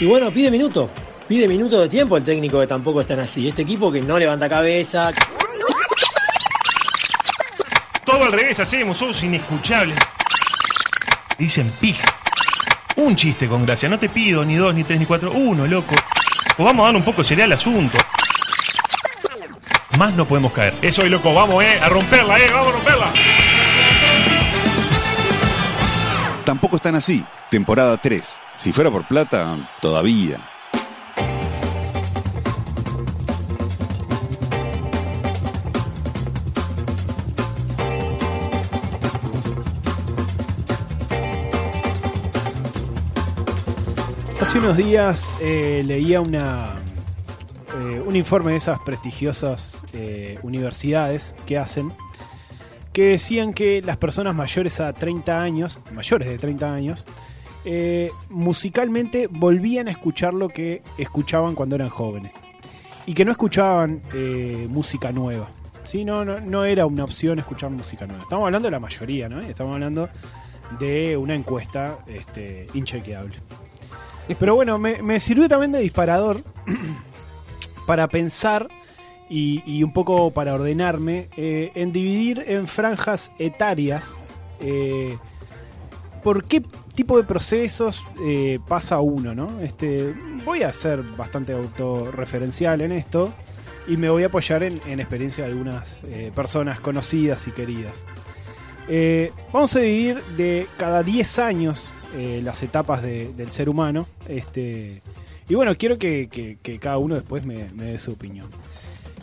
Y bueno, pide minuto. Pide minuto de tiempo el técnico que tampoco están así. Este equipo que no levanta cabeza. Todo al revés hacemos, somos inescuchables. Dicen pija. Un chiste con gracia. No te pido ni dos, ni tres, ni cuatro. Uno, loco. O vamos a dar un poco sería el asunto. Más no podemos caer. Eso es loco. Vamos, eh. A romperla, eh. Vamos a romperla. Tampoco están así. Temporada 3. Si fuera por plata, todavía. Hace unos días eh, leía una, eh, un informe de esas prestigiosas eh, universidades que hacen, que decían que las personas mayores a 30 años, mayores de 30 años, eh, musicalmente volvían a escuchar lo que escuchaban cuando eran jóvenes. Y que no escuchaban eh, música nueva. ¿sí? No, no, no era una opción escuchar música nueva. Estamos hablando de la mayoría, ¿no? Y Estamos hablando de una encuesta este, inchequeable. Pero bueno, me, me sirvió también de disparador para pensar y, y un poco para ordenarme eh, en dividir en franjas etarias eh, por qué tipo de procesos eh, pasa uno, ¿no? Este, voy a ser bastante autorreferencial en esto y me voy a apoyar en, en experiencia de algunas eh, personas conocidas y queridas. Eh, vamos a dividir de cada 10 años eh, las etapas de- del ser humano. Este, y bueno, quiero que, que- que cada uno después me, me dé su opinión.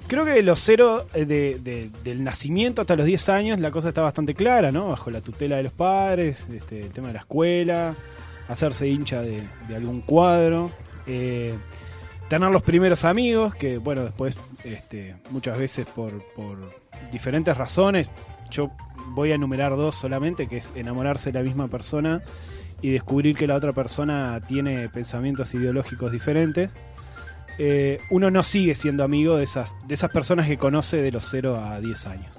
Creo que de los cero, eh, de- de- del nacimiento hasta los 10 años, la cosa está bastante clara, ¿no? Bajo la tutela de los padres, este, el tema de la escuela, hacerse hincha de, de algún cuadro, eh, tener los primeros amigos, que bueno, después este, muchas veces por, por diferentes razones, yo voy a enumerar dos solamente, que es enamorarse de la misma persona y descubrir que la otra persona tiene pensamientos ideológicos diferentes, eh, uno no sigue siendo amigo de esas, de esas personas que conoce de los 0 a 10 años.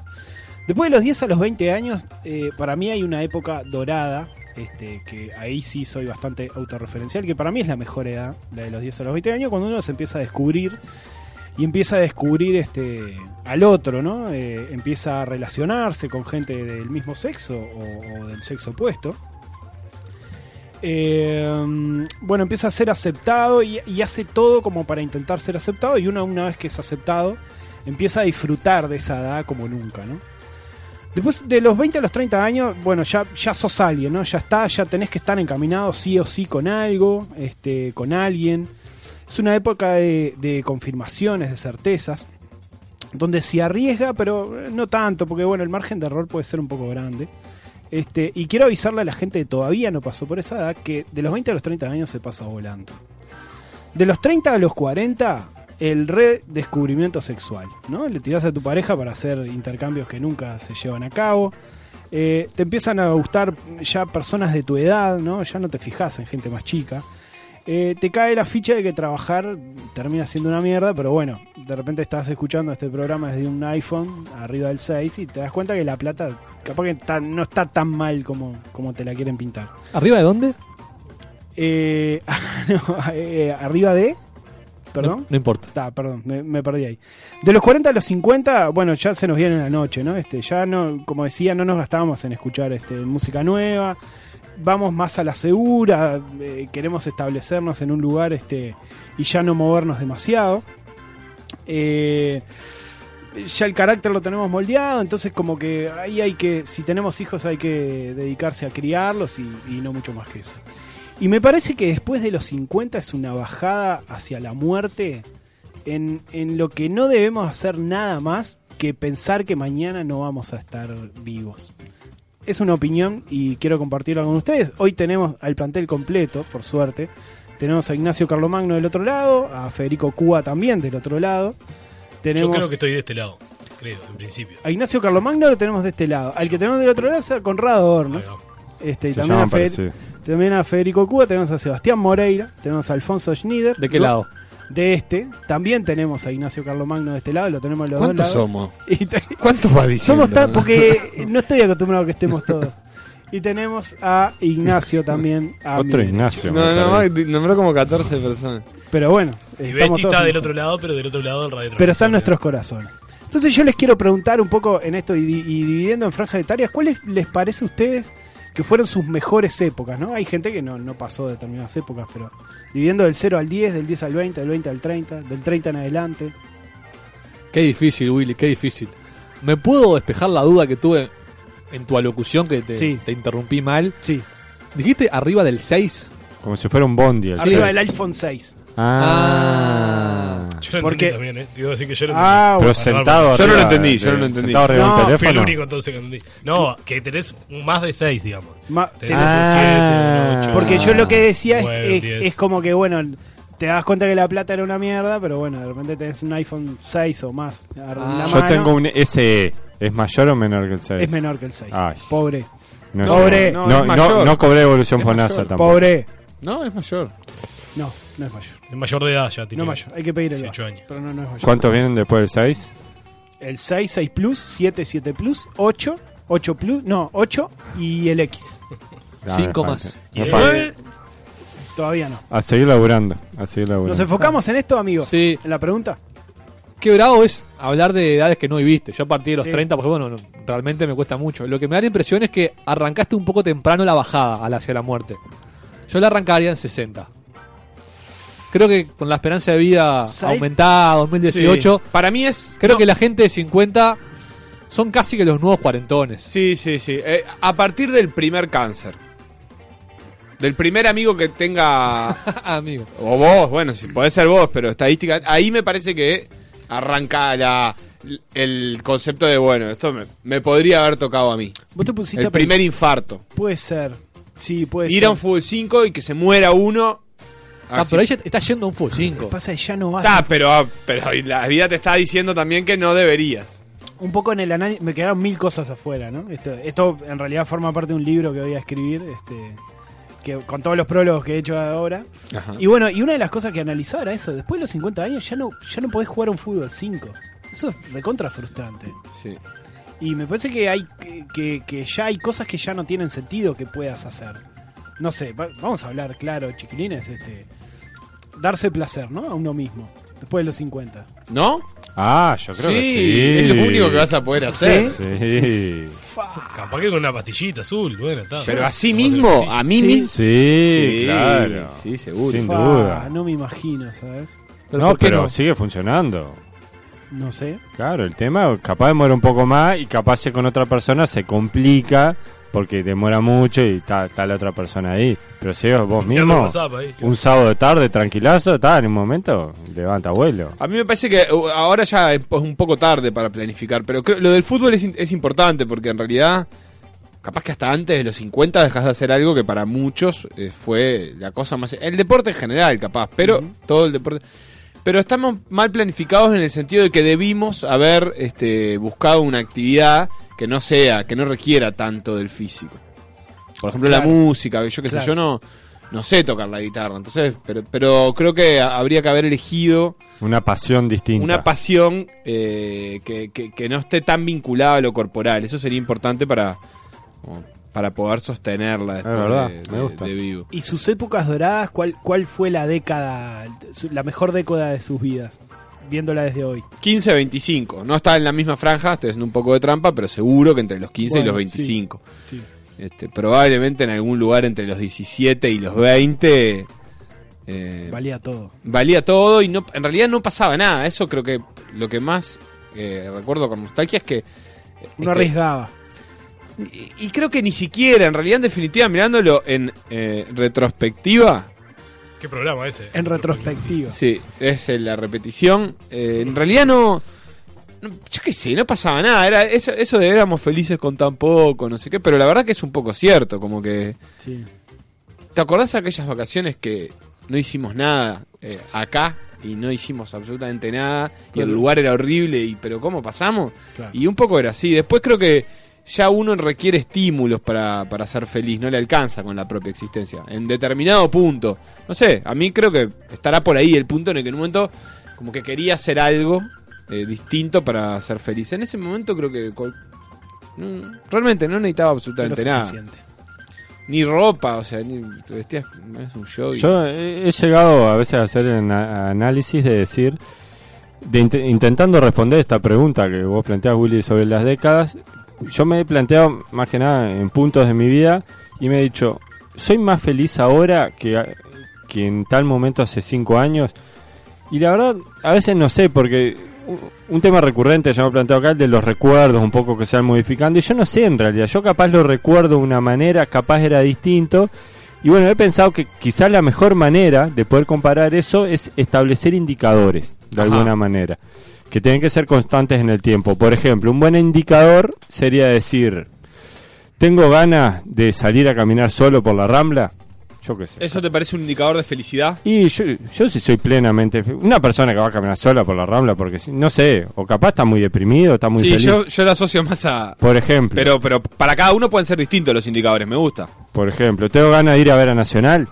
Después de los 10 a los 20 años, eh, para mí hay una época dorada, este, que ahí sí soy bastante autorreferencial, que para mí es la mejor edad, la de los 10 a los 20 años, cuando uno se empieza a descubrir y empieza a descubrir este al otro, ¿no? Eh, empieza a relacionarse con gente del mismo sexo o, o del sexo opuesto. Eh, bueno, empieza a ser aceptado y, y hace todo como para intentar ser aceptado y uno una vez que es aceptado empieza a disfrutar de esa edad como nunca, ¿no? Después de los 20 a los 30 años, bueno, ya, ya sos alguien, ¿no? Ya está, ya tenés que estar encaminado sí o sí con algo, este, con alguien. Es una época de, de confirmaciones, de certezas, donde se arriesga, pero eh, no tanto, porque bueno, el margen de error puede ser un poco grande. Este, y quiero avisarle a la gente que todavía no pasó por esa edad que de los 20 a los 30 años se pasa volando. De los 30 a los 40, el redescubrimiento sexual, ¿no? Le tirás a tu pareja para hacer intercambios que nunca se llevan a cabo. Eh, te empiezan a gustar ya personas de tu edad, ¿no? Ya no te fijas en gente más chica. Eh, te cae la ficha de que trabajar termina siendo una mierda, pero bueno, de repente estás escuchando este programa desde un iPhone arriba del 6 y te das cuenta que la plata capaz que ta- no está tan mal como, como te la quieren pintar. ¿Arriba de dónde? Eh, no, eh, arriba de... Perdón. No, no importa. Está, perdón, me, me perdí ahí. De los 40 a los 50, bueno, ya se nos viene la noche, ¿no? Este, ya no, como decía, no nos gastábamos en escuchar este, música nueva. Vamos más a la segura, eh, queremos establecernos en un lugar este, y ya no movernos demasiado. Eh, ya el carácter lo tenemos moldeado, entonces como que ahí hay que, si tenemos hijos hay que dedicarse a criarlos y, y no mucho más que eso. Y me parece que después de los 50 es una bajada hacia la muerte en, en lo que no debemos hacer nada más que pensar que mañana no vamos a estar vivos. Es una opinión y quiero compartirla con ustedes. Hoy tenemos al plantel completo, por suerte. Tenemos a Ignacio Carlomagno del otro lado, a Federico Cuba también del otro lado. Tenemos... Yo creo que estoy de este lado, creo, en principio. A Ignacio Carlomagno lo tenemos de este lado. Al que tenemos del otro lado es a Conrado Hornos. Ahí Este, y Se también, llaman a Feder- parecido. también a Federico Cuba, tenemos a Sebastián Moreira, tenemos a Alfonso Schneider. ¿De qué ¿no? lado? De este. También tenemos a Ignacio Carlomagno de este lado, lo tenemos los dos ¿Cuántos lados. somos? Y te- ¿Cuántos va diciendo? somos tan. Porque no estoy acostumbrado a que estemos todos. Y tenemos a Ignacio también. a Otro mi derecha. Ignacio. No, me no, parece. di- nombró como 14 personas. Pero bueno, Y estamos Betty todos está en del esto. otro lado, pero del otro lado del radio. Pero están nuestros corazones. Entonces yo les quiero preguntar un poco en esto y, di- y dividiendo en franjas etarias, ¿cuáles les parece a ustedes que fueron sus mejores épocas? ¿no? Hay gente que no, no pasó determinadas épocas, pero dividiendo del 0 al 10, del 10 al 20, del 20 al 30, del 30 en adelante. Qué difícil, Willy, qué difícil. ¿Me puedo despejar la duda que tuve en tu alocución que te, Sí. te interrumpí mal? Sí, ¿Dijiste arriba del 6? Como si fuera un bondi. el arriba seis. del iPhone 6. Ah. Yo lo Porque- entendí también, ¿eh? Te iba a decir que yo lo entendí. Ah, Pero bueno. sentado Yo no lo arriba entendí, de- yo no lo entendí. Sentado arriba de No, un Fui el teléfono. único entonces que entendí. No, que tenés un- más de 6, digamos. Ma- Tenés Ah. un 7, un 8. Porque yo lo que decía es- Nueve, es, diez. es como que, bueno, te das cuenta que la plata era una mierda, pero bueno, de repente tenés un iPhone 6 o más. en la Yo mano, tengo un SE. ¿Es mayor o menor que el 6? Es menor que el 6. Ay. Pobre, No, Pobre. sé. No, No, es no, mayor. no cobré evolución Es FONASA mayor. tampoco. pobre. No, es mayor. No, no es mayor. Es mayor de edad ya, tiene. No es mayor. Hay que pedir el 18 bajo, años. Pero no, no es mayor. ¿Cuántos vienen después del Ah, 6? El 6, 6 Plus, 7, 7 Plus, 8, 8 Plus, no, 8 y el X. Cinco me más. falta. Y Me el falta. ¿Eh? nueve, Todavía no. A seguir laburando. A seguir laburando. ¿Nos enfocamos en esto, amigo? Ah. Sí. ¿En la pregunta? Qué bravo es hablar de edades que no viviste. Yo a partir de los Sí. 30, porque bueno, no, realmente me cuesta mucho. Lo que me da la impresión es que arrancaste un poco temprano la bajada al hacia la muerte. Yo la arrancaría en 60. Creo que con la esperanza de vida ¿Sabes? aumentada 2018, Sí. Para mí es. creo no, que la gente de 50 son casi que los nuevos cuarentones. Sí, sí, sí. Eh, a partir del primer cáncer. Del primer amigo que tenga. Amigo. O vos, bueno, si podés ser vos, pero estadística. Ahí me parece que arranca la, el concepto de, bueno, esto me, me podría haber tocado a mí. Vos te pusiste El a primer pensar- infarto. Puede ser. Sí, puede ser. Ir a un fútbol 5 y que se muera uno. Ah, así. pero ella está yendo a un full 5. Pasa que ya no vas. Está, pero, ah, pero la vida te está diciendo también que no deberías. Un poco en el análisis. Me quedaron mil cosas afuera, ¿no? Esto, esto en realidad forma parte de un libro que voy a escribir. Este. Que, con todos los prólogos que he hecho ahora. Y bueno, y una de las cosas que analizaba era eso. Después de los 50 años ya no, ya no podés jugar a un fútbol 5. Eso es recontra frustrante. Sí. Y me parece que hay que, que- que ya hay cosas que ya no tienen sentido que puedas hacer. No sé, va- vamos a hablar claro, chiquilines, este darse placer, ¿no? A uno mismo, después de los 50. ¿No? Ah, yo creo que sí. es lo único que vas a poder hacer. Sí. Capaz que con una pastillita azul, bueno, está. Pero así mismo, a mí Sí. mismo. Sí, claro. Sí, seguro. Sin Fa, duda. No me imagino, ¿sabes? No, ¿por qué pero no? sigue funcionando. No sé. Claro, el tema capaz demora un poco más y capaz si con otra persona se complica porque demora mucho y está, está la otra persona ahí. Pero si es vos Mirando mismo, WhatsApp ahí. un sábado de tarde, tranquilazo, está en un momento, levanta vuelo. A mí me parece que uh, ahora ya es po- un poco tarde para planificar, pero creo, lo del fútbol es, in- es importante porque en realidad, capaz que hasta antes de los 50 dejas de hacer algo que para muchos eh, fue la cosa más... El deporte en general, capaz, pero todo el deporte... Pero estamos mal planificados en el sentido de que debimos haber este, buscado una actividad que no sea, que no requiera tanto del físico. Por ejemplo, la Claro. música, yo qué sé, yo no, no sé tocar la guitarra, entonces, pero, pero creo que a- habría que haber elegido Una pasión distinta. una pasión eh, que, que- que no esté tan vinculada a lo corporal. Eso sería importante para, como para poder sostenerla después verdad, de, me de- gusta. de vivo. ¿Y sus épocas doradas? ¿Cuál, cuál fue la década, su- la mejor década de sus vidas? Viéndola desde hoy. 15-25. No está en la misma franja, estoy haciendo un poco de trampa, pero seguro que entre los 15 y Bueno, los 25. sí, Este, probablemente en algún lugar entre los 17 y los 20. eh, Valía todo. valía todo y no, en realidad no pasaba nada. Eso creo que lo que más eh, recuerdo con nostalgia es que. Uno es que- arriesgaba. Y, y creo que ni siquiera, en realidad, en definitiva, mirándolo en eh, retrospectiva, ¿Qué programa ese? En retrospectiva. sí, es eh, la repetición, eh, en realidad no, no- yo qué sé, no pasaba nada, era eso, eso de éramos felices con tan poco, no sé qué, pero la verdad que es un poco cierto, como que... Sí. ¿Te acordás de aquellas vacaciones que no hicimos nada eh, acá y no hicimos absolutamente nada y el lugar era horrible y pero cómo pasamos? Claro. Y un poco era así. Después creo que ya uno requiere estímulos para, para ser feliz, no le alcanza con la propia existencia. En determinado punto. No sé, a mí creo que estará por ahí el punto en el que en un momento como que quería hacer algo eh, distinto para ser feliz. En ese momento creo que... co- no, Realmente no necesitaba Lo absolutamente nada. suficiente. Ni ropa, o sea, ni te vestías. Es un show. y- Yo he, he llegado a veces a hacer el ana- análisis de decir, de int- intentando responder esta pregunta que vos planteás, Willy, sobre las décadas, yo me he planteado más que nada en puntos de mi vida y me he dicho, soy más feliz ahora que, a- que en tal momento hace cinco años. Y la verdad, a veces no sé, porque un, un tema recurrente, ya me he planteado acá, el de los recuerdos, un poco que se van modificando. Y yo no sé en realidad, yo capaz lo recuerdo de una manera, capaz era distinto. Y bueno, he pensado que quizás la mejor manera de poder comparar eso es establecer indicadores, de Ajá. alguna manera, que tienen que ser constantes en el tiempo. Por ejemplo, un buen indicador sería decir, ¿tengo ganas de salir a caminar solo por la rambla? Yo qué sé. ¿Eso te parece un indicador de felicidad? Y yo, yo sí soy plenamente... fe- Una persona que va a caminar sola por la rambla, porque si- no sé, o capaz está muy deprimido, está muy sí, feliz. yo, yo lo asocio más a. Por ejemplo, Pero, pero para cada uno pueden ser distintos los indicadores, me gusta. por ejemplo, ¿tengo ganas de ir a ver a Nacional?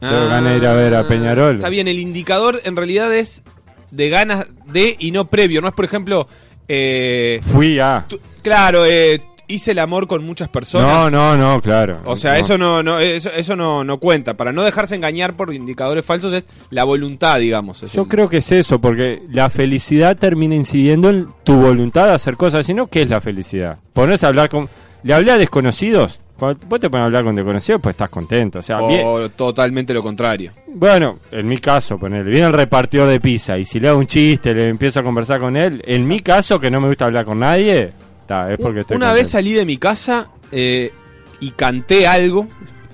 Tengo ganas de ir a ver a Peñarol. Ah, Está bien, el indicador en realidad es de ganas de y no previo. No es, por ejemplo, eh, Fui a... tú- claro, eh, hice el amor con muchas personas. No, no, no, claro. O sea, No. eso no, no, eso, eso no, no cuenta. Para no dejarse engañar por indicadores falsos es la voluntad, digamos. Es Yo un- creo que es eso, porque la felicidad termina incidiendo en tu voluntad de hacer cosas, sino ¿qué es la felicidad? Ponerse a hablar con... ¿Le hablé a desconocidos? Cuando vos te pones a hablar con desconocidos, pues estás contento. O sea, bien- O totalmente lo contrario. bueno, en mi caso, ponerle, viene el repartidor de pizza y si le hago un chiste, le empiezo a conversar con él, en mi caso, que no me gusta hablar con nadie, está, es porque estoy Una vez contento. salí de mi casa eh, y canté algo.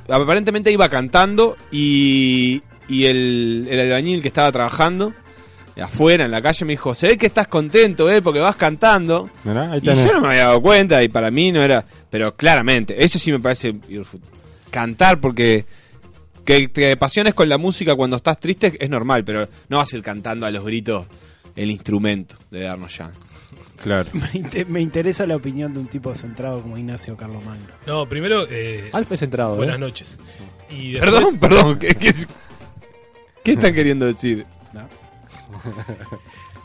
Aparentemente iba cantando y, y el, el albañil que estaba trabajando afuera en la calle me dijo, se ve que estás contento, eh, porque vas cantando. ¿Verdad? Ahí Y tenés. yo no me había dado cuenta y para mí no era... Pero claramente, eso sí me parece... Cantar porque... Que te pasiones con la música cuando estás triste es normal, pero no vas a ir cantando a los gritos el instrumento de darnos ya. Claro. Me, inte- me interesa la opinión de un tipo centrado como Ignacio Carlos Magno. No, primero, eh, Alfa es entrado, buenas ¿eh? noches. Y después- Perdón, perdón, ¿qué, qué, es- qué están queriendo decir?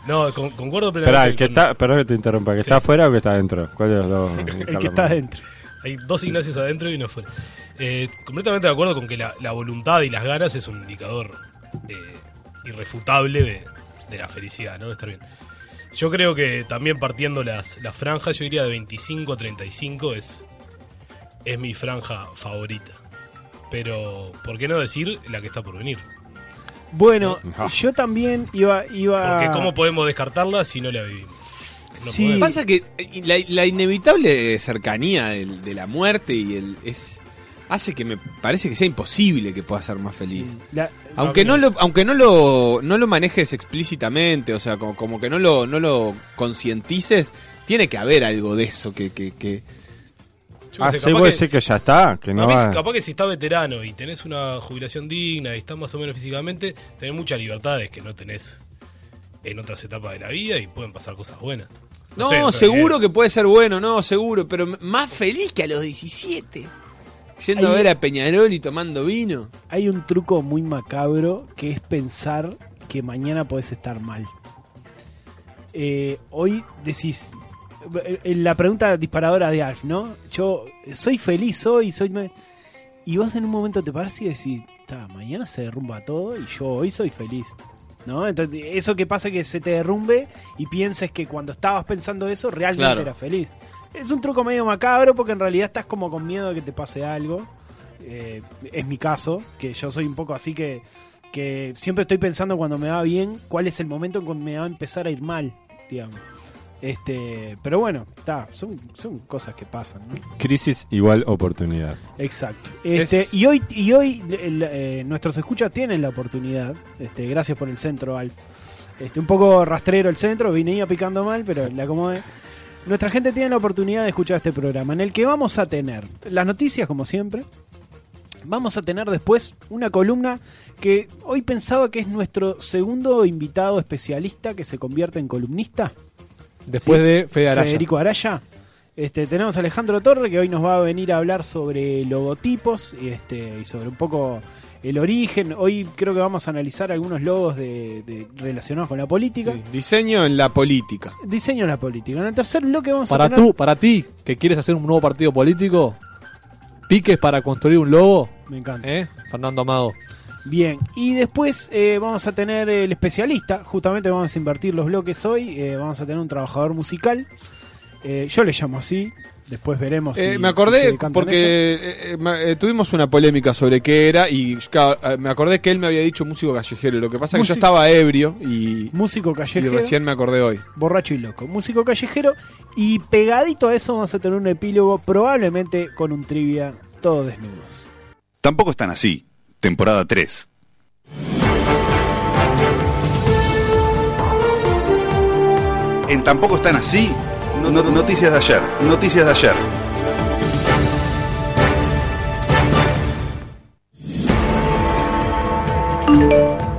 No, con- concuerdo plenamente. Espera, el que con- está, perdón que te interrumpa, ¿que está afuera o que está adentro? ¿Cuál de los dos? El que está dentro. Hay dos Ignacios adentro y uno afuera. Eh, completamente de acuerdo con que la, la voluntad y las ganas es un indicador eh, irrefutable de, de la felicidad, ¿no? De estar bien. Yo creo que también partiendo las, las franjas, yo diría de 25 a 35 es, es mi franja favorita. Pero, ¿por qué no decir la que está por venir? Bueno, Ah. yo también iba... iba Porque ¿cómo podemos descartarla si no la vivimos? No Sí. podemos. Pasa que eh, la, la inevitable cercanía del- de, la muerte y el es hace que me parece que sea imposible que pueda ser más feliz. La- Aunque no lo aunque no lo no lo manejes explícitamente, o sea, como, como que no lo no lo concientices, tiene que haber algo de eso que que, que- Yo Ah, qué sé, sí, capaz vos que- decís que ya está, que no Capaz- va... Capaz que si estás veterano y tenés una jubilación digna y estás más o menos físicamente, tenés muchas libertades que no tenés en otras etapas de la vida y pueden pasar cosas buenas. no, sé, pero seguro que puede ser bueno, no, seguro, pero m- más feliz que a los 17. Yendo a Ahí- ver a Peñarol y tomando vino. Hay un truco muy macabro que es pensar que mañana podés estar mal. Eh, hoy decís. eh, eh, La pregunta disparadora de Alf, ¿no? Yo eh, soy feliz hoy, soy. me- Y vos en un momento te parás y decís, "Ta, mañana se derrumba todo y yo hoy soy feliz. ¿No? Entonces, eso que pasa que se te derrumbe y pienses que cuando estabas pensando eso realmente Claro. eras feliz. Es un truco medio macabro porque en realidad estás como con miedo de que te pase algo. Eh, es mi caso, que yo soy un poco así que, que siempre estoy pensando cuando me va bien, cuál es el momento en que me va a empezar a ir mal, digamos. Este, pero bueno, está, son, son cosas que pasan, ¿no? Crisis igual oportunidad. Exacto. Este, Es- Y hoy, y hoy el- eh, nuestros escuchas tienen la oportunidad. Este, gracias por el centro, Alf. Este, un poco rastrero el centro, venía picando mal, pero le acomodé. Nuestra gente tiene la oportunidad de escuchar este programa, en el que vamos a tener las noticias, como siempre. Vamos a tener después una columna que hoy pensaba que es nuestro segundo invitado especialista que se convierte en columnista. Después Sí. eh, de Fede Araya. Federico Araya. Este, tenemos a Alejandro Torre que hoy nos va a venir a hablar sobre logotipos y, este, y sobre un poco el origen. Hoy creo que vamos a analizar algunos logos de, de- relacionados con la política. Sí, diseño en la política. Diseño de la política. En el tercer bloque vamos a Para, tener- tú, para ti, que quieres hacer un nuevo partido político, piques para construir un logo, Me encanta. ¿eh? Fernando Amado. Bien, y después eh, vamos a tener el especialista, justamente vamos a invertir los bloques hoy, eh, vamos a tener un trabajador musical, Eh, yo le llamo así, después veremos. Eh, me si- si se acordé decantan ellos. porque eh, eh, ma- eh, tuvimos una polémica sobre qué era y claro, eh, me acordé que él me había dicho músico callejero. Lo que pasa es que yo Músico- estaba ebrio y, Músico y callejero, recién me acordé hoy. borracho y loco. Músico callejero, y pegadito a eso vamos a tener un epílogo, probablemente con un trivia, todos desnudos. Tampoco están así. Temporada 3. En Tampoco están así. no- no- noticias de ayer. Noticias de ayer.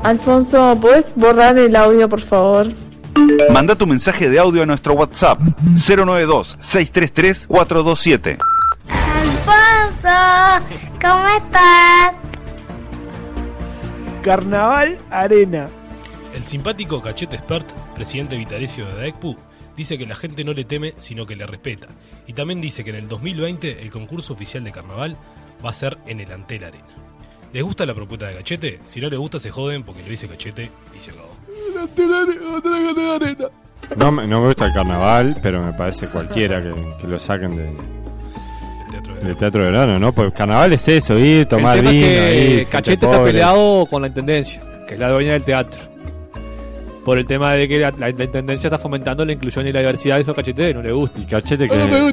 Alfonso, ¿puedes borrar el audio, por favor? Manda tu mensaje de audio a nuestro WhatsApp 092 633 427. Alfonso, ¿cómo estás? Carnaval Arena. El simpático Cachete Spert, presidente vitalicio de DAECPU, dice que la gente no le teme, sino que le respeta. Y también dice que en el 2020 el concurso oficial de carnaval va a ser en el Antel Arena. ¿Les gusta la propuesta de Cachete? Si no les gusta, se joden porque lo dice Cachete y se acabó. No, me- no me gusta el carnaval, pero me parece cualquiera que, que lo saquen de- El teatro de- del teatro de verano, ¿no? Porque carnaval es eso, ir, tomar el tema vino, es que ir, gente Cachete está pobre. peleado con la intendencia, que es la dueña del teatro. Por el tema de que la, la- la intendencia está fomentando la inclusión y la diversidad, eso a Cachete no le gusta. Y Cachete que...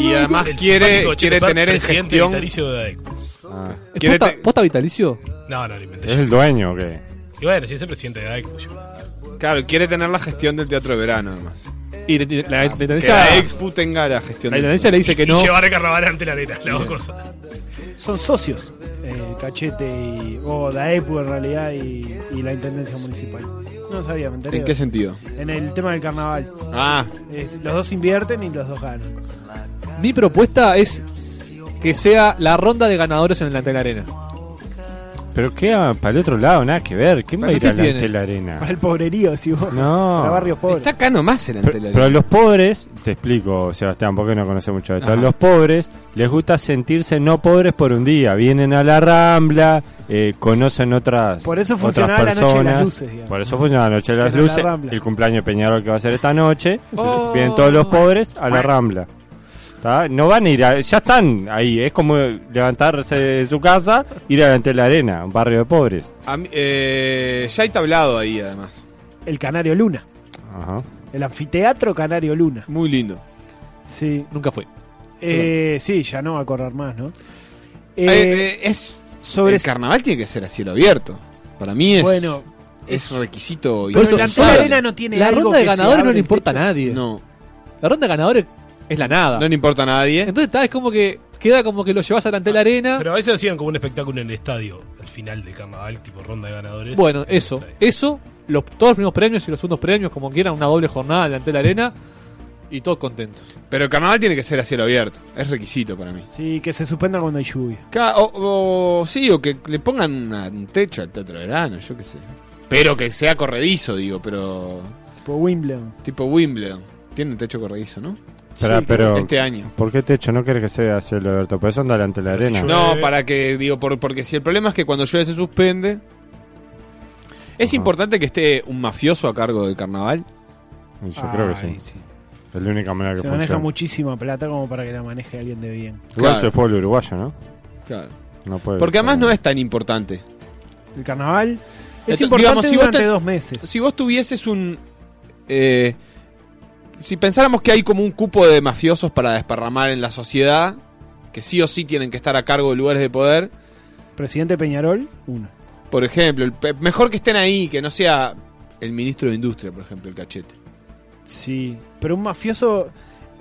Y además El quiere, simpático Cachete quiere Spert, tener en presidente gestión. vitalicio de DAECPU. Ah, ¿Es Quiere posta, te- posta vitalicio? No, no lo inventé es yo. el dueño que... Y bueno, si es el presidente de DAECPU. yo- Claro, quiere tener la gestión del teatro de verano además. Ah, Y la- la, la Que intendencia, la la Expo tenga la gestión. del- intendencia le dice que y no. llevar el carnaval ante la arena, la cosa. Son socios, eh, Cachete y. o Daepu en realidad y, y la intendencia municipal. No sabía, me enteré. ¿En qué sentido? En el tema del carnaval. Ah, Eh, los dos invierten y los dos ganan. Mi propuesta es que sea la ronda de ganadores en el Antel Arena. Pero queda para el otro lado, nada que ver. ¿Quién va a ¿Pero ir qué adelante tiene? de la arena? Para el pobrerío, si vos. Para No. barrios pobres. está acá nomás el Pero, Antel pero a Arena. los pobres, te explico, Sebastián, porque no conoce mucho de esto. A Ajá. los pobres les gusta sentirse no pobres por un día. Vienen a la rambla, eh, conocen otras, Por eso otras funcionaba la personas. noche de las luces, digamos. por eso funciona la noche de Que las era la luces. rambla. el cumpleaños de Peñarol que va a ser esta noche. Oh. Vienen todos los pobres a la rambla. ¿Tá? No van a ir, a- ya están ahí. Es como levantarse de su casa, ir adelante de la arena, un barrio de pobres. A mí- eh, ya hay tablado ahí además. El Canario Luna. Ajá. El anfiteatro Canario Luna. Muy lindo. Sí. Nunca fue. Eh, sí, ya no va a correr más, ¿no? Eh, Eh, eh, es sobre. el carnaval tiene que ser a cielo abierto. Para mí es, bueno, es requisito. Por pero eso, el Antel ¿sabe? Arena no tiene. La algo ronda de que se ganadores abra no le el importa a techo. nadie. No, La ronda de ganadores es la nada. no le importa a nadie. Ah, Entonces está, es como que queda como que lo llevas al Antel Arena. Pero a veces hacían como un espectáculo en el estadio, al final de carnaval, tipo ronda de ganadores. Bueno, En el eso, estadio. eso, los, todos los primeros premios y los segundos premios, como quieran, una doble jornada delante de la arena y todos contentos. Pero el carnaval tiene que ser a cielo abierto. Es requisito para mí. Sí, que se suspenda cuando hay lluvia. Ca- O, o- sí, o que le pongan una- un techo al teatro de verano, yo qué sé. Pero que sea corredizo, digo, pero. Tipo Wimbledon. Tipo Wimbledon. Tiene un techo corredizo, ¿no? Pará, pero, Este año. ¿por qué techo? ¿No quieres que sea hacia el Alberto? Por eso anda delante de la Pero si arena. llueve- No, para que, digo, por- porque si el problema es que cuando llueve se suspende. ¿Es Ajá. importante que esté un mafioso a cargo del carnaval? Y Yo creo que sí. Ay, sí. Es la única manera que Se maneja funciona. muchísima plata como para que la maneje alguien de bien. Igual Claro. este fue el uruguayo, ¿no? Claro. No puede Porque además ser. no es tan importante. El carnaval es Esto- importante digamos, si vos durante te- dos meses. Si vos tuvieses un. eh, si pensáramos que hay como un cupo de mafiosos para desparramar en la sociedad, que sí o sí tienen que estar a cargo de lugares de poder, Presidente Peñarol, uno. por ejemplo, el pe- mejor que estén ahí, que no sea el ministro de Industria, por ejemplo, el cachete. Sí, pero un mafioso,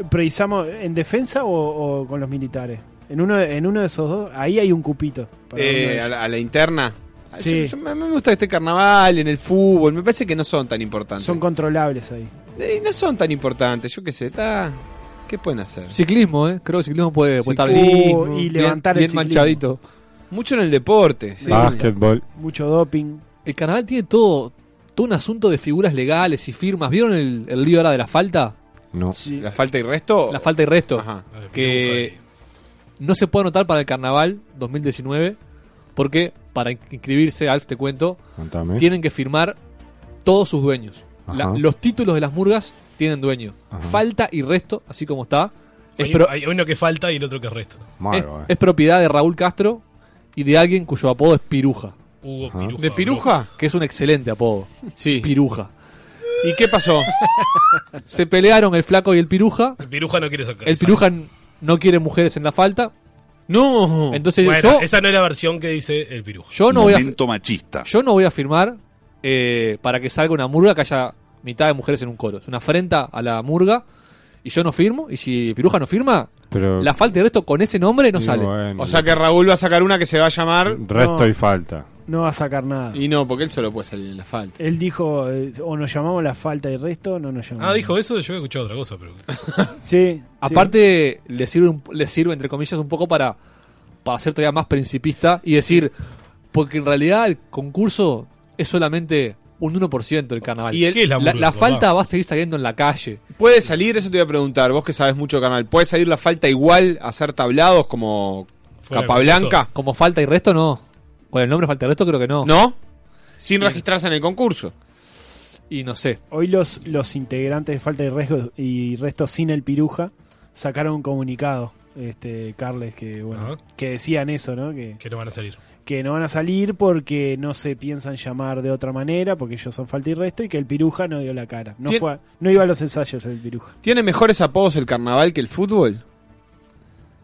precisamos en defensa o, o con los militares. En uno, de- en uno de esos dos, ahí hay un cupito. para Eh, uno de a, ellos. la, a la interna. Sí. Yo- yo- a mí me gusta que esté carnaval, en el fútbol, me parece que no son tan importantes. Son controlables ahí. Eh, no son tan importantes, yo qué sé, está... ¿Qué pueden hacer? Ciclismo, ¿eh? creo que ciclismo puede, puede estar bien, Ciclismo, Uh, y bien- levantar bien el ciclismo. manchadito. Mucho en el deporte. sí. Básquetbol. Mucho doping. El carnaval tiene todo, todo un asunto de figuras legales y firmas. ¿Vieron el, el lío ahora de la falta? No. Sí. ¿La falta y resto? La falta y resto. Ajá. A ver, Que- pregunta no se puede anotar para el carnaval 2019 porque para in- inscribirse, Alf, te cuento, Contame. tienen que firmar todos sus dueños. La- ¿Eh? Ajá. los títulos de las murgas tienen dueño. Ajá. Falta y resto, así como está. Es, Hay, pro- hay uno que falta y el otro que resta. Malo, es- eh. es propiedad de Raúl Castro y de alguien cuyo apodo es Piruja, Hugo Ajá. Piruja. ¿De Piruja? que es un excelente apodo. Sí. Piruja. ¿Y qué pasó? Se pelearon el flaco y el Piruja. El Piruja no quiere sacar. El Piruja n- no quiere mujeres en la falta. No. Entonces Bueno, yo, esa no es la versión que dice el Piruja. yo no voy a... Momento machista. Yo no voy a firmar eh, para que salga una murga que haya mitad de mujeres en un coro. Es una afrenta a la murga. Y yo no firmo. Y si Piruja no firma, Pero, la falta y resto con ese nombre no y sale. bueno, O sea que Raúl va a sacar una que se va a llamar. Ah. Resto No. y falta. No va a sacar nada. Y no, porque él solo puede salir en la falta. Él dijo, eh, o nos llamamos la falta y resto, o no nos llamamos. Ah, dijo eso, yo he escuchado otra cosa, pero. Sí. Aparte, le sirve, un- le sirve, entre comillas, un poco para, para ser todavía más principista y decir, porque en realidad el concurso es solamente un 1% del carnaval. Y el- ¿Qué es la la, murga, la papá? falta va a seguir saliendo en la calle. ¿Puede salir? Eso te voy a preguntar. Vos que sabes mucho, canal. ¿Puede salir la falta igual, hacer tablados como Fuera del Capablanca? Como falta y resto, no. Con el nombre falta y resto, creo que no. ¿No? Sin registrarse en el concurso. Y no sé. Hoy los, los integrantes de Falta y Resto, y resto sin el Piruja sacaron un comunicado, este, Carles, que bueno, Ajá. que decían eso, ¿no? Que, Que no van a salir. que no van a salir porque no se piensan llamar de otra manera, porque ellos son Falta y Resto, y que el Piruja no dio la cara. No, Tien- fue a- no iba a los ensayos el Piruja. ¿Tiene mejores apodos el carnaval que el fútbol?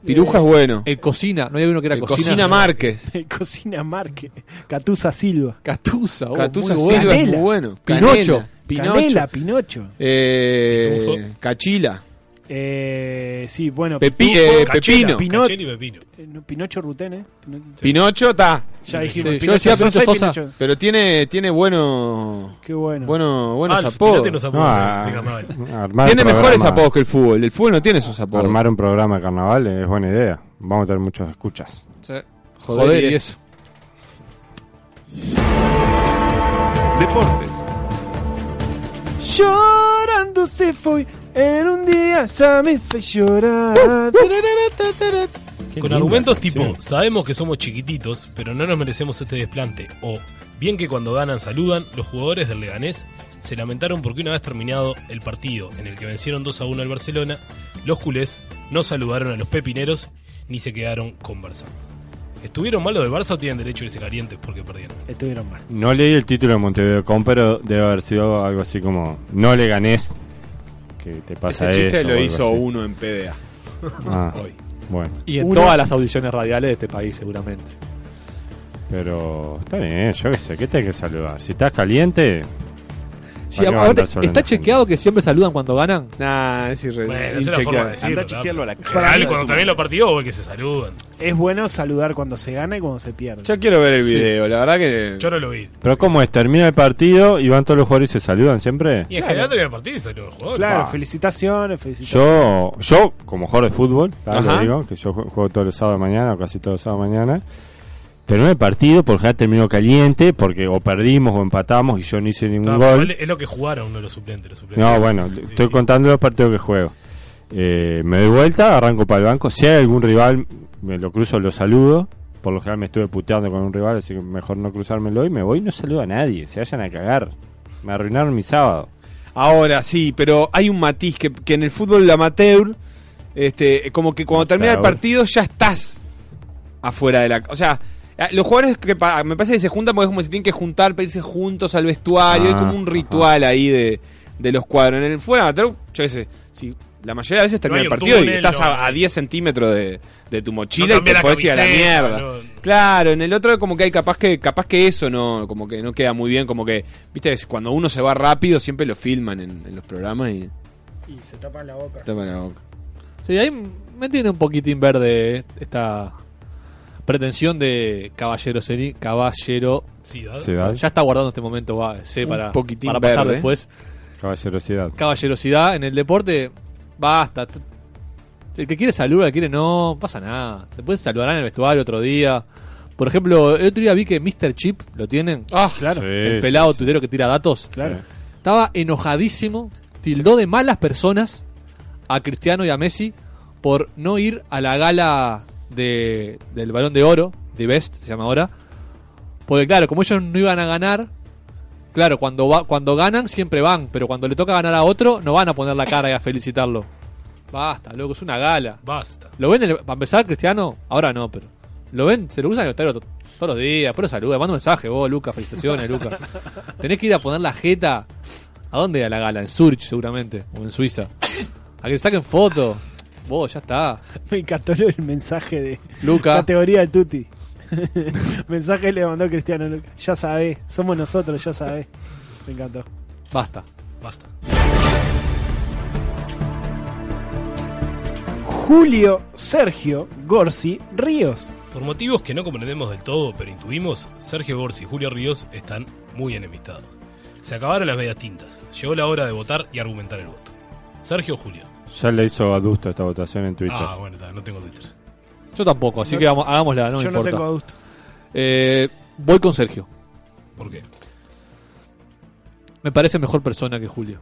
Piruja es bueno. Eh, El cocina, no había uno que era El cocina. Cocina Márquez. Cocina Marque, Catusa Silva, Catusa, oh, Catusa muy bueno. Silva es Canela. muy bueno. Pinocho. Pinocho. Canela, Pinocho. Eh, Pitufo. Cachila. Eh, sí, bueno, Pepi- Pitufo, eh, Cachela, Pepino. Pino- Cacheli y Pepino. eh, no, Pinocho Rutén, ¿eh? Pino- Pinocho está. ya dijimos, Sí, yo decía Pinocho y Sosa. Pinocho. Pero tiene, tiene bueno, Qué bueno. bueno, buenos Alf, apodos. tirate los apodos eh, No, de- de carnaval. a- armar Tiene un mejores programa- apodos que el fútbol. El fútbol no tiene esos apodos. Armar un programa de carnaval es buena idea. Vamos a tener muchas escuchas. Sí. Joder, y eso. Deportes. Llorando se fue en un día, ya me fue llorar. Con argumentos tipo, sabemos que somos chiquititos, pero no nos merecemos este desplante. O, bien que cuando ganan saludan, los jugadores del Leganés se lamentaron porque una vez terminado el partido en el que vencieron 2 a 1 al Barcelona, los culés no saludaron a los pepineros ni se quedaron con Barça. ¿Estuvieron mal los del Barça o tienen derecho a irse calientes porque perdieron? Estuvieron mal. No leí el título de Montevideo Com, pero debe haber sido algo así como No le ganés. Que te pasa Ese chiste esto, o lo algo hizo así. uno en PDA. Ah, hoy. bueno, Y en Uno- todas las audiciones radiales de este país, seguramente. pero está bien, yo qué sé, ¿qué te hay que saludar? Si estás caliente, Sí, ¿Para qué aparte, andar solo en está la chequeado que siempre saludan cuando ganan. Nah, es irre- Bueno, esa es la forma de inchequeable. decirlo. Anda a ¿no? chequearlo a la En cara. general, cuando también los partidos, güey, que se saludan. Es bueno saludar cuando se gana y cuando se pierde. Yo quiero ver el video, la verdad que. Yo no lo vi. Pero ¿cómo es? ¿Termina el partido y van todos los jugadores y se saludan siempre? Y en general termina el partido y saludan los jugadores. claro, Ah. pa. felicitaciones, felicitaciones. Yo, yo como jugador de fútbol, claro, lo Ajá. digo, que yo jue- juego todos los sábados de mañana, o casi todos los sábados de mañana, terminé el partido, por general terminó caliente, porque o perdimos o empatamos y yo no hice ningún No, gol. Es lo que jugaron uno de los suplentes. los suplentes. No, bueno, Sí, estoy sí. contando los partidos que juego. Eh, me doy vuelta, arranco para el banco. Si hay algún rival, me lo cruzo, lo saludo. Por lo general me estuve puteando con un rival, así que mejor no cruzármelo. Y me voy y no saludo a nadie. Se vayan a cagar. Me arruinaron mi sábado. Ahora sí, pero hay un matiz que, que en el fútbol amateur, este, como que cuando termina el Amateur. partido ya estás afuera de la. O sea, eh, los jugadores que pa- me parece que se juntan porque es como si tienen que juntar para irse juntos al vestuario. hay Ah, como un ajá. ritual ahí de, de los cuadros. En el fuera amateur, yo qué sé, si la mayoría de las veces termina hay el un partido túnel, y estás no. a, a 10 centímetros de, de tu mochila y cambia te la podés ir a la camiseta, mierda. no. Claro, en el otro como que hay capaz que capaz que eso no como que no queda muy bien, como que viste cuando uno se va rápido siempre lo filman en, en los programas y Y se tapan la boca. tapan la boca. Sí, ahí me tiene un poquitín verde esta pretensión de caballero seri, caballero. Sí, ¿verdad? Se da Ya está guardando este momento, va, sé, para, poquitín para pasar verde. después. caballerosidad. Caballerosidad en el deporte, basta. T- El que quiere saludar, el que quiere no, pasa nada. Después saludarán en el vestuario otro día. Por ejemplo, el otro día vi que Mr. Chip, lo tienen, Ah, Claro. Sí, el pelado tuitero que tira datos, Claro. estaba enojadísimo, tildó de malas personas a Cristiano y a Messi por no ir a la gala de- del balón de oro, de Best, se llama ahora. Porque claro, como ellos no iban a ganar, claro, cuando, va, cuando ganan siempre van, pero cuando le toca ganar a otro, no van a poner la cara y a felicitarlo. Basta, loco, es una gala. Basta. ¿Lo ven? en el- Para empezar, Cristiano, ahora no, pero. ¿Lo ven? Se lo usan en el estadio to- todos los días. Pero saluda, manda un mensaje, vos, Lucas. Felicitaciones, Lucas. Tenés que ir a poner la jeta. ¿A dónde a la gala? En Zurich, seguramente. O en Suiza. A que te saquen foto. Vos, ya está. Me encantó el mensaje de Luca. categoría del Tuti. mensaje le mandó Cristiano Luca. Ya sabés, somos nosotros, ya sabés. Me encantó. Basta. Basta. Julio Sergio Gorsi Ríos. Por motivos que no comprendemos del todo, pero intuimos, Sergio Gorsi y Julio Ríos están muy enemistados. Se acabaron las medias tintas. Llegó la hora de votar y argumentar el voto. Sergio o Julio. Ya le hizo adusto esta votación en Twitter. Ah, bueno, está, no tengo Twitter. Yo tampoco, así No- que vamos, hagámosla, no me Yo no importa. tengo gusto. Eh, voy con Sergio. ¿Por qué? Me parece mejor persona que Julio.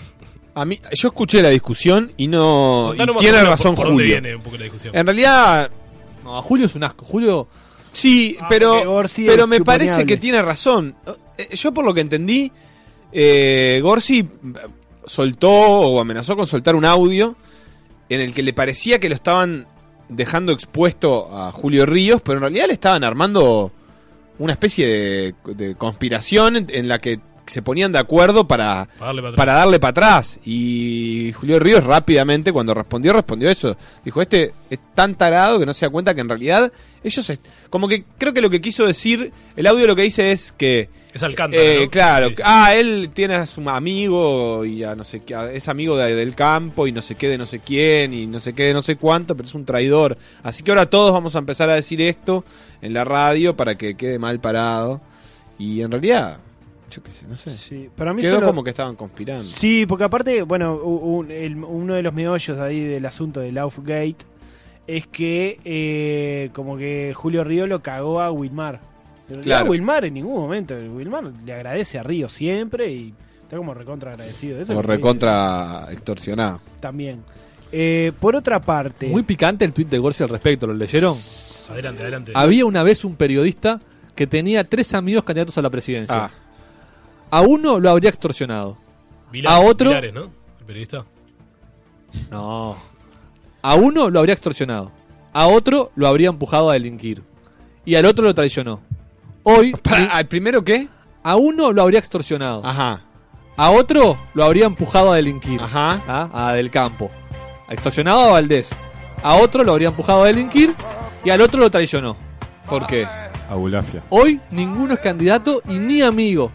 A mí, yo escuché la discusión y no. y Contanos más o tiene menos razón por, por Julio. dónde viene un poco la discusión? En realidad, No, a Julio es un asco. Julio, sí, Ah, porque pero, Gorsi pero es me parece chuponeable. que tiene razón. Eh, Yo, por lo que entendí, eh, Gorsi eh, soltó o amenazó con soltar un audio en el que le parecía que lo estaban dejando expuesto a Julio Ríos, pero en realidad le estaban armando una especie de, de conspiración en- en la que se ponían de acuerdo para Pagarle para atrás. para darle para atrás. Y Julio Ríos rápidamente, cuando respondió, respondió eso. Dijo, este es tan tarado que no se da cuenta que en realidad ellos... est- Como que creo que lo que quiso decir, el audio lo que dice es que... Es Alcántara. eh, ¿no? Claro, Sí, sí. ah, él tiene a su amigo y a no sé qué, a- es amigo de- del campo y no sé qué de no sé quién y no sé qué de no sé cuánto, pero es un traidor. Así que ahora todos vamos a empezar a decir esto en la radio para que quede mal parado. Y en realidad, yo qué sé, no sé. Sí, para mí Quedó solo- como que estaban conspirando. Sí, porque aparte, bueno, u- un- el- uno de los meollos ahí del asunto del Aufgate es que eh, como que Julio Río lo cagó a Wilmar. Pero no Claro. A Wilmar en ningún momento. Wilmar le agradece a Río siempre y está como recontra agradecido. Eso es O lo que recontra extorsionado. dice También. Eh, por otra parte, muy picante el tweet de Gorsi al respecto, ¿lo leyeron? Adelante, adelante. Había una vez un periodista que tenía tres amigos candidatos a la presidencia. A uno lo habría extorsionado. Vilar- a otro- Vilares, ¿no? El periodista. No. A uno lo habría extorsionado. A otro lo habría empujado a delinquir. Y al otro lo traicionó. Hoy, Para, ¿Al primero qué? a uno lo habría extorsionado. Ajá. A otro lo habría empujado a delinquir. Ajá. ¿Ah? A Del Campo. Extorsionado a Valdés. A otro lo habría empujado a delinquir. Y al otro lo traicionó. ¿Por qué? A Bulafia. Hoy ninguno es candidato y ni amigo.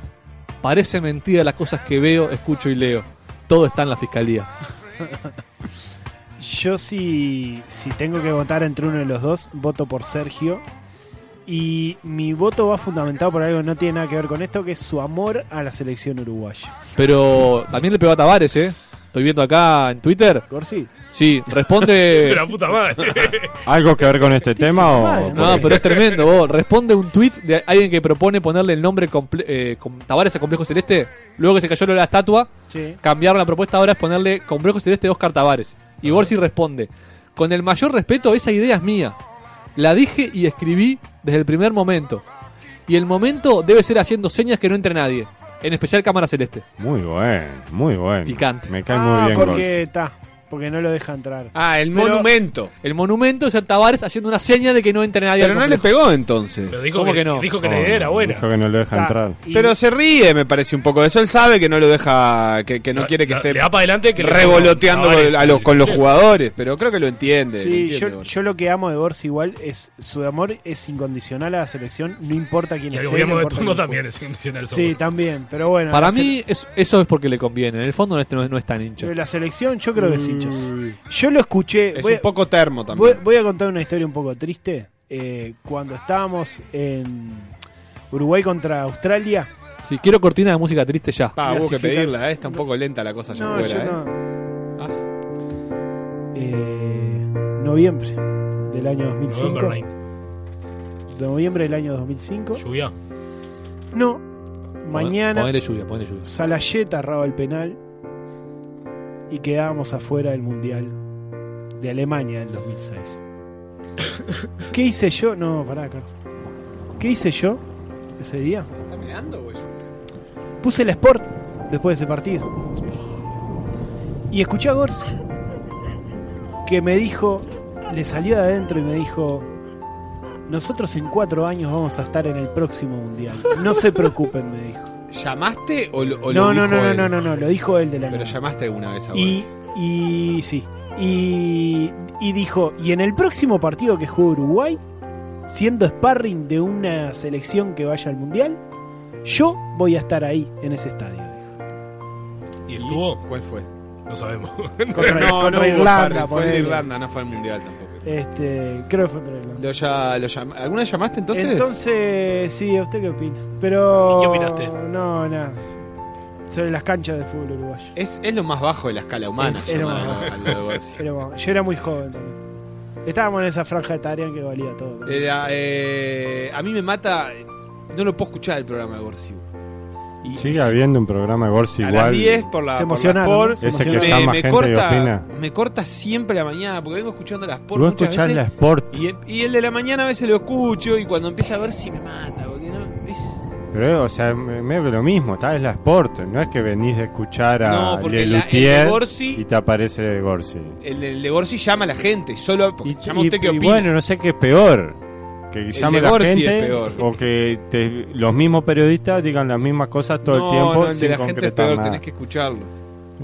Parece mentira las cosas que veo, escucho y leo. Todo está en la fiscalía. yo si, si tengo que votar entre uno de los dos, voto por Sergio. Y mi voto va fundamentado por algo que no tiene nada que ver con esto, que es su amor a la selección uruguaya. Pero también le pegó a Tavares, ¿eh? Estoy viendo acá en Twitter. Gorsi. Sí, responde. Pero la puta madre. ¿Algo que ver con este tema o.? madre, por- No, pero es tremendo. vos. Responde un tweet de alguien que propone ponerle el nombre comple- eh, com- Tavares a Complejo Celeste. Luego que se cayó lo de la estatua, Sí. cambiaron la propuesta. Ahora es ponerle Complejo Celeste Oscar Tavares. Y Borsi responde: Con el mayor respeto, esa idea es mía. La dije y escribí desde el primer momento. Y el momento debe ser haciendo señas que no entre nadie. En especial Cámara Celeste. Muy bueno, muy bueno. Picante. Me cae Ah, muy bien, porque Gorsi. está, porque no lo deja entrar. Ah, el Pero- monumento. El monumento es el Tavares haciendo una seña de que no entre nadie. Pero al no le complejo. pegó entonces. Pero dijo ¿Cómo que, que no? Dijo que la idea era Oh, buena. Ah, Dijo que no lo deja Está, entrar. y- Pero se ríe, me parece un poco de eso. Él sabe que no lo deja, que, que no La- quiere que la- esté le da para adelante que le- revoloteando Tavares, con, a los, el- con los jugadores, pero creo que lo entiende. lo sí, entiende, yo, bueno. yo lo que amo de Borsi igual es su amor es incondicional a la selección, no importa quién Y esté. el no gobierno de importa turno quién también juegue. es incondicional. Sí, también, pero bueno. Para la se- mí, es- eso es porque le conviene. En el fondo, no es, no es tan hincha. pero la selección yo creo que es hinchas. Yo lo escuché, Es voy, un poco termo voy- también. voy a contar una historia un poco triste. Eh, cuando estábamos en Uruguay contra Australia, Si quiero cortina de música triste ya. Pa, hubo que clasificar- pedirla, eh, está un poco lenta la cosa allá no, afuera. yo eh. no. Ah. Eh, noviembre del año 2005. November Rain. de noviembre del año 2005. Lluvia. No, Pon- mañana Ponele lluvia, ponele lluvia. Salayet arraba el penal y quedábamos afuera del Mundial de Alemania en 2006. ¿Qué hice yo? No, pará, Carlos. ¿Qué hice yo ese día? ¿Está mirando, güey? Puse el Sport después de ese partido. Y escuché a Gorsi que me dijo, le salió de adentro y me dijo, nosotros en cuatro años vamos a estar en el próximo mundial. No se preocupen, me dijo. ¿Llamaste o lo, o lo No, no, dijo no, no, él? no, no, no, lo dijo él de la Pero nada. llamaste alguna vez a vos. Y, y sí. Y, y dijo, y en el próximo partido que juega Uruguay, siendo sparring de una selección que vaya al Mundial, yo voy a estar ahí, en ese estadio. dijo. ¿Y estuvo? ¿Cuál fue? No sabemos. Contra, no, contra no, hubo Irlanda, par- fue el de ponele. Irlanda, no fue el mundial tampoco. Este, creo que fue contra Irlanda. Lo ya- lo llama- ¿Alguna vez llamaste entonces? Entonces, sí, ¿a usted qué opina? Pero... ¿Y qué opinaste? No, nada. Sobre las canchas del fútbol uruguayo. es, es lo más bajo de la escala humana. Es- es lo llamar más a- a lo de Gorsi. Pero bueno, yo era muy joven también. Estábamos en esa franja de Tarian que valía todo. Era, eh, a mí me mata. No lo puedo escuchar el programa de Gorsi. Y- Sigue habiendo un programa de Gorsi A las igual. 10 por la, Se por la emocionaron, Sport. ¿no? Se Ese que emocionaron. llama me, me gente y corta, opina. me corta siempre la mañana porque vengo escuchando las por Vos muchas escuchás veces. la Sport. Y, el- y el de la mañana a veces lo escucho y cuando empieza a ver si me mata, porque no. es- Pero, o sea, me- medio que lo mismo, tal es la Sport. No es que venís de escuchar a No, porque Le la- el de Luthier Gorsi- y te aparece Gorsi. El, el de Gorsi llama a la gente, solo porque Y, llama y- usted qué y opina. bueno, no sé qué es peor. Que llame de la Gorsi gente es peor. o que te- los mismos periodistas digan las mismas cosas todo No, el tiempo no, el de sin la gente es concretar peor, nada. tenés que escucharlo.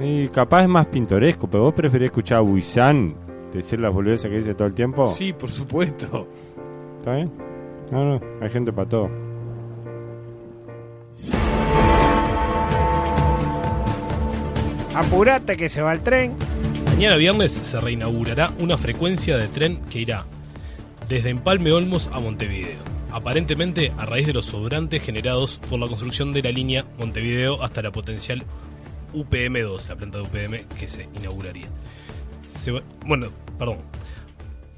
Y capaz es más pintoresco, pero vos preferís escuchar a Buizán decir las boludeces que dice todo el tiempo. Sí, por supuesto. ¿Está bien? No, no, hay gente para todo. Apurate que se va el tren. Mañana viernes se reinaugurará una frecuencia de tren que irá desde Empalme Olmos a Montevideo. Aparentemente a raíz de los sobrantes generados por la construcción de la línea Montevideo hasta la potencial UPM2, la planta de UPM que se inauguraría. Se va- bueno, perdón.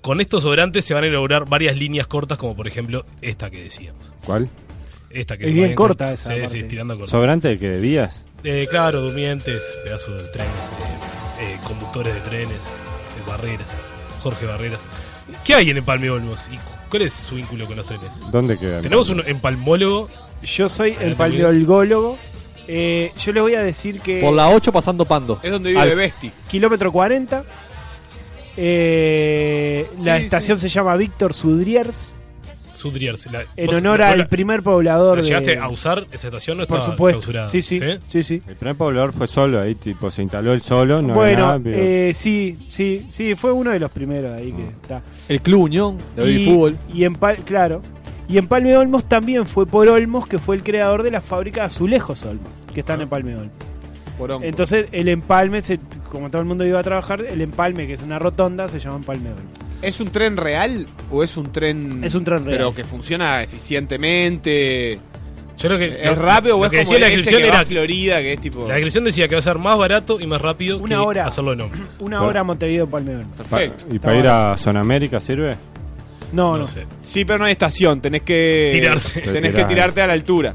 Con estos sobrantes se van a inaugurar varias líneas cortas, como por ejemplo esta que decíamos. ¿Cuál? Esta que Es bien Marian- corta esa Sí, parte. sí, tirando corta. ¿Sobrante de que de días? Eh, claro, durmientes, pedazos de trenes, eh, eh, conductores de trenes, eh, Barreras, Jorge Barreras. ¿Qué hay en Empalme Olmos? ¿Y cu- cuál es su vínculo con los trenes? ¿Dónde queda? Tenemos un empalmólogo. Yo soy el Adelante, paleontólogo. Eh, yo les voy a decir que Por la 8 pasando pando. Es donde vive Al- Besti. kilómetro 40. eh, la Sí, estación se llama Víctor Sudriers Sudriers. la- en vos- honor vos al la- primer poblador. ¿la llegaste de, a usar esa estación? No por estaba supuesto. clausurada, Sí, sí, sí, sí. El primer poblador fue solo ahí, tipo, se instaló él solo. No había bueno, nada, pero- eh, sí, sí, sí, fue uno de los primeros ahí Mm. que está. El Club Unión de y, Baby Fútbol. Y en Pal- claro. Y en Palme Olmos también fue por Olmos, que fue el creador de la fábrica de Azulejos Olmos, que Ah. están en Palme Olmos. Porongo. Entonces, el empalme, se- como todo el mundo iba a trabajar, el empalme, que es una rotonda, se llama empalme Olmos. ¿Es un tren real o es un tren. Es un tren real. Pero que funciona eficientemente. Yo creo que. ¿Es rápido lo o es que como decía la ese descripción que va a era. Florida, que es tipo. La descripción decía que va a ser más barato y más rápido Una que hora. hacerlo en ómnibus. Una Bueno. hora a Montevideo Palme Olmos. Pa- Perfecto. ¿Y para ir a Zona América sirve? No, no, No sé. Sí, pero no hay estación, tenés que. Tirarte. Tenés que Tirarte. tirarte a la altura.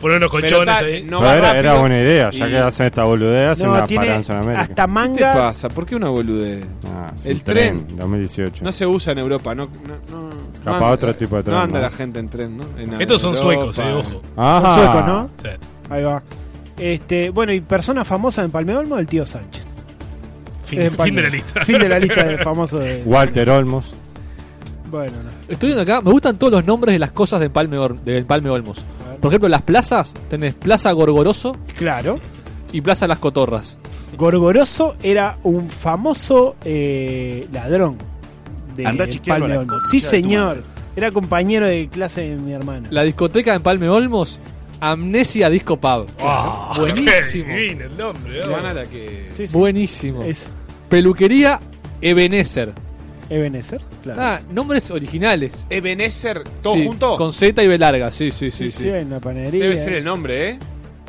Poner unos Pero colchones está- ahí. no Pero va era, rápido. era buena idea, ya Y- que hacen esta boludez, hacen No, una tiene parada en Zona América. ¿Qué hasta te manga. pasa? ¿Por qué una boludez? Ah, es El un tren, tren. 2018. No se usa en Europa, no. no, no- no Capaz anda- otro tipo de tren, No anda ¿no? la gente en tren, ¿no? En Estos son Europa. suecos, eh, ojo. Ajá. Son suecos, ¿no? Ah, Sí. Ahí va. Este, bueno, y persona famosa en Palme Olmos, el tío Sánchez. Fin, Es fin Palme de la Olmos. lista. Fin de la lista de famosos. de- Walter Olmos. Bueno, no. Estoy viendo acá, me gustan todos los nombres de las cosas de Empalme, Or- de Empalme Olmos. Por ejemplo, las plazas, tenés Plaza Gorgoroso Claro. y Plaza Las Cotorras. Gorgoroso era un famoso eh, ladrón. De Andá chequealo Palme a la Olmos. concha Sí, de tu señor. madre. Era compañero de clase de mi hermana. La discoteca de Empalme Olmos, Amnesia Disco Pub. Ah, Buenísimo. qué divino el nombre. eh. Van a la que. Sí, sí. Buenísimo. Es Peluquería Ebenezer. Ebenezer, claro. Ah, nombres originales. Ebenezer, todo Sí, junto. Con Z y B larga, sí, sí, sí. sí, sí. sí, en la panadería. Debe ser el nombre, ¿eh?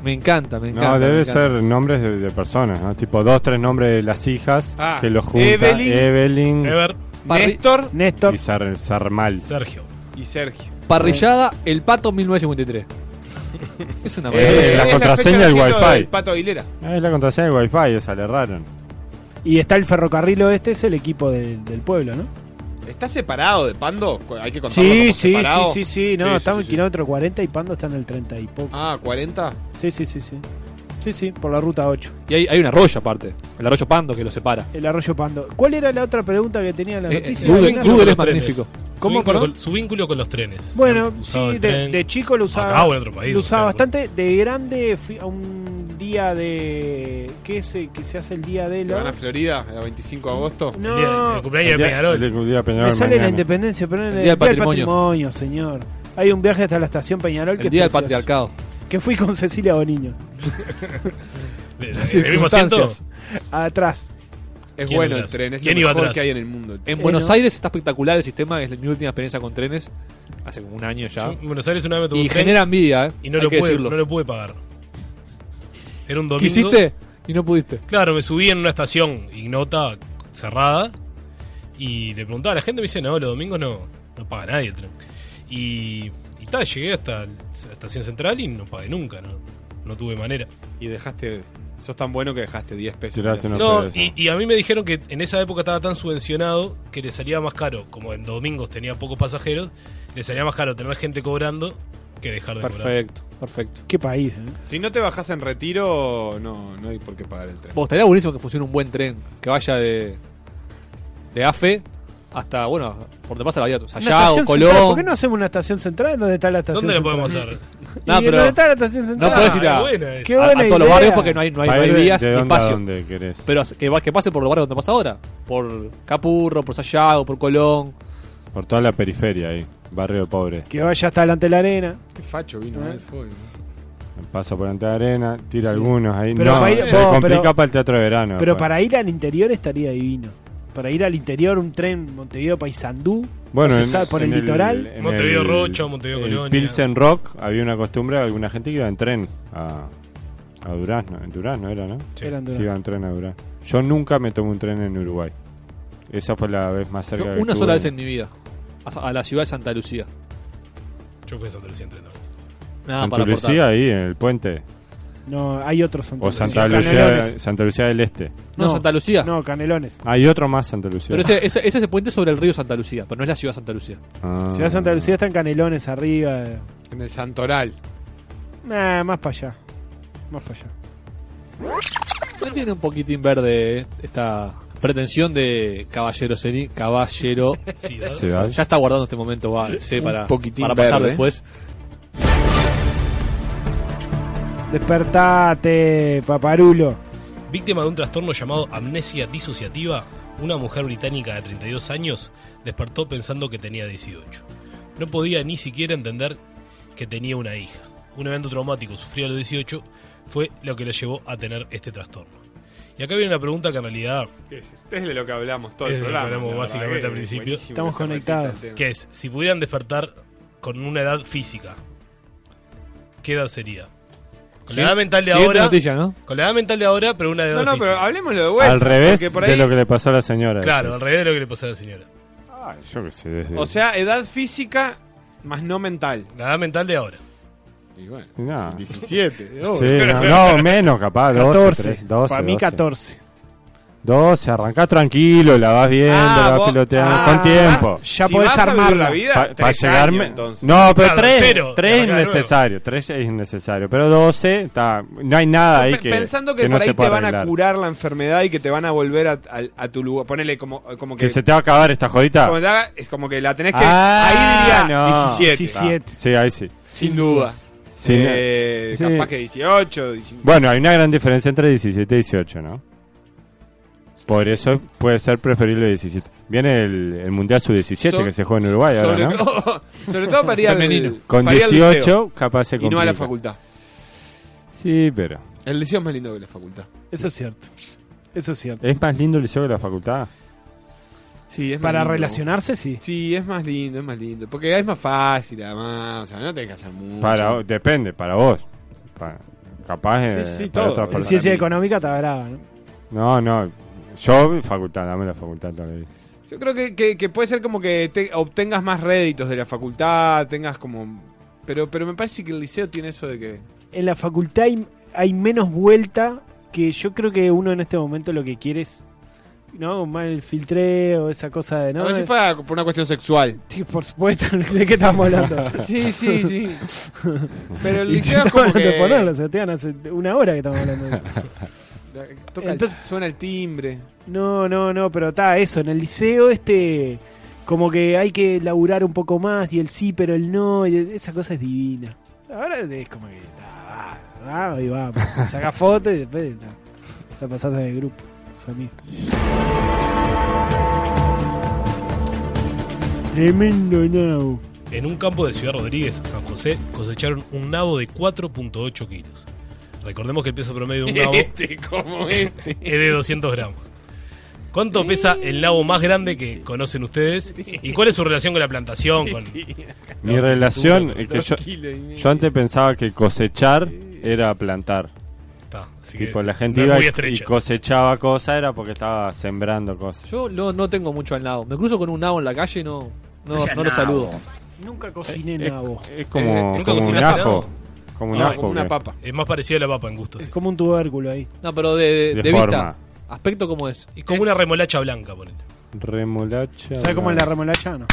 Me encanta, me No, encanta. me debe encanta. ser nombres de, de personas, ¿no? Tipo dos, tres nombres de las hijas Ah, que los junta. Evelyn. Evelyn Ever, Parri- Néstor Néstor. y Sar- Sarmal. Sergio. y Sergio. Eh. Parrillada El Pato 1953. es una maravilla. Eh, la es contraseña fecha de del nacimiento Wi-Fi. del Pato Aguilera. Ah, es la contraseña de Wi-Fi, esa le erraron. Y está el ferrocarril oeste, es el equipo del, del pueblo, ¿no? ¿Está separado de Pando? Hay que contarlo Sí, como sí, separado. sí, sí, sí, no, Sí, sí, estamos sí, en sí. kilómetro 40 y Pando está en el 30 y poco. Ah, 40. Sí, sí, sí, sí. Sí, sí, por la ruta 8. Y hay, hay un arroyo aparte, el arroyo Pando que lo separa. El arroyo Pando. ¿Cuál era la otra pregunta que tenía en la Eh, eh, noticia? Google- Claro. Google es con los magnífico. trenes. ¿Cómo, Su vínculo, perdón? con, su vínculo con los trenes. Bueno, Han usado sí, el de, tren. de chico lo usaba. Acá o en otro país, lo no usaba sé, bastante. De grande fui a un día de. ¿Qué es el que se hace el día de Que van a la.? Florida el 25 de agosto. El día del- No, el cumpleaños de El día- Peñarol. el día de Peñarol me sale la mañana. independencia, pero en el, El día del día del patrimonio. patrimonio, señor. Hay un viaje hasta la estación Peñarol que El es día del precioso. patriarcado. Que fui con Cecilia Boniño. De- de- Las ¿en el mismo asiento? circunstancias. Atrás. Es ¿Quién bueno iba el atrás? tren, es ¿Quién lo iba mejor atrás? que hay en el mundo. En Eh, Buenos no. Aires está espectacular el sistema, es mi última experiencia con trenes, hace como un año Yo ya. en Buenos Aires una vez me tomé ¿Ah? Y un tren genera envidia, ¿eh? y no hay lo, que pude, decirlo. no lo pude pagar. Era un domingo. Quisiste y no pudiste. Claro, me subí en una estación ignota, cerrada, y le preguntaba a la gente, me dice, no, los domingos no, no paga nadie el tren. Y, y tal, llegué hasta la estación central y no pagué nunca, no, no tuve manera. Y dejaste. Sos tan bueno que dejaste 10 pesos. Tiraste una- No, pero eso. y, y a mí me dijeron que en esa época estaba tan subvencionado que le salía más caro, como en domingos tenía pocos pasajeros, le salía más caro tener gente cobrando que dejar de cobrar. Perfecto, perfecto. Qué país, ¿eh? Si no te bajas en retiro, no, no hay por qué pagar el tren. Vos, estaría buenísimo que funcione un buen tren, que vaya de, de AFE hasta, bueno, por donde pasa la vía, Una Sayago, estación central. ¿Por Colón. qué no hacemos una estación central? ¿Dónde está la estación ¿Dónde la central? podemos hacer? No, Y pero- ¿Dónde está la estación central? No podés ir a, Ah, buena esa. Qué a- a buena todos los idea. barrios porque no hay, no hay, no Para hay ir de- vías de ni dónde a espacio. dónde querés. Pero as- que, va- que pase por los barrios donde pasa ahora. Por Capurro, por Sayago, por Colón. Por toda la periferia ahí. Barrio pobre. Que vaya hasta delante de la arena. Qué facho vino Alfo, ¿no? Pasa por ante arena, tira algunos ahí. Pero no, para ir- se vos, complica pero- para el teatro de verano. pues. Pero después. para ir al interior estaría divino. Para ir al interior, un tren Montevideo Paysandú. Bueno, se sabe, por el litoral. en Montevideo el- Rocha, Montevideo en Colonia. Pilsen Rock había una costumbre, alguna gente que iba en tren a, a Durazno. En Durazno era, ¿no? Sí. Eran Sí, duras. iba en tren a Durazno. Yo nunca me tomé un tren en Uruguay. Esa fue la vez más Yo cerca que una estuve. sola vez en mi vida. A, a la ciudad de Santa Lucía. Yo fui a Santa Lucía en tren, no. Nada Santa Ah, para aportar. Lucía, ahí en el puente. No, hay otro Santa O Santa Lucía. Lucía, Canelones. Santa Lucía del Este. No, No. Santa Lucía. No, Canelones. Hay otro más, Santa Lucía. Pero ese, ese, ese es el puente sobre el río Santa Lucía, pero no es la ciudad de Santa Lucía. Ah. Ciudad de Santa Lucía está en Canelones, arriba. eh. En el Santoral. Nah, más para allá. Más para allá. No tiene un poquitín verde eh, esta pretensión de caballero seni- caballero Ciudad. ya está guardando este momento va sé, Un para, poquitín para pasar verde. después Despertate, paparulo. Víctima de un trastorno llamado amnesia disociativa, una mujer británica de 32 años despertó pensando que tenía 18. No podía ni siquiera entender que tenía una hija. Un evento traumático sufrido a los 18 fue lo que le llevó a tener este trastorno. Y acá viene una pregunta que en realidad, Ustedes de lo que hablamos todo Es el de lo que programa. hablamos la verdad Eh, básicamente que al principio. buenísimo Estamos que se repita conectados. el tema. que es, si pudieran despertar con una edad física, ¿qué edad sería? Con la edad mental de Siguiente ahora, noticia no con la edad mental de ahora, pero una edad No, no, física. pero hablemoslo de vuelta. Al revés porque por ahí- de lo que le pasó a la señora. Claro, al Entonces, revés de lo que le pasó a la señora. Yo qué sé. desde- O sea, edad física más no mental. La edad mental de ahora. Y bueno, No. 17. oh. Sí, no, no, menos capaz. 12, 14. 13, 12, para mí, 12. 14. 12, arrancás tranquilo, la vas viendo, la vas vos- piloteando, ah, con si tiempo. vas- Ya si podés vas a vivir armarla. la vida. Para tres llegarme. años, entonces. No, pero Claro, 3, cero, y es arrancar de nuevo. necesario, 3 es innecesario. Pero 12, está, no hay nada ahí Pe- que. Pensando que, no por se ahí te pueda van a arreglar. curar la enfermedad y que te van a volver a, a- a tu lugar. Ponele como, como que. Que se te va a acabar esta jodita. como te haga- es como que la tenés que. Ah, ahí diría no. 17. 17. Sí, ahí sí. Sin duda. Sí, Eh, sí. Capaz que 18. 19. Bueno, hay una gran diferencia entre 17 y 18, ¿no? Por eso puede ser preferible 17. Viene el, el Mundial Sub-17 So- que se juega en Uruguay ahora, sobre, ¿no? todo, sobre todo para ir al- Femenino. Con para ir al liceo 18 capaz se Y no a complica. la facultad. Sí, pero... El liceo es más lindo que la facultad. Eso es cierto. Eso es cierto. ¿Es más lindo el liceo que la facultad? Sí, es más Para lindo. relacionarse, sí. Sí, es más lindo, es más lindo. Porque es más fácil, además. O sea, no tenés que hacer mucho. Para, Depende, para vos. Pa- capaz eh, Sí, sí, para todo. otras En Para personas. ciencia mí. económica está brava, Ah, No, ¿no? no. Yo, facultad, dame la facultad también. Yo creo que, que- que puede ser como que te- obtengas más réditos de la facultad, tengas como... Pero, pero me parece que el liceo tiene eso de que... en la facultad hay, hay menos vuelta que yo creo que uno en este momento lo que quiere es ¿no? Mal filtreo, esa cosa de, ¿no? eh. a veces para, por una cuestión sexual. Sí, por supuesto, ¿de qué estamos hablando? Sí, sí, sí. Pero el Y si liceo es estamos como hablando de que... ponerlo, Sebastián, hace una hora que estamos hablando de eso. toca el- Entonces- suena el timbre. No, no, no, pero está eso, en el liceo este como que hay que laburar un poco más y el sí, pero el no, y esa cosa es divina. Ahora es como que ah, va, va, y vamos, saca foto y después no, la pasás en el grupo. Eso a mí. Tremendo no. En un campo de Ciudad Rodríguez, San José, cosecharon un nabo de 4.8 kilos. Recordemos que el peso promedio de un nabo es como este. de 200 gramos. ¿Cuánto pesa el nabo más grande que Este. conocen ustedes? ¿Y cuál es su relación con la plantación? Con... Este. Mi relación es que yo, yo antes pensaba que cosechar era plantar. Está, así que Tipo, la es- gente no es iba muy y- y estrecha. cosechaba cosas, era porque estaba sembrando cosas. Yo no, no tengo mucho al nabo. Me cruzo con un nabo en la calle y no, no, no lo saludo. Nunca cociné Es, nabo. es como, Eh, ¿nunca como un cocinaste ajo. nabo? Como un Ah, No, ajo. como una que- papa. Es más parecida a la papa en gusto. sí. Es como un tubérculo ahí. No, pero de, de- De de forma. vista. Aspecto como es. Eh, Es como una remolacha blanca, ponele. Remolacha. ¿Sabes cómo es la remolacha? No.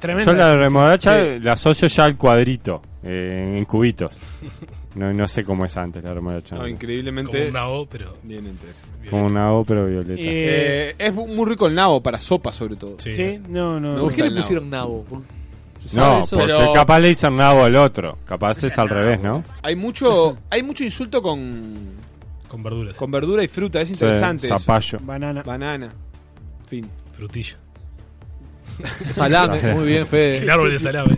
Tremendo. Yo la remolacha Sí. la asocio ya al cuadrito, eh, en cubitos. No, no sé cómo es antes la remolacha. No, ¿no? Como increíblemente un nabo, pero. bien entero. como una O, pero violeta. Eh, Eh, es muy rico el nabo para sopa sobre todo. Sí. sí, no, no. Me no. ¿Por gusta qué le el nabo. pusieron nabo? ¿Se sabe no, eso? porque Pero- capaz le dicen nabo al otro. Capaz es al revés, ¿no? Hay mucho hay mucho insulto con, Con verduras. con verdura y fruta, es Sí, interesante. eso. Zapallo. Banana. Banana. Fin. Frutilla. Salame, muy bien, El Fede. árbol de salame.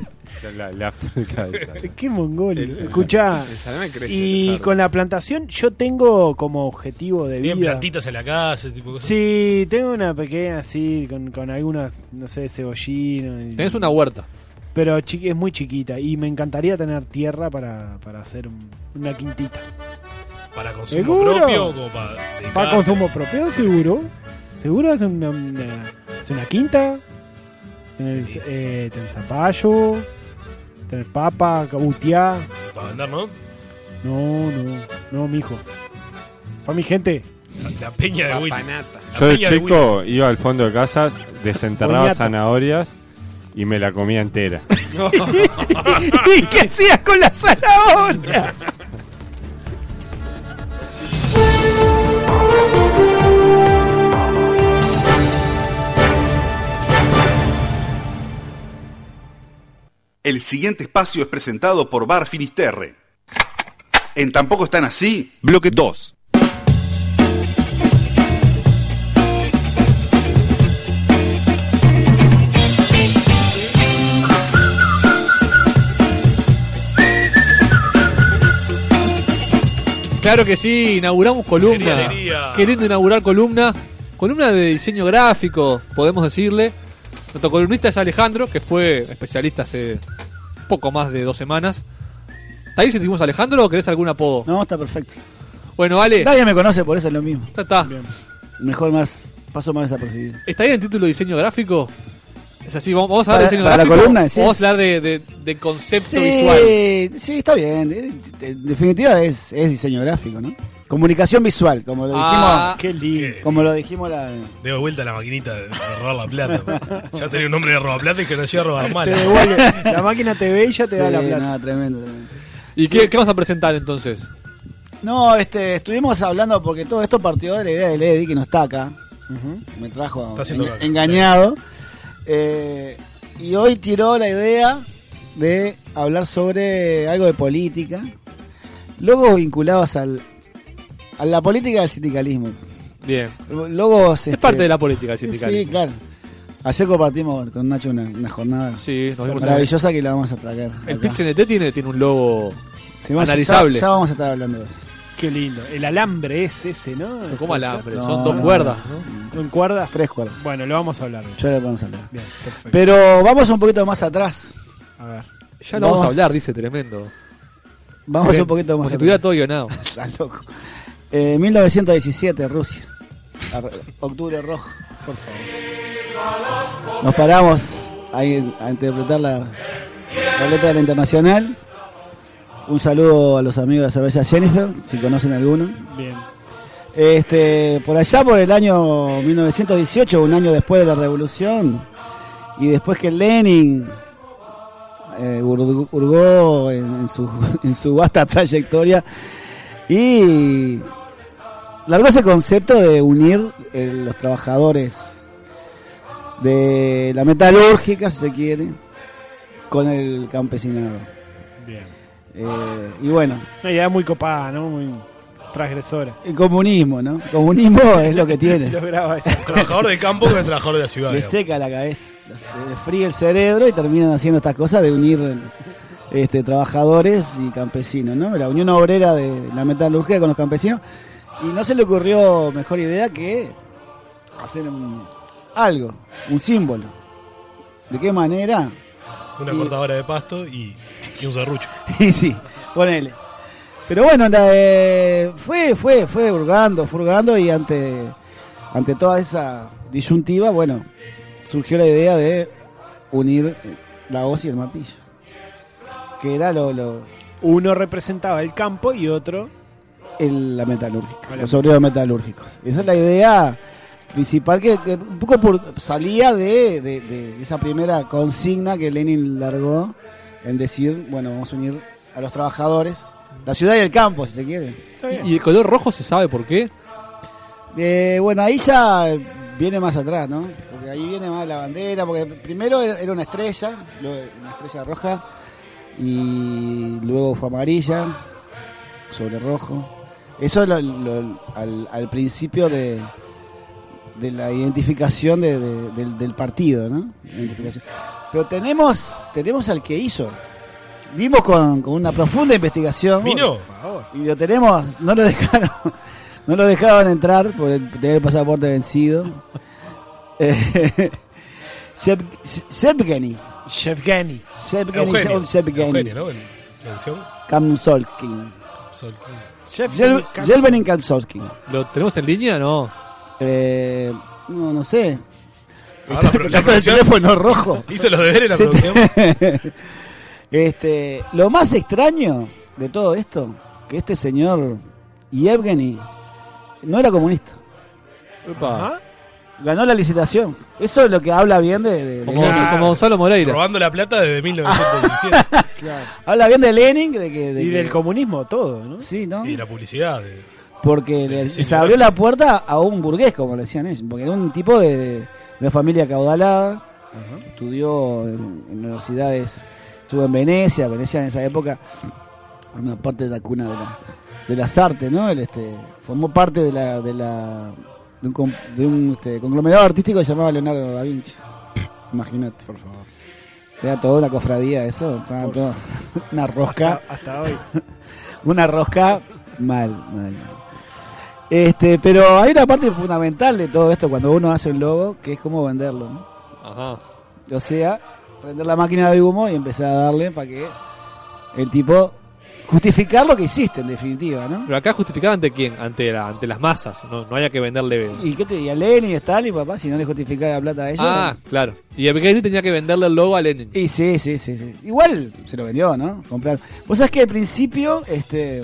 La- la fruta esa. Qué mongol. El- Escuchá. El salame crece. Y tarde. con la plantación yo tengo como objetivo de Tienen vida. plantitas en la casa, ese tipo de cosas. Sí, tengo una pequeña así, con, con algunas, no sé, cebollino. y- Tenés una huerta. Pero chi- es muy chiquita y me encantaría tener tierra para, para hacer un- una quintita. Para consumo ¿Seguro? propio o como para. dedicar. Para consumo propio, seguro. Seguro es una, una- es una quinta. Tener, eh, tener zapallo, tener papa, cabutiá. Para vender, ¿no? No, no, no, mijo. Para mi gente. La, la peña de Willy. Papanata. Yo de piña de chico iba al fondo de casas, desenterraba Boniato. zanahorias y me la comía entera. ¿Y qué hacías con la zanahoria? El siguiente espacio es presentado por Bar Finisterre. En Tampoco están así, bloque 2. Claro que sí, inauguramos columna. Alegría, alegría. Queriendo inaugurar columna. Columna de diseño gráfico, podemos decirle. Nuestro columnista es Alejandro, que fue especialista hace poco más de dos semanas. ¿Está ahí si decimos Alejandro o querés algún apodo? No, está perfecto. Bueno, Ale, Nadie me conoce, por eso es lo mismo. ya está. Mejor más, paso más desapercibido. ¿Está ahí el título de diseño gráfico? Es así, vamos- vamos a hablar Para- de diseño para la gráfico. columna, decís. o vamos a hablar de, de- de concepto sí, visual. Sí, está bien. Eh, En definitiva es, es diseño gráfico, ¿no? Comunicación visual, como lo dijimos, Ah, Qué lindo. ¿Qué? como lo dijimos la. Debo vuelta a la maquinita de, de robar la plata. ya tenía un nombre de robar plata y que no llega a robar mal. Te devuelve. La máquina te ve y ya te da Sí, la plata. no, ah, tremendo, tremendo. ¿Y qué, qué vas a presentar entonces? No, este, estuvimos hablando porque todo esto partió de la idea del Eddie que no está acá. Me trajo Está haciendo enga- caca. engañado. Eh, y hoy tiró la idea de hablar sobre algo de política. Logos vinculados al, a la política y al sindicalismo. Bien. Logos. Es parte de la política el Este, Sí, sindicalismo. claro. Ayer compartimos con Nacho una, una jornada Sí, nos vimos en maravillosa que la vamos a traer. El acá. PixNT tiene, tiene un logo. Sí, vamos a- analizable. Ya, ya vamos a estar hablando de eso. Qué lindo. El alambre es ese, ¿no? Pero ¿Cómo alambre? No, Son dos no, cuerdas, ¿Son cuerdas? Tres cuerdas. Bueno, lo vamos a hablar. Ya lo vamos a hablar. Bien, perfecto. Pero vamos un poquito más atrás. A ver. ¿no? Ya lo vamos, a Vamos. hablar, dice tremendo. Vamos Sí, un poquito Como más si estuviera atrás. todo guionado. Está loco. Eh, 1917, Rusia. Ar- Octubre rojo, por favor. Nos paramos ahí en- a interpretar la, la letra de la internacional. Un saludo a los amigos de cerveza Jennifer, si conocen alguno. Bien. Este, por allá por el año 1918, un año después de la revolución, y después que Lenin eh, hurg- hurgó en, en su, en su vasta trayectoria y largó ese concepto de unir eh, los trabajadores de la metalúrgica, si se quiere, con el campesinado. Bien. Eh, y bueno, Una idea muy copada, ¿no? Muy transgresora. el comunismo, ¿no? Comunismo es lo que tiene. Lo graba eso. Trabajador del campo con el trabajador de la ciudad. Le digamos. seca la cabeza, se le fríe el cerebro y terminan haciendo estas cosas de unir este, trabajadores y campesinos, ¿no? La unión obrera de la metalurgia con los campesinos. Y no se le ocurrió mejor idea que hacer un- algo, un símbolo. ¿De qué manera? Una Y- cortadora de pasto y, y un serrucho. Y sí, ponele. Pero bueno, la, eh, fue, fue, fue hurgando, fue hurgando y ante, ante toda esa disyuntiva, bueno, surgió la idea de unir la hoz y el martillo. Que era lo, lo- Uno representaba el campo y otro el- la metalúrgica, Hola. los obreros metalúrgicos. Esa es la idea principal que, que un poco por- salía de, de- de esa primera consigna que Lenin largó en decir, bueno, vamos a unir a los trabajadores, la ciudad y el campo, si se quiere. ¿Y el color rojo se sabe por qué? Eh, bueno, ahí ya viene más atrás, ¿no? Porque ahí viene más la bandera, porque primero era era una estrella, luego una estrella roja, y luego fue amarilla, sobre rojo. Eso lo- lo- al, al principio de, de la identificación de- de- del, del partido, ¿no? Identificación. Pero tenemos, tenemos al que hizo. Dimos con, con una profunda investigación. ¿Vino? Y lo tenemos, no lo dejaron, no lo dejaron entrar por el, tener el pasaporte vencido. Eh, Shep- Shepgeni, Shevgeny. Shepgeni, Eugenio. Shepgeni, Eugenio, ¿no? En la canción. Kamsolkin, Sol- ¿qué? Shevgeny. Yel- Yelvenin Kamsolkin. ¿Lo tenemos en línea? No. Eh, no, no sé. Ahora, Está- pero Ah, la está con el producción- teléfono rojo. ¿Hizo los deberes la Sí. producción? este, lo más extraño de todo esto, que este señor Yevgeny no era comunista. Ajá. Ganó la licitación. Eso es lo que habla bien de, de- de Como, Lenin. como Gonzalo Moreira. Robando la plata desde Ah, 1917. Habla bien de Lenin, de que... de Y que- del comunismo todo, ¿no? Sí, ¿no? y de la publicidad. de- Porque le- diseño se abrió la puerta a un burgués, como le decían ellos, porque era un tipo de, de- de familia caudalada, estudió en, en universidades, estuvo en Venecia, Venecia en esa época, una parte de la cuna de, la- de las artes, ¿no? Él este, formó parte de, la, de, la, de un, con- de un, este, conglomerado artístico que se llamaba Leonardo da Vinci. Imagínate. Por favor. Era toda una cofradía eso, estaba Por- todo- una rosca Hasta, hasta hoy. una rosca mal, mal. mal. Este, pero hay una parte fundamental de todo esto cuando uno hace un logo, que es cómo venderlo. ¿no? Ajá. O sea, prender la máquina de humo y empezar a darle para que el tipo justificar lo que hiciste en definitiva, ¿no? Pero acá justificaba ante quién? Ante, la- ante las masas. No, no haya que venderle. ¿Y qué te diría Lenin, Stalin, papá, si no le justificaba la plata a ellos? Ah, claro. Y Evgeny tenía que venderle el logo a Lenin. Y sí, sí, sí, sí. Igual se lo vendió, ¿no? Comprar. Vos sabés que al principio, este.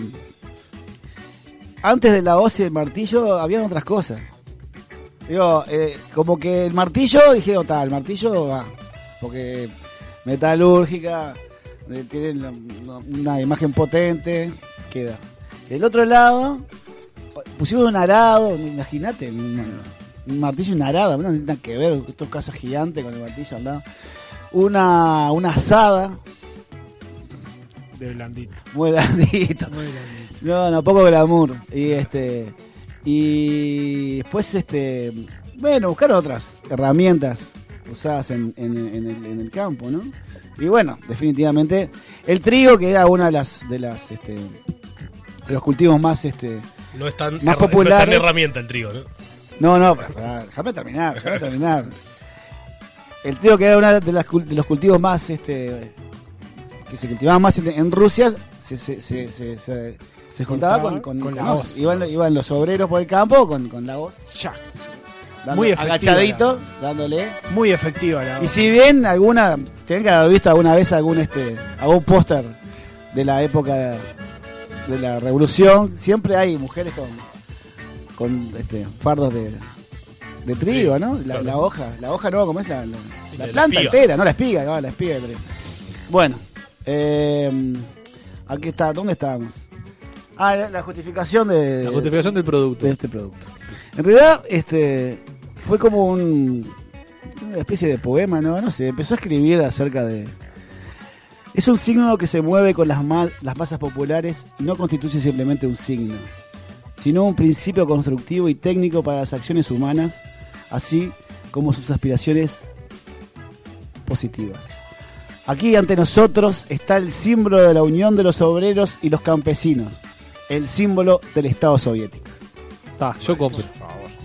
Antes de la hoz y el martillo, habían otras cosas. Digo, eh, como que el martillo, dijeron, tal, el martillo va. Porque metalúrgica, eh, tiene la- una, imagen potente, queda. Del otro lado, pusimos un arado, imagínate, un, un martillo y un arado, no tienen que ver, estos casas gigantes con el martillo al lado una, una asada. De blandito. Muy grandito. No, no, poco glamour. Y este. Y después este. Bueno, buscar otras herramientas usadas en, en- en el, en el campo, ¿no? Y bueno, definitivamente. El trigo, que era una de las. de las este, de los cultivos más este. No es tan, Más herra- no es tan populares. herramienta el trigo, ¿no? No, no, pará, pará, déjame terminar, déjame terminar. El trigo que era uno de, las cul- de los cultivos más, este, que se cultivaba más en, en Rusia, se, se, se, se, se- se juntaba con, con, Con la con- hoz. Iban, iban los obreros por el campo con, con la voz, Ya. dando- Muy efectiva agachadito, dándole. Muy efectiva la Y si bien alguna, tienen que haber visto alguna vez algún, este, algún póster de la época de la revolución, siempre hay mujeres con, con este, fardos de, de trigo, ¿no? La, la hoja, la hoja no, como es la, la- la la planta espiga. entera, no la espiga, ah, la espiga de trigo. Bueno, eh, aquí está, ¿dónde estábamos? Ah, la, la justificación de... La justificación del producto. De este producto. En realidad, este, fue como un, una especie de poema, ¿no? No sé, empezó a escribir acerca de... Es un signo que se mueve con las, ma- las masas populares y no constituye simplemente un signo, sino un principio constructivo y técnico para las acciones humanas, así como sus aspiraciones positivas. Aquí ante nosotros está el símbolo de la unión de los obreros y los campesinos, el símbolo del Estado soviético. Está, yo compro.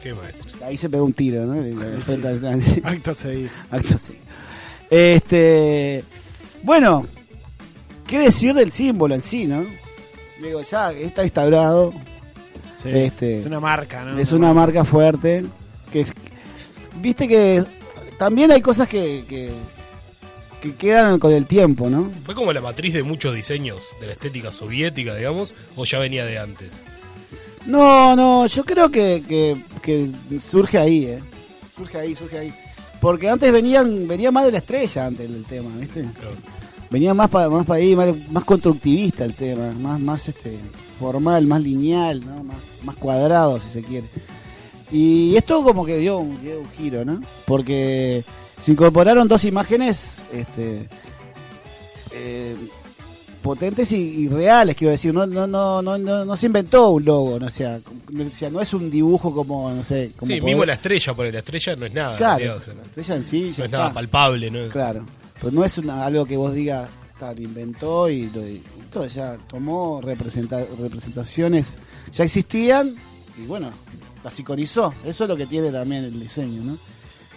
Qué maestro. Ahí se pegó un tiro, ¿no? Acto seguido. Acto seguido. Este, bueno, ¿qué decir del símbolo en sí, no? Digo, ya está instaurado. Sí, Este, es una marca, ¿no? Es una marca fuerte. Que es- Viste que también hay cosas que, que, que quedan con el tiempo, ¿no? ¿Fue como la matriz de muchos diseños de la estética soviética, digamos? ¿O ya venía de antes? No, no, yo creo que, que- que surge ahí, ¿eh? Surge ahí, surge ahí. Porque antes venían, venía más de la estrella antes el tema, ¿viste? Venía más para más pa ahí, más, más constructivista el tema, más, más este formal, más lineal, ¿no? Más, más cuadrado, si se quiere. Y esto como que dio un, dio un giro, ¿no? Porque se incorporaron dos imágenes este, eh, potentes y, y reales, quiero decir. No, no, no, no, no, no se inventó un logo, ¿no? O, sea, no- o sea, no es un dibujo como, no sé... Como sí, poder- mismo la estrella, porque la estrella no es nada. en Claro, realidad, o sea, la estrella en sí ya No es nada está. palpable, ¿no? Claro, pero no es una- algo que vos digas, tal, inventó y lo y todo ya tomó representa- representaciones, ya existían y bueno, las iconizó. Eso es lo que tiene también el diseño, ¿no?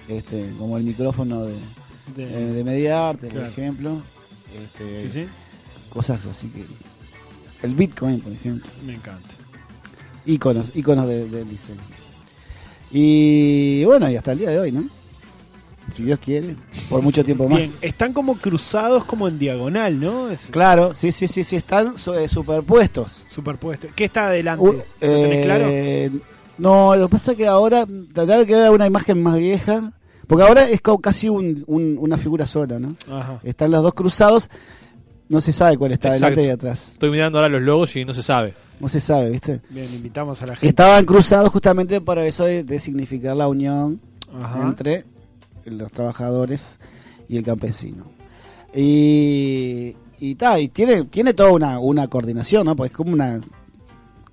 Este, como el micrófono de, De- de, de Mediarte, por Claro. ejemplo. Este, Sí, sí. Cosas así que. El Bitcoin, por ejemplo Me encanta. íconos, íconos de- del diseño. Y bueno, y hasta el día de hoy, ¿no? Si Dios quiere, por mucho tiempo más. Bien, están como cruzados, como en diagonal, ¿no? Es Claro, sí, sí, sí, sí, están so- eh, superpuestos. superpuesto. ¿Qué está adelante? U- ¿Lo tenés claro? eh, No, lo que pasa es que ahora tratar de crear una imagen más vieja, porque ahora es como casi un- un- una figura sola, ¿no? Ajá. Están los dos cruzados, no se sabe cuál está Exacto. adelante y atrás, Estoy mirando ahora los logos y no se sabe. no se sabe, ¿viste? Bien, invitamos a la gente. Estaban cruzados justamente para eso de, de significar la unión Ajá. entre los trabajadores y el campesino. Y, y, ta, y tiene, tiene toda una, una coordinación, ¿no? Pues es como una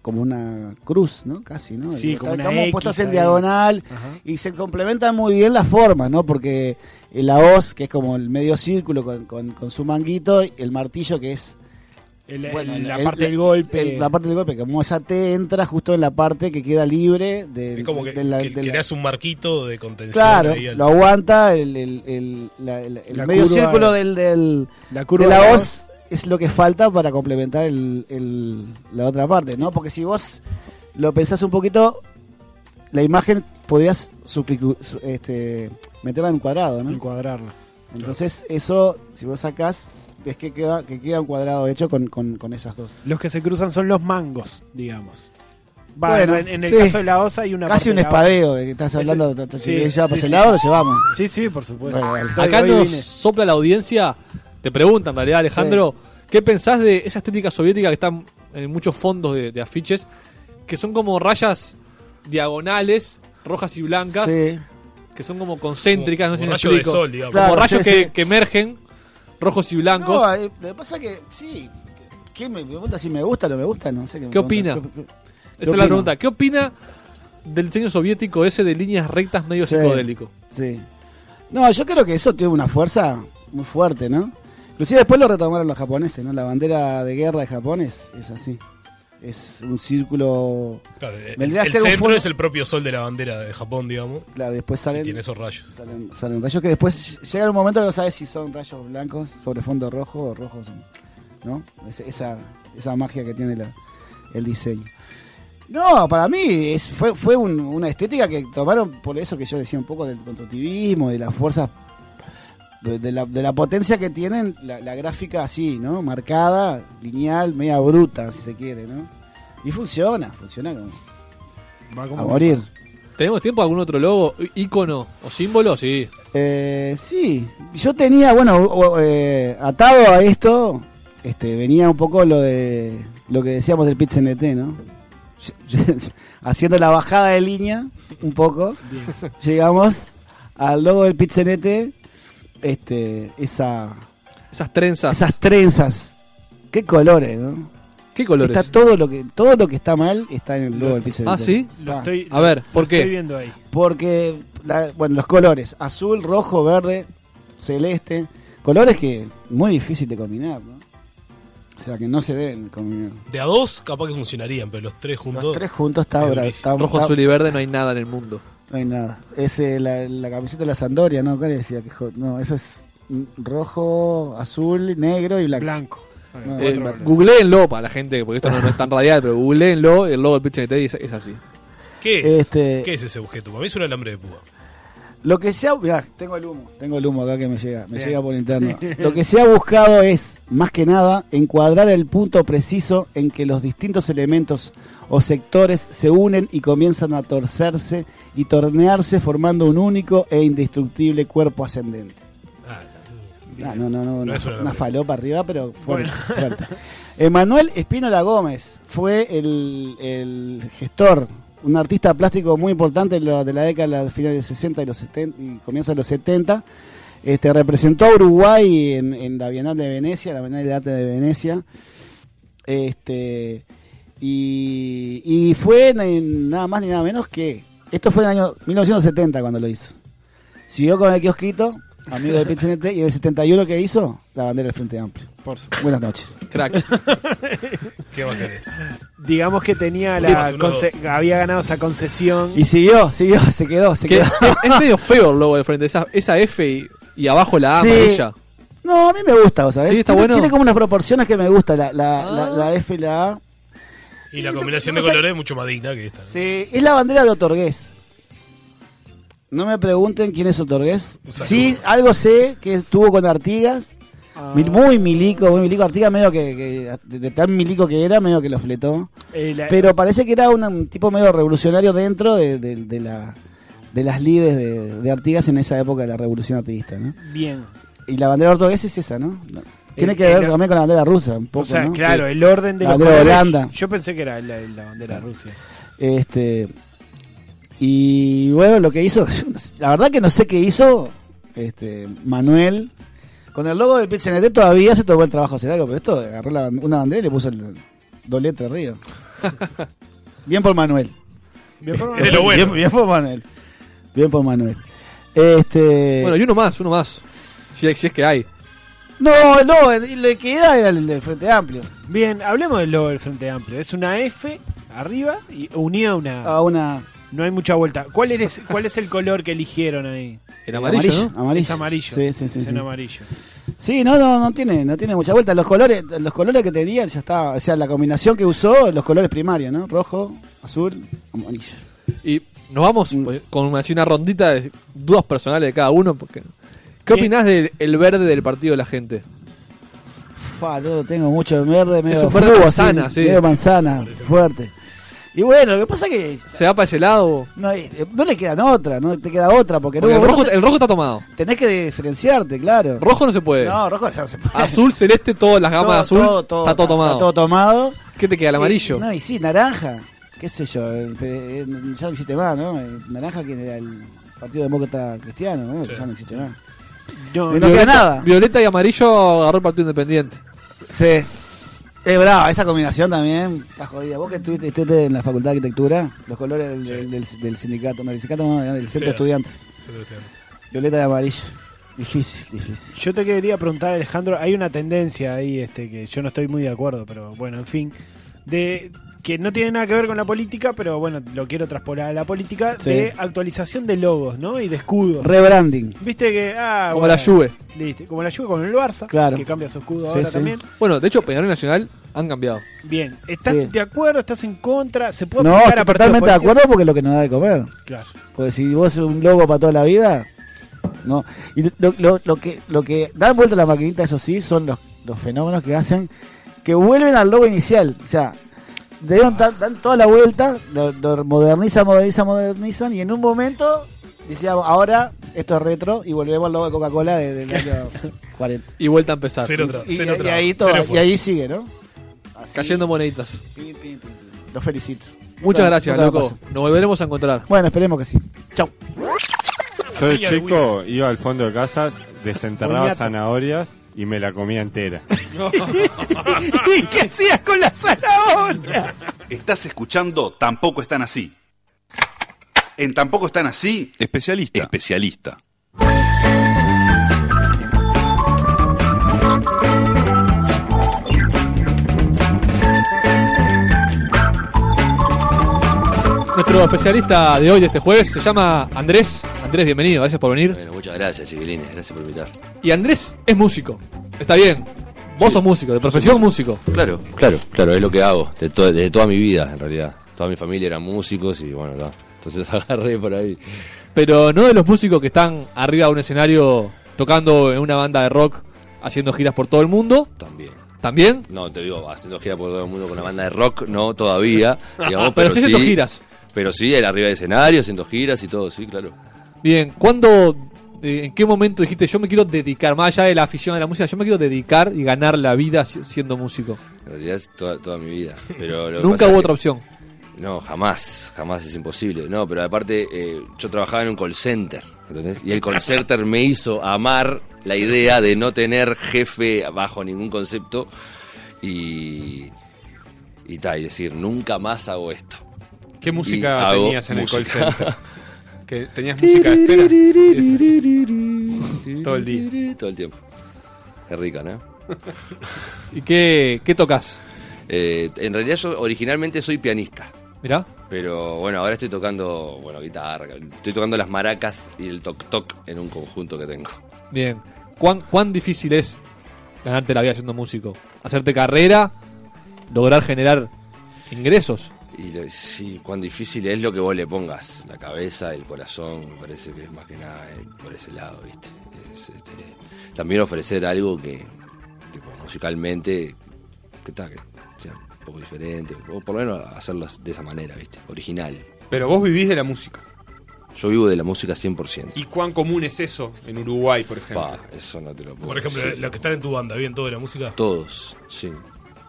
como una cruz, ¿no? Casi, ¿no? Sí, como una X puestas en ahí. diagonal y se complementan muy bien las formas, ¿no? Porque la hoz, que es como el medio círculo con, con- con su manguito, y el martillo, que es El- el- bueno, la el- parte el- del golpe. el- la parte del golpe, que como esa T entra justo en la parte que queda libre del- Es como que, de la- que- de que la- le hace un marquito de contención. Claro, ahí al- lo aguanta el, el- el- la- el- el La medio curva- círculo del, del- la curva de la de la voz es lo que falta para complementar el- el- la otra parte, ¿no? Porque si vos lo pensás un poquito, la imagen podrías suplicu- su- este, meterla en un cuadrado, ¿no? Encuadrarla. Entonces eso, si vos sacás, es que queda, que queda un cuadrado hecho con, con- con esas dos. Los que se cruzan son los mangos, digamos. Va, Bueno, en, en el sí. caso de la osa hay una Casi parte un de la osa. espadeo de que estás hablando. Ese- t- t- sí, que ya sí, pasé sí. pues, el lado, lo llevamos. Sí, sí, por supuesto. Bueno, dale. Acá Acá hoy nos vine. sopla la audiencia. Te preguntan, en realidad, Alejandro, ¿qué pensás de esa estética soviética que está en muchos fondos de, de afiches? Que son como rayas diagonales, rojas y blancas, Sí. que son como concéntricas, Como- no sé si como me rayos de explico. sol, digamos. Como Claro, rayos sí, que, sí. que emergen, rojos y blancos. No, eh, lo que pasa que, sí. ¿Qué me pregunta si me gusta o no me gusta? No sé qué me ¿Qué pregunta. opina? ¿Qué- qué- esa es opina? la pregunta. ¿Qué opina del diseño soviético ese de líneas rectas medio Sí. psicodélico? Sí. No, yo creo que eso tiene una fuerza muy fuerte, ¿no? Inclusive después lo retomaron los japoneses, ¿no? La bandera de guerra de Japón es, es así. Es un círculo... Claro, el, Vendría a el ser un centro fondo- es el propio sol de la bandera de Japón, digamos. Claro, después Y salen, tiene esos rayos. salen, salen rayos que después llega un momento que no sabes si son rayos blancos sobre fondo rojo o rojos, ¿no? Es- esa, esa magia que tiene la- el diseño. No, para mí es, fue, fue un- una estética que tomaron por eso que yo decía un poco del constructivismo, de las fuerzas, de, de la, de la potencia que tienen la, la gráfica así, ¿no? Marcada, lineal, media bruta, si se quiere, ¿no? Y funciona, funciona como, Va A morir. ¿Tenemos tiempo algún otro logo, í- ícono o símbolo? Sí. Eh, sí, yo tenía, bueno, o- o, eh, atado a esto, este, venía un poco lo de lo que decíamos del Pit NT, ¿no? Haciendo la bajada de línea, un poco, llegamos al logo del Pit NT, este, esa, esas trenzas, esas trenzas, qué colores, ¿no? ¿Qué colores? Está todo lo que todo lo que está mal está en el logo del Pit Ah, ¿sí? Lo estoy- a ver, ¿por qué? Porque, la- bueno, los colores, azul, rojo, verde, celeste, colores que muy difícil de combinar, ¿no? O sea, que no se deben combinar. De a dos capaz que funcionarían, pero los tres juntos. Los tres juntos está ahora. está- Rojo, está- azul y verde no hay nada en el mundo. No hay nada. Es eh, la, la camiseta de la Sandoria, ¿no? ¿Cuál decía? Que jo- No, eso es mm, rojo, azul, negro y blanco. Blanco. No, Eh, cuatro colores. googleenlo para la gente, porque esto no, no es tan radial, pero googleenlo, el logo del pitch NT es, es así. ¿Qué es? Este- ¿Qué es ese objeto? Para mí es un alambre de púa. Lo que se ha, mirá, tengo el humo, tengo el humo acá que me llega, me Bien. llega por interno. Lo que se ha buscado es, más que nada, encuadrar el punto preciso en que los distintos elementos o sectores se unen y comienzan a torcerse y tornearse formando un único e indestructible cuerpo ascendente. Ah, no, no, no, una, es una una locura. falopa arriba, pero fuerte. Bueno. fuerte. Emanuel Espínola Gómez fue el, el gestor, un artista plástico muy importante de la, de la década de finales de 60 y, los 70, y comienza de los 70. Este, representó a Uruguay en, en la Bienal de Venecia, la Bienal de Arte de Venecia. Este, y, y fue en- en nada más ni nada menos que. Esto fue en el año 1970 cuando lo hizo. Siguió con el kiosquito, amigo de PCNT, y en el 71 que hizo, la bandera del Frente Amplio. Por Buenas noches. Qué bacán. Digamos que tenía Sí, la más un conce- había ganado esa concesión. Y siguió, siguió, se quedó, se ¿Qué? quedó. es medio feo el logo del frente, esa, esa F y, y abajo la A Sí. amarilla. No, a mí me gusta, ¿sabes? Sí, está tiene, bueno. Ah. tiene como unas proporciones que me gusta, la, la, la- la F y la A. Y la combinación de no sé. colores es mucho más digna que esta. ¿no? Sí, es la bandera de Otorgués. No me pregunten quién es Otorgués. Sí, algo sé que estuvo con Artigas. Ah. Mil- Muy milico, muy milico. Artigas medio que, que- de, de tan milico que era, medio que lo fletó. Eh, la- Pero parece que era un, un tipo medio revolucionario dentro de, de- de la, de las lides de, de Artigas en esa época de la revolución artiguista, ¿no? Bien. Y la bandera ortoguesa es esa, ¿no? No. Tiene Eh, que eh, ver la- también con la bandera rusa, un poco, o sea, ¿no? claro, Sí. el orden de la los bandera de colores. Holanda. Yo pensé que era la, la bandera de Rusia. Este, y bueno, lo que hizo, yo no sé, la verdad que no sé qué hizo este, Manuel. Con el logo del PCNT todavía se tomó el trabajo de hacer algo, pero esto agarró la ban- una bandera y le puso el dolete arriba. Bien por Manuel. Bien por Manuel. Es de lo bueno. Bien, bien por Manuel. Bien por Manuel. Este, Bueno, y uno más, uno más. Si, si es que hay. No, no, el- el que era era el del Frente Amplio. Bien, hablemos del logo del Frente Amplio. Es una F arriba y unida a una. A una. No hay mucha vuelta. ¿Cuál, eres, ¿Cuál es el color que eligieron ahí? El amarillo, Amarillo, ¿no? amarillo. Es amarillo. Sí, sí, sí, Es un sí. amarillo. Sí, no, no, no tiene, no tiene mucha vuelta. Los colores, los colores que tenían ya estaba, o sea, la combinación que usó, los colores primarios, ¿no? Rojo, azul, amarillo. Y nos vamos Mm. pues, con así una rondita de dudas personales de cada uno. Porque... ¿Qué opinás del el verde del partido de la gente? Fua, no tengo mucho verde, medio Es un verde frugo, manzana, así, sí. medio manzana, fuerte. Y bueno, lo que pasa que ¿Se va para ese lado? no, eh, no le quedan otra, no te queda otra, porque, Porque no, el, rojo, vos te- el rojo está tomado. tenés que diferenciarte, claro. Rojo no se puede. No, rojo ya se puede. Azul, celeste, todas las gamas Todo, de azul. todo, todo, está todo tomado. todo tomado. ¿Qué te queda? El amarillo. Eh, no, y sí, naranja. ¿Qué sé yo? el P- eh, ya no existe más, ¿no? El naranja que era el Partido Demócrata Cristiano, ¿no? Ya no existe más. No, Y no queda violeta, nada. Violeta y amarillo agarró el partido independiente. Sí. Es brava, Ah, esa combinación también está jodida. Vos que estuviste, estuviste en la Facultad de Arquitectura, los colores del, del- del- del sindicato, no, del sindicato no, del centro de Sí. estudiantes. Centro de Estudiantes. Violeta y amarillo. Difícil, difícil. Yo te quería preguntar, Alejandro, hay una tendencia ahí este que yo no estoy muy de acuerdo, pero bueno, en fin, de que no tiene nada que ver con la política, pero bueno, lo quiero traspolar a la política, Sí. de actualización de logos, ¿no? Y de escudos. Rebranding. Viste que ah, Como la Juve. Listo, como la Juve con el Barça, Claro. que cambia su escudo Sí, ahora sí. también. Bueno, de hecho, Peñarol y Nacional han cambiado. Bien, ¿estás Sí. de acuerdo? ¿Estás en contra? ¿Se puede No, aplicar estoy a partidos totalmente de políticos? acuerdo porque es lo que nos da de comer. Claro. Porque Pues si vos sos un logo para toda la vida, no. Y lo, lo- lo que lo que dan vuelta la maquinita, eso sí, son los, los fenómenos que hacen que vuelven al logo inicial. O sea, Le dieron tan- dan toda la vuelta, lo, lo moderniza, moderniza, modernizan, y en un momento decíamos, ahora esto es retro y volvemos al logo de Coca-Cola de- del año 40. Y vuelta a empezar. Cero tra- Y- y- cero y tra- ahí todo- cero y fuerza. ahí sigue, ¿no? Cayendo moneditas. Los felicito. Muchas Bueno, gracias, nunca loco. pasa. Nos volveremos a encontrar. Bueno, esperemos que sí. Chau. Yo de chico iba al fondo de casa, desenterraba Boniato. zanahorias y me la comía entera. ¿Y qué hacías con la zanahoria? Estás escuchando Tampoco están así. En Tampoco están así, especialista. Especialista. Nuestro especialista de hoy, de este jueves, se llama Andrés. Andrés, bienvenido, gracias por venir. Bueno, muchas gracias, chiquilines. Gracias por invitar. Y Andrés es músico. Está bien. Vos sos músico, de profesión músico. Claro, claro, claro, es lo que hago. De, to- de toda mi vida, en realidad. Toda mi familia eran músicos y bueno, ta. entonces agarré por ahí. Pero no de los músicos que están arriba de un escenario tocando en una banda de rock, haciendo giras por todo el mundo. También. ¿También? No, te digo, haciendo gira por todo el mundo con una banda de rock, no todavía. digamos, Pero pero sí haciendo giras. Pero sí, era arriba de escenario, haciendo giras y todo, sí, claro. Bien, ¿cuándo, eh, en qué momento dijiste yo me quiero dedicar, más allá de la afición a la música, yo me quiero dedicar y ganar la vida si- siendo músico? En realidad es toda, toda mi vida. Pero lo que Nunca pasa hubo es otra que- opción. No, jamás, jamás es imposible. No, pero aparte, eh, yo trabajaba en un call center, ¿entendés? Y el call center me hizo amar la idea de no tener jefe bajo ningún concepto y. Y tal, y decir, nunca más hago esto. ¿Qué Y música hago tenías en música. el call center? ¿Que ¿Tenías música de espera? Esa. Todo el día. Todo el tiempo. Qué rica, ¿no? ¿Y qué, qué tocas? Eh, en realidad, yo originalmente soy pianista. Mirá. Pero bueno, ahora estoy tocando, bueno, guitarra, estoy tocando las maracas y el toc-toc en un conjunto que tengo. Bien. ¿Cuán, cuán difícil es ganarte la vida siendo músico? ¿Hacerte carrera? ¿Lograr generar ingresos? Y lo- sí, cuán difícil es lo que vos le pongas, la cabeza, el corazón, me parece que es más que nada eh, por ese lado, ¿viste? Es, este, también ofrecer algo que, tipo, musicalmente, que tal, que sea un poco diferente, o por lo menos hacerlo de esa manera, ¿viste? Original. Pero vos vivís de la música. Yo vivo de la música 100%. ¿Y cuán común es eso en Uruguay, por ejemplo? Pa, eso no te lo puedo Por ejemplo, decir. los que están en tu banda, ¿viven todo de la música? Todos, sí.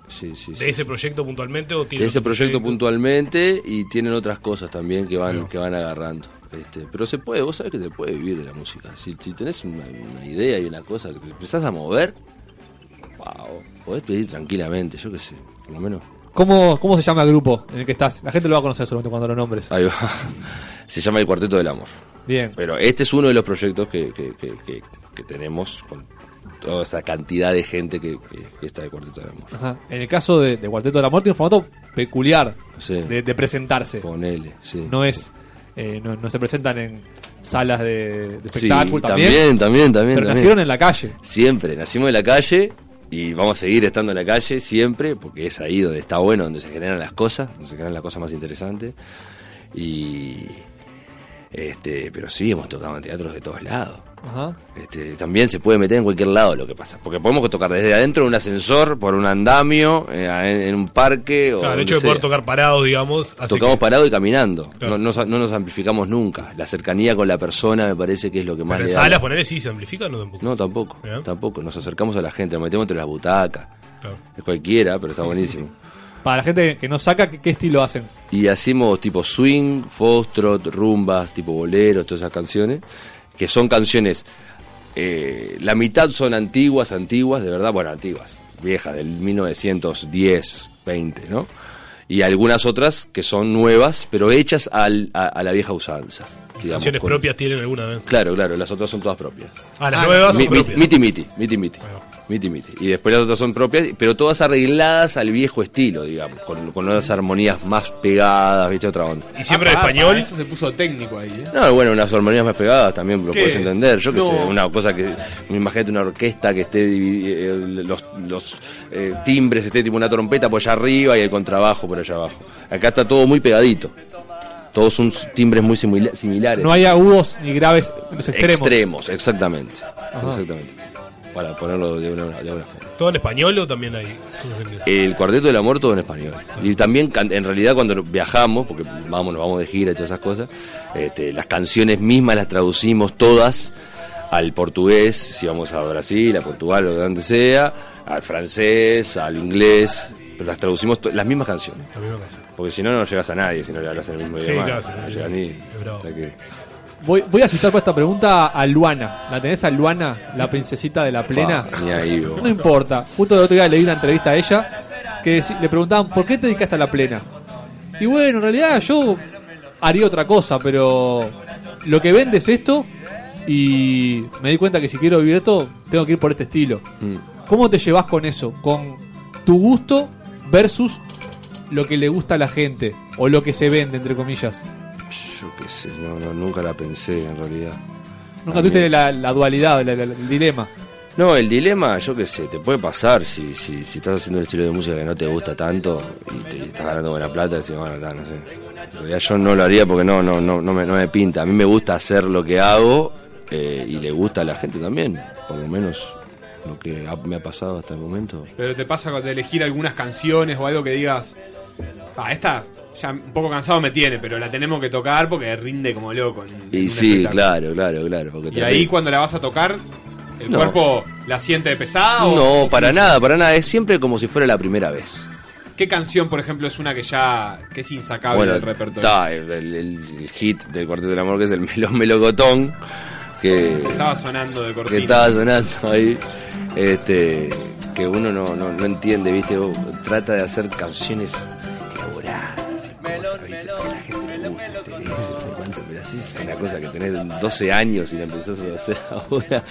Sí, sí, sí. ¿De ese proyecto puntualmente o tienen de ese otro proyecto puntualmente y tienen otras cosas también que van que van agarrando este, pero se puede vos sabés que se puede vivir de la música si, si tenés una, una idea y una cosa que te empezás a mover wow, podés pedir tranquilamente yo qué sé por lo menos ¿Cómo, ¿Cómo se llama el grupo en el que estás? La gente lo va a conocer solamente cuando lo nombres. ahí va se llama el cuarteto del amor Bien. pero este es uno de los proyectos que, que- que- que- que tenemos con toda esa cantidad de gente que, que- que está de cuarteto del amor Ajá. En el caso de, de Cuarteto de la Muerte, tiene un formato peculiar Sí. de, de presentarse. Ponele, sí. No es. eh, no, no se presentan en salas de, de Sí, espectáculo también. también, también, también, también. Pero nacieron en la calle. Siempre, nacimos en la calle y vamos a seguir estando en la calle siempre, porque es ahí donde está bueno, donde se generan las cosas, donde se generan las cosas más interesantes. Y. Este, pero sí, hemos tocado en teatros de todos lados. Ajá. Este, también se puede meter en cualquier lado lo que pasa. Porque podemos tocar desde adentro de un ascensor, por un andamio, eh, en, en un parque. o Claro, el donde hecho de sea. poder tocar parados, digamos. hace Tocamos que- parado y caminando. No, no sa- no nos amplificamos nunca. La cercanía con la persona me parece que es lo que más Pero en le da. salas, pues. ponerle sí, se amplifica o no tampoco. No, tampoco. Tampoco. Nos acercamos a la gente, nos metemos entre las butacas. Claro. Es cualquiera, pero está buenísimo. Para la gente que no saca, ¿qué, qué estilo hacen? Y hacemos tipo swing, foxtrot, rumbas, tipo boleros, todas esas canciones, que son canciones, eh, la mitad son antiguas, antiguas, de verdad, bueno, antiguas, viejas, del 1910, 20, ¿no? Y algunas otras que son nuevas, pero hechas al- a, a la vieja usanza. digamos, ¿Canciones con- propias tienen alguna vez? Claro, claro, las otras son todas propias. Ah, las nuevas Mi- son mi- propias. Miti miti, miti miti. Miti miti. Y después las otras son propias, pero todas arregladas al viejo estilo, digamos, con, con unas armonías más pegadas, ¿viste? Otra onda. Ah, ¿Y siempre en en español? Ah, Eso se puso técnico ahí, ¿eh? No, bueno, unas armonías más pegadas también lo ¿Qué puedes es? entender. Yo qué No. sé, una cosa que. Imagínate una orquesta que esté. dividi- eh, los los eh, timbres, esté tipo una trompeta por allá arriba y el contrabajo por allá abajo. Acá está todo muy pegadito. Todos son timbres muy simila- similares. No hay agudos ni graves en los extremos. Extremos, exactamente. Ajá. Exactamente. para ponerlo de una, de una forma. ¿Todo en español o también hay? sus en inglés? El Cuarteto del Amor todo en español. Y también, can- en realidad, cuando viajamos, porque vamos, nos vamos de gira y todas esas cosas, este, las canciones mismas las traducimos todas al portugués, si vamos a Brasil, a Portugal o donde sea, al francés, al inglés, las traducimos to- las mismas canciones. La misma canción. Porque si no, no llegas a nadie, si no le hablas en el mismo Sí, idioma. claro, sí, no sí, llegas sí. ni- Es bravo. o sea que- Voy, voy a citar para esta pregunta a Luana. ¿La tenés a Luana, la princesita de la plena? Pa, ni ahí, vos. No importa. Justo el otro día leí una entrevista a ella que deci- le preguntaban por qué te dedicaste a la plena. Y bueno, en realidad yo haría otra cosa, pero lo que vende es esto y me di cuenta que si quiero vivir esto tengo que ir por este estilo. Mm. ¿Cómo te llevas con eso? Con tu gusto versus lo que le gusta a la gente o lo que se vende, entre comillas. Yo qué sé, no, no, nunca la pensé en realidad. Nunca tuviste la, la dualidad, la- la- el dilema. No, el dilema, yo qué sé, te puede pasar si, si, si estás haciendo el estilo de música que no te gusta tanto y te y estás ganando buena plata, decís, bueno, ta, no sé. En realidad yo no lo haría porque no, no, no, no, me, no me pinta. A mí me gusta hacer lo que hago eh, y le gusta a la gente también, por lo menos lo que ha- me ha pasado hasta el momento. Pero te pasa de elegir algunas canciones o algo que digas. Ah, esta ya un poco cansado me tiene, pero la tenemos que tocar porque rinde como loco. en- en Y un sí, espectáculo". claro, claro, claro. Porque Y te- ahí cuando la vas a tocar, ¿el No. cuerpo la siente de pesada? o- No, o para fluye? nada, para nada. Es siempre como si fuera la primera vez. ¿Qué canción, por ejemplo, es una que ya que es insacable bueno, del repertorio? Está eh. el, el- el hit del Cuarteto del Amor, que es el melón melocotón, que, Estaba sonando de que cortina. estaba sonando ahí. Este, que uno no, no, no entiende, ¿viste? O Trata de hacer canciones elaboradas y cosas, ¿viste? Que la gente le guste, te dice, no sé cuánto, pero así es una cosa que tenés 12 años y la empezás a hacer ahora.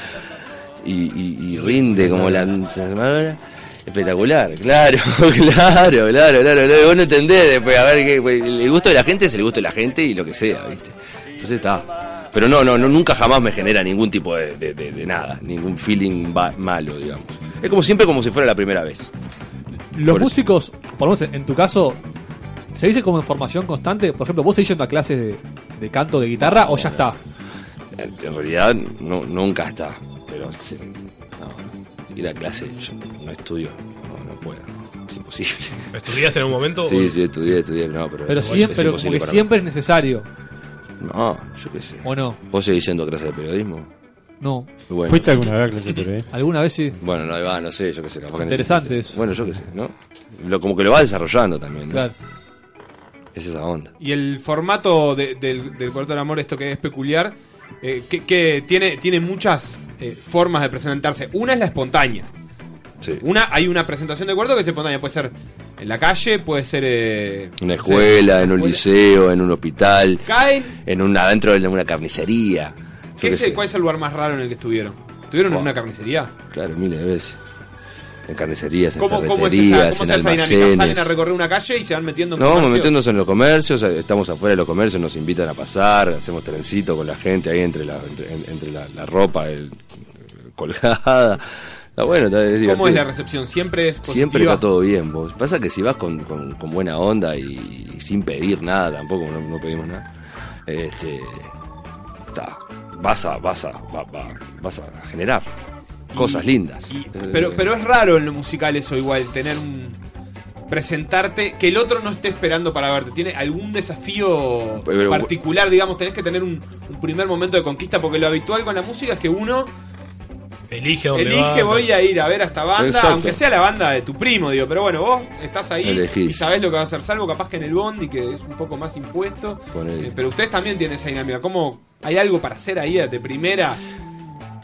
Y, y- y rinde como la semana. Espectacular, claro, claro, claro, claro, claro. Vos no entendés después, a ver, que- pues, el gusto de la gente es el gusto de la gente y lo que sea, ¿viste? Entonces está. Pero no, no, no, nunca jamás me genera ningún tipo de, de- de- de nada, ningún feeling ba- malo, digamos. Es como siempre como si fuera la primera vez. Los Por eso. músicos, por lo menos en tu caso, ¿se dice como en formación constante? Por ejemplo, ¿vos seguís yendo a clases de, de canto de guitarra o ya está? En, Eh, en realidad no, nunca está, pero se- no, ir a clase, yo no estudio, no, no puedo, es imposible. ¿Estudiaste en algún momento? Sí, sí, estudié, estudié, no, pero, Pero, es- siempre, es pero como imposible que para mí. siempre es necesario, No, yo qué sé. ¿o no? ¿Vos seguís yendo a clases de periodismo? No. Bueno. ¿Fuiste alguna vez a clase de TV? ¿Alguna vez sí? Bueno, no, ahí va, no sé, yo qué sé. capaz que Interesante necesitas- Bueno, yo qué sé, ¿no? Lo, como que lo vas desarrollando también, ¿no? Claro. Es esa onda. Y el formato de- del, del Cuarto del Amor, esto que es peculiar, eh, que, que tiene, tiene muchas eh, formas de presentarse. Una es la espontánea. Una, hay una presentación de cuarto que es espontánea. Puede ser en la calle, puede ser... eh, En una escuela, en un liceo, en un hospital, Caen. en una, dentro de una carnicería. Yo ¿Qué qué es el- sé. ¿Cuál es el lugar más raro en el que estuvieron? ¿Estuvieron en Fua. una carnicería? Claro, miles de veces. En carnicerías, en ¿Cómo, cómo es esa, ferreterías, cómo es en esa dinámica? ¿Salen a almacenes. recorrer una calle y se van metiendo en No, vamos comercios? metiéndonos en los comercios, eh, estamos afuera de los comercios, nos invitan a pasar, hacemos trencito con la gente ahí entre la, entre, en- entre la, la ropa el- el colgada. Está bueno, está, es ¿Cómo es divertido. la recepción? ¿Siempre es positiva? Siempre está todo bien, vos. Pasa que si vas con, con- con buena onda y, y sin pedir nada tampoco, no, no pedimos nada, este, está, vas, a, vas, a, va- va- vas a generar cosas Y- lindas. Eh. Pero, pero es raro en lo musical eso igual, tener un... Presentarte, que el otro no esté esperando para verte. ¿Tiene algún desafío Pero- particular, digamos? Tenés que tener un, un primer momento de conquista, porque lo habitual con la música es que uno Elige dónde va. elige, voy a ir a ver a esta banda, Exacto. aunque sea la banda de tu primo, digo. Pero bueno, vos estás ahí Elegís. y sabés lo que va a hacer, salvo capaz que en el Bondi, que es un poco más impuesto. Ponele. Eh, pero ustedes también tienen esa dinámica. ¿Cómo hay algo para hacer ahí de primera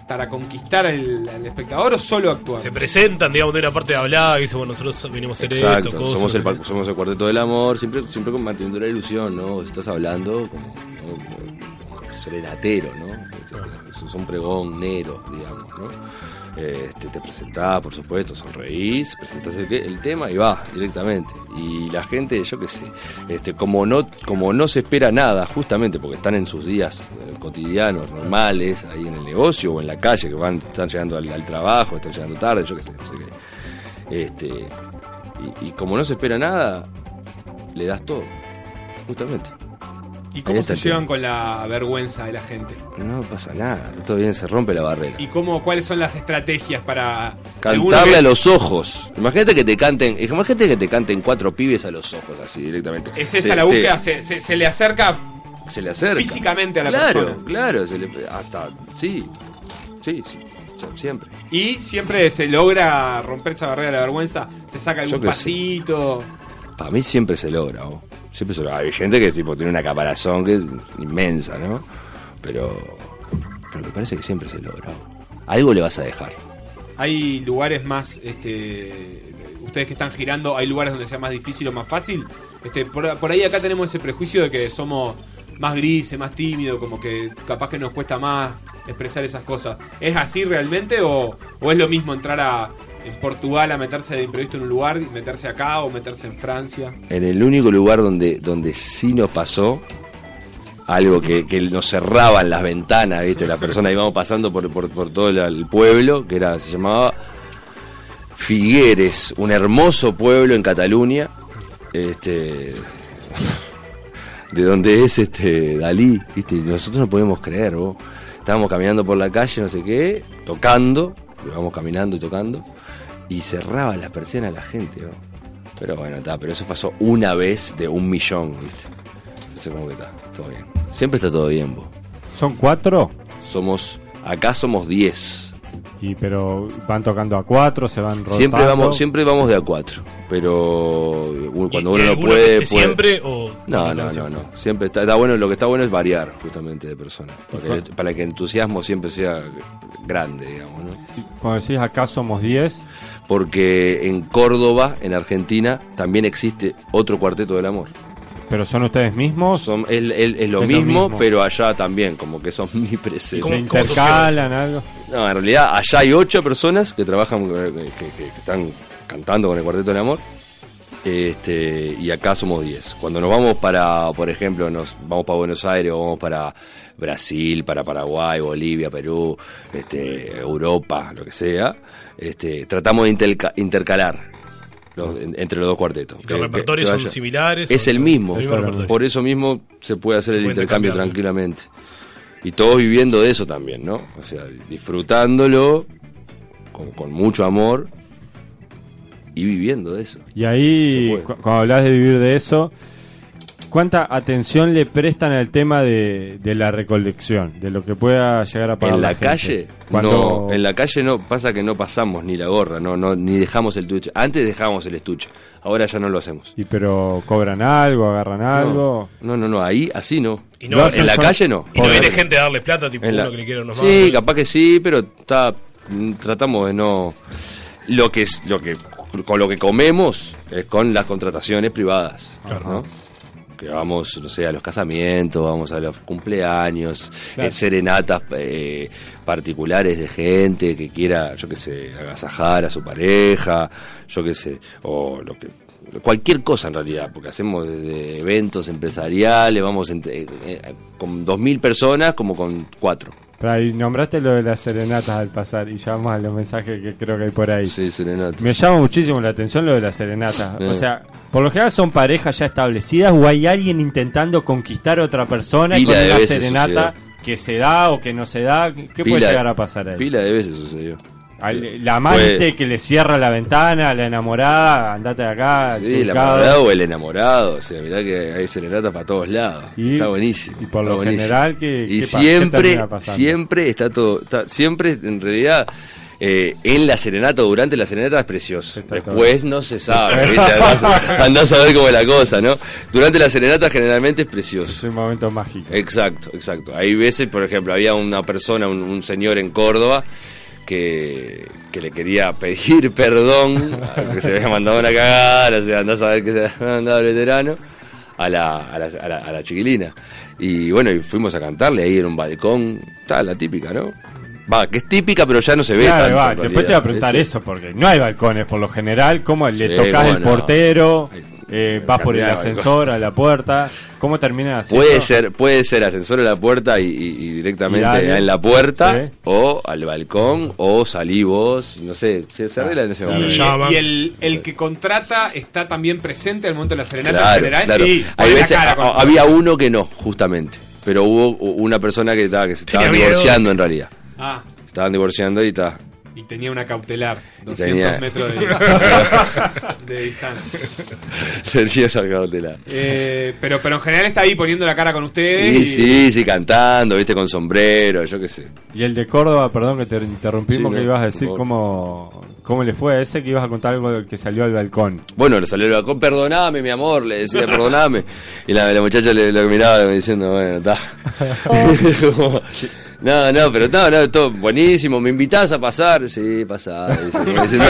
para conquistar al, al espectador o solo actuar? Se presentan, digamos, de una parte de hablada que dice, bueno, nosotros venimos a hacer Exacto, esto, cosas. somos, el, par- somos el cuarteto del amor, siempre, siempre con- manteniendo la ilusión, ¿no? Estás hablando como, ¿no? como- como serenatero, ¿no? Es- Es un pregón negro, digamos, ¿no? Este, te presentás, por supuesto, sonreís, presentás el, que- el tema y va directamente. Y la gente, yo qué sé, este, como, no, como no se espera nada, justamente porque están en sus días eh, cotidianos, normales, ahí en el negocio o en la calle, que van, están llegando al, al trabajo, están llegando tarde, yo qué sé, no sé qué. Este, y, y como no se espera nada, le das todo. Justamente. ¿Y cómo En se esta llevan con la vergüenza de la gente? No pasa nada, todo bien, se rompe la barrera. ¿Y cómo, cuáles son las estrategias para alguno Cantarle que- a los ojos. Imagínate que te canten, imagínate que te canten cuatro pibes a los ojos, así directamente. Es esa Te- la te- búsqueda, se, se- se le acerca se le acerca. físicamente a la claro, persona. Claro, se le- hasta, sí, sí, sí, sí, siempre. Y siempre se logra romper esa barrera de la vergüenza, se saca Yo algún qué sé. pasito. Para mí siempre se logra, ¿o? siempre se logra. Hay gente que tipo, tiene una caparazón que es inmensa, ¿no? Pero, pero me parece que siempre se logra. ¿o? Algo le vas a dejar. Hay lugares más, este, ustedes que están girando, hay lugares donde sea más difícil o más fácil. Este, por, por ahí acá tenemos ese prejuicio de que somos más grises, más tímidos, como que capaz que nos cuesta más expresar esas cosas. ¿Es así realmente o, o es lo mismo entrar a en Portugal a meterse de imprevisto en un lugar y meterse acá o meterse en Francia? En el único lugar donde, donde sí nos pasó algo que, que nos cerraban las ventanas, ¿viste? La persona íbamos pasando por, por, por todo la- el pueblo, que era, se llamaba Figueres, un hermoso pueblo en Cataluña, este, de donde es este Dalí, ¿viste? Y nosotros no podíamos creer, vos. Estábamos caminando por la calle, no sé qué, tocando, íbamos caminando y tocando, y cerraba las persianas la gente, ¿no? Pero bueno, está, pero eso pasó una vez de un millón, ¿viste? Entonces como que está, todo bien. Siempre está todo bien, vos. ¿Son cuatro? Somos, acá somos 10. Y pero van tocando a cuatro, se van rotando. Siempre vamos, siempre vamos de a cuatro. Pero u- cuando ¿Y- y uno no alguno puede, que esté puede- siempre o- No, no, no, no. Siempre está, está bueno, lo que está bueno es variar justamente de persona. Para que, para que el entusiasmo siempre sea grande, digamos, ¿no? Cuando decís acá somos 10, Porque en Córdoba, en Argentina, también existe otro cuarteto del amor. pero son ustedes mismos. Son, es, es- es lo Es lo mismo, mismo. pero allá también, como que son mi ¿Y presencia. se intercalan algo. No, en realidad allá hay ocho personas que trabajan, eh, que, que- que están cantando con el Cuarteto del Amor. Este, y acá somos 10. Cuando nos vamos para, por ejemplo, nos vamos para Buenos Aires, o vamos para Brasil, para Paraguay, Bolivia, Perú, este, Europa, lo que sea, este, tratamos de interca- intercalar los- en- entre los dos cuartetos. los repertorios son similares, Es o- el mismo. el mismo repertorio. Por eso mismo se puede hacer el puede intercambio intercambiar, tranquilamente. Y todos viviendo de eso también, ¿no? O sea, disfrutándolo con, con mucho amor y viviendo de eso. Y ahí, cu- cuando hablas de vivir de eso, ¿cuánta atención le prestan al tema de, de la recolección? De lo que pueda llegar a pagar en la, gente? calle, Cuando no, en la calle no, pasa que no pasamos ni la gorra, no, no, ni dejamos el estuche. Antes dejábamos el estuche, ahora ya no lo hacemos. Y pero cobran algo, agarran algo. No, no, no, ahí así no. Y no- en la son- calle no. Y no Pobre. viene gente a darle plata, tipo En uno la- que le quiere unos Sí, capaz que sí, pero está, mm, tratamos de no. Lo que es, lo que con lo que comemos es con las contrataciones privadas, ¿no? Que vamos, no sé, a los casamientos, vamos a los cumpleaños, Claro. eh, serenatas eh, particulares de gente que quiera, yo qué sé, agasajar a su pareja, yo qué sé, o lo que cualquier cosa en realidad, porque hacemos desde eventos empresariales, vamos entre- eh, eh, con 2.000 personas como con cuatro. Pero ahí nombraste lo de las serenatas al pasar y ya vamos a los mensajes que creo que hay por ahí. Sí, serenatas. Me llama muchísimo la atención lo de las serenatas. Eh. O sea, por lo general son parejas ya establecidas o hay alguien intentando conquistar a otra persona Pila con de una veces serenata que se da o que no se da. ¿Qué puede Pila- llegar a pasar ahí? Pila de veces sucedió. Al- la amante Puede- que le cierra la ventana, la enamorada, andate de acá. Sí, el surcado. enamorado o el enamorado. O sea, mirá que hay serenatas para todos lados. está buenísimo. y por está lo buenísimo. general, ¿qué- Y qué pa- qué siempre, termina pasando? siempre está todo. está- siempre, en realidad. eh, en la serenata, o durante la serenata es precioso. Después Pues no se sabe. ¿viste? Andás, andás a ver cómo es la cosa, ¿no? Durante la serenata generalmente es precioso. Es un momento mágico. Exacto, exacto. Hay veces, por ejemplo, había una persona, un, un señor en Córdoba, que, que le quería pedir perdón, que se había mandado una cagada, o sea, andás a ver que se había mandado el veterano, a la, a la, a la- a la chiquilina. Y bueno, y fuimos a cantarle ahí en un balcón, tal, la típica, ¿no? Va, que es típica, pero ya no se ve Claro, tanto, va, en Después te voy a realidad, preguntar ¿viste? eso, porque no hay balcones por lo general. ¿Cómo le Sí, tocas bueno, el portero? eh, vas por el Caminaba, ascensor a la puerta. ¿Cómo termina así? Puede ser, puede ser ascensor a la puerta y, y- y directamente Y dale. en la puerta, Sí. o al balcón, o salí vos, no sé, se, se arregla en ese momento. Y, y el, el que contrata está también presente al momento de la serenata Claro, en general. claro. Sí, Hay pone la veces- cara con- a- había uno que no, justamente, pero hubo u- una persona que, estaba, que se estaba miedo. divorciando en realidad. Ah, Estaban divorciando y está. y tenía una cautelar, 200 tenía- metros de, de distancia. Sergio Sargautela. Eh, pero, pero en general está ahí poniendo la cara con ustedes. Y sí, sí, cantando, viste, con sombrero, yo qué sé. Y el de Córdoba, perdón que te interrumpimos, Sí, no, que ibas a por decir favor. cómo, cómo le fue a ese que ibas a contar algo del que salió al balcón. Bueno, le salió el balcón, perdoname, mi amor, le decía, perdoname. Y la, la muchacha le, lo miraba diciendo, bueno, está. Como, no, no, pero no, no, todo buenísimo, ¿me invitás a pasar? Sí, pasá. dice, como diciendo,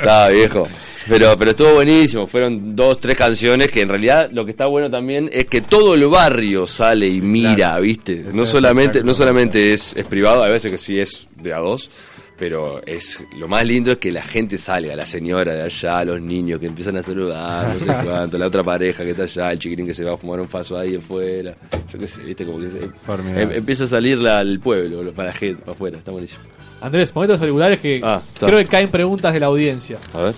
Está, viejo. Pero, pero estuvo buenísimo, fueron dos, tres canciones que en realidad lo que está bueno también es que todo el barrio sale y mira, ¿viste? No es solamente, espectacular. no solamente es, es privado, a veces que sí es de a dos, pero es lo más lindo es que la gente salga, la señora de allá, los niños que empiezan a saludar, no sé cuánto, la otra pareja que está allá, el chiquirín que se va a fumar un faso ahí afuera, yo qué sé, viste como que se- em- empieza a salir la- el pueblo, lo- para la gente, para afuera, está buenísimo. Andrés, ponete los auriculares que Ah, está. creo que caen preguntas de la audiencia. A ver.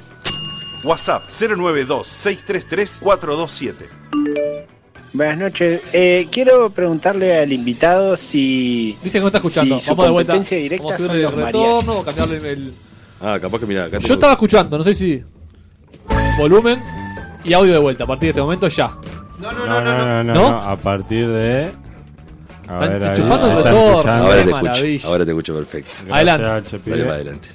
WhatsApp 092-633-427. Buenas noches. Eh, quiero preguntarle al invitado si. Dice que no está escuchando. si su Vamos de vuelta. competencia Vamos a directa subirle son el los retorno mariachis. o cambiarle el. Ah, capaz que mira, acá Yo estaba escuchando, no sé si. Volumen y audio de vuelta. A partir de este momento ya. No, no, no, no, no, ¿No? no, a partir de... A Están ver, ahí, enchufando el están retorno. escuchando. Ahora Qué te escucho, maravilla. ahora te escucho perfecto. Adelante. Gracias, Dale para adelante.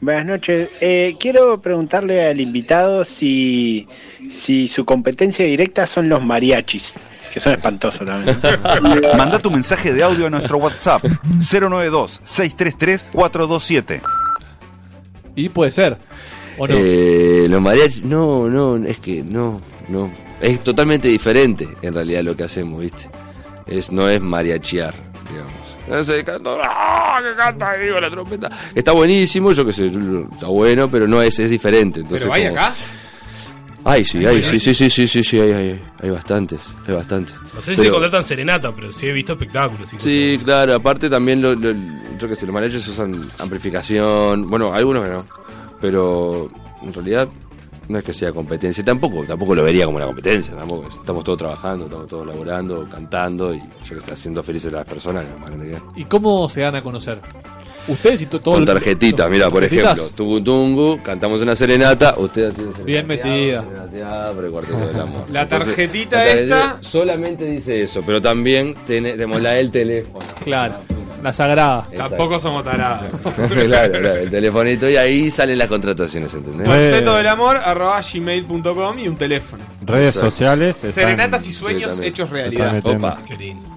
Buenas noches. Eh, quiero preguntarle al invitado si. si su competencia directa son los mariachis. Que son espantosos también. Manda tu mensaje de audio a nuestro WhatsApp 092-633-427. Y puede ser. ¿O no? Eh, los mariachis, no, no, es que no, no. Es totalmente diferente en realidad lo que hacemos, ¿viste? Es, no es mariachear, digamos. Ese canto, ¡ah! que canta ahí con la trompeta. Está buenísimo, yo qué sé, está bueno, pero no es, es diferente. Entonces, Pero hay como- acá. Ay, sí, Hay hay, sí, sí, sí, sí, sí, sí, hay, hay, hay bastantes, hay bastantes. No sé si Pero- contratan serenata, pero sí he visto espectáculos. y cosas. Sí, claro, aparte también, lo, lo- yo qué sé, los managers usan amplificación, bueno, algunos que no, pero en realidad no es que sea competencia, tampoco, tampoco lo vería como una competencia, tampoco, es- estamos todos trabajando, estamos todos laborando, cantando y yo qué sé, haciendo felices a las personas, lo más grande que hay. ¿Y cómo se dan a conocer? Ustedes y to- todo Con el- tarjetitas, mira, por ¿Tarjetitas? ejemplo, Tungu Tungu, cantamos una serenata, ustedes hacen Bien metida. por el cuarteto del amor. La Entonces, tarjetita la esta- solamente dice eso, pero también tenemos la del teléfono. Claro. La sagrada. Exacto. Tampoco somos tarados. claro, claro, el telefonito y ahí salen las contrataciones, ¿entendés? Cuarteto del amor arroba gmail.com y un teléfono. Redes Exacto. sociales. están- Serenatas y sueños también. hechos están realidad. metiendo. Opa. Qué lindo.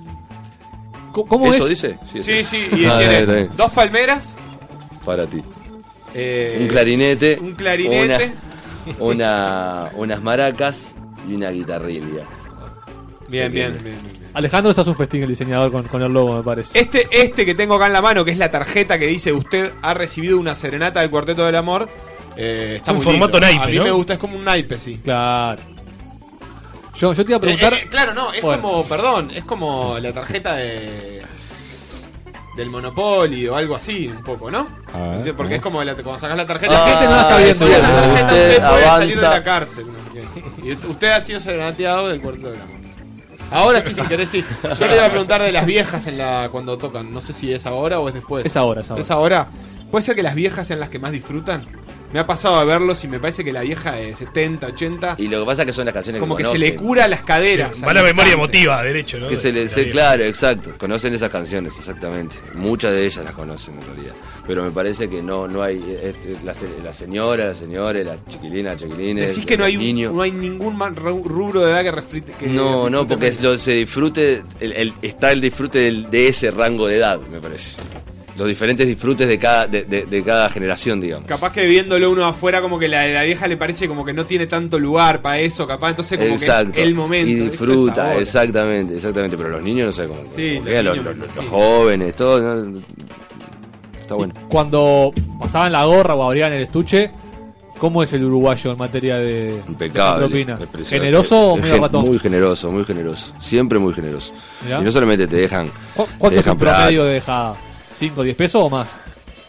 ¿Cómo, cómo ¿Eso es? dice? Sí, eso. sí, y Ah, tiene está bien. dos palmeras. Para ti. eh, Un clarinete. Un clarinete. una- una- unas maracas y una guitarrilla. Bien, bien, bien, bien, bien. Alejandro se hace un festín el diseñador con, con el logo, me parece. Este, este que tengo acá en la mano, que es la tarjeta que dice usted ha recibido una serenata del Cuarteto del Amor. eh, está Es un muy lindo. formato naipe, A mí ¿no? me gusta, es como un naipe, sí. Claro. Yo, yo te iba a preguntar. Eh, eh, claro, no, es Bueno. como, perdón, es como la tarjeta de del Monopoly o algo así, un poco, ¿no? A ver, Entiendo, Porque es como la, cuando sacas la tarjeta, La gente no la está viendo. "Con la bien". tarjeta usted usted puede salir de avanza. la cárcel, no sé qué. Y ut- usted ha sido serenateado del cuarto del amor. Ahora sí, si querés, sí. Yo le iba a preguntar de las viejas en la cuando tocan. No sé si es ahora o es después. Es ahora, es ahora. ¿Es ahora? ¿Puede ser que las viejas sean las que más disfrutan? Me ha pasado a verlos y me parece que la vieja de 70, 80 Y lo que pasa es que son las canciones como que que se le conocen. cura las caderas. Sí, va la memoria emotiva, derecho, Que se le- se- claro, exacto. Conocen esas canciones, exactamente. Muchas de ellas las conocen en realidad. Pero me parece que no, no hay. este, la, se- la señora, los señores, las chiquilinas, chiquilines. Decís que no los hay, un- niños. no hay ningún man- ru- rubro de edad que refrite. que No, refrite no, porque menos. es lo- se disfrute, el- el- está el disfrute del- de ese rango de edad, me parece. Los diferentes disfrutes de cada, de, de- de cada generación, digamos. Capaz que viéndolo uno afuera, como que la, la vieja le parece como que no tiene tanto lugar para eso, capaz. Entonces, como que es el momento. y esto es disfruta, ahora. exactamente, exactamente. Pero los niños no sé cómo. Sí, cómo los quedan, los, niños, los- sí. los jóvenes, todo. ¿no? Está bueno. Cuando pasaban la gorra o abrían el estuche, ¿Cómo es el uruguayo en materia de, Impecable. de propina? impresionante. ¿Generoso o Es medio gen- ratón? Muy generoso, muy generoso. Siempre muy generoso. Mirá. Y no solamente te dejan. ¿Cu- te ¿Cuánto es dejan un plata, promedio de dejada? ¿5, 10 pesos o más?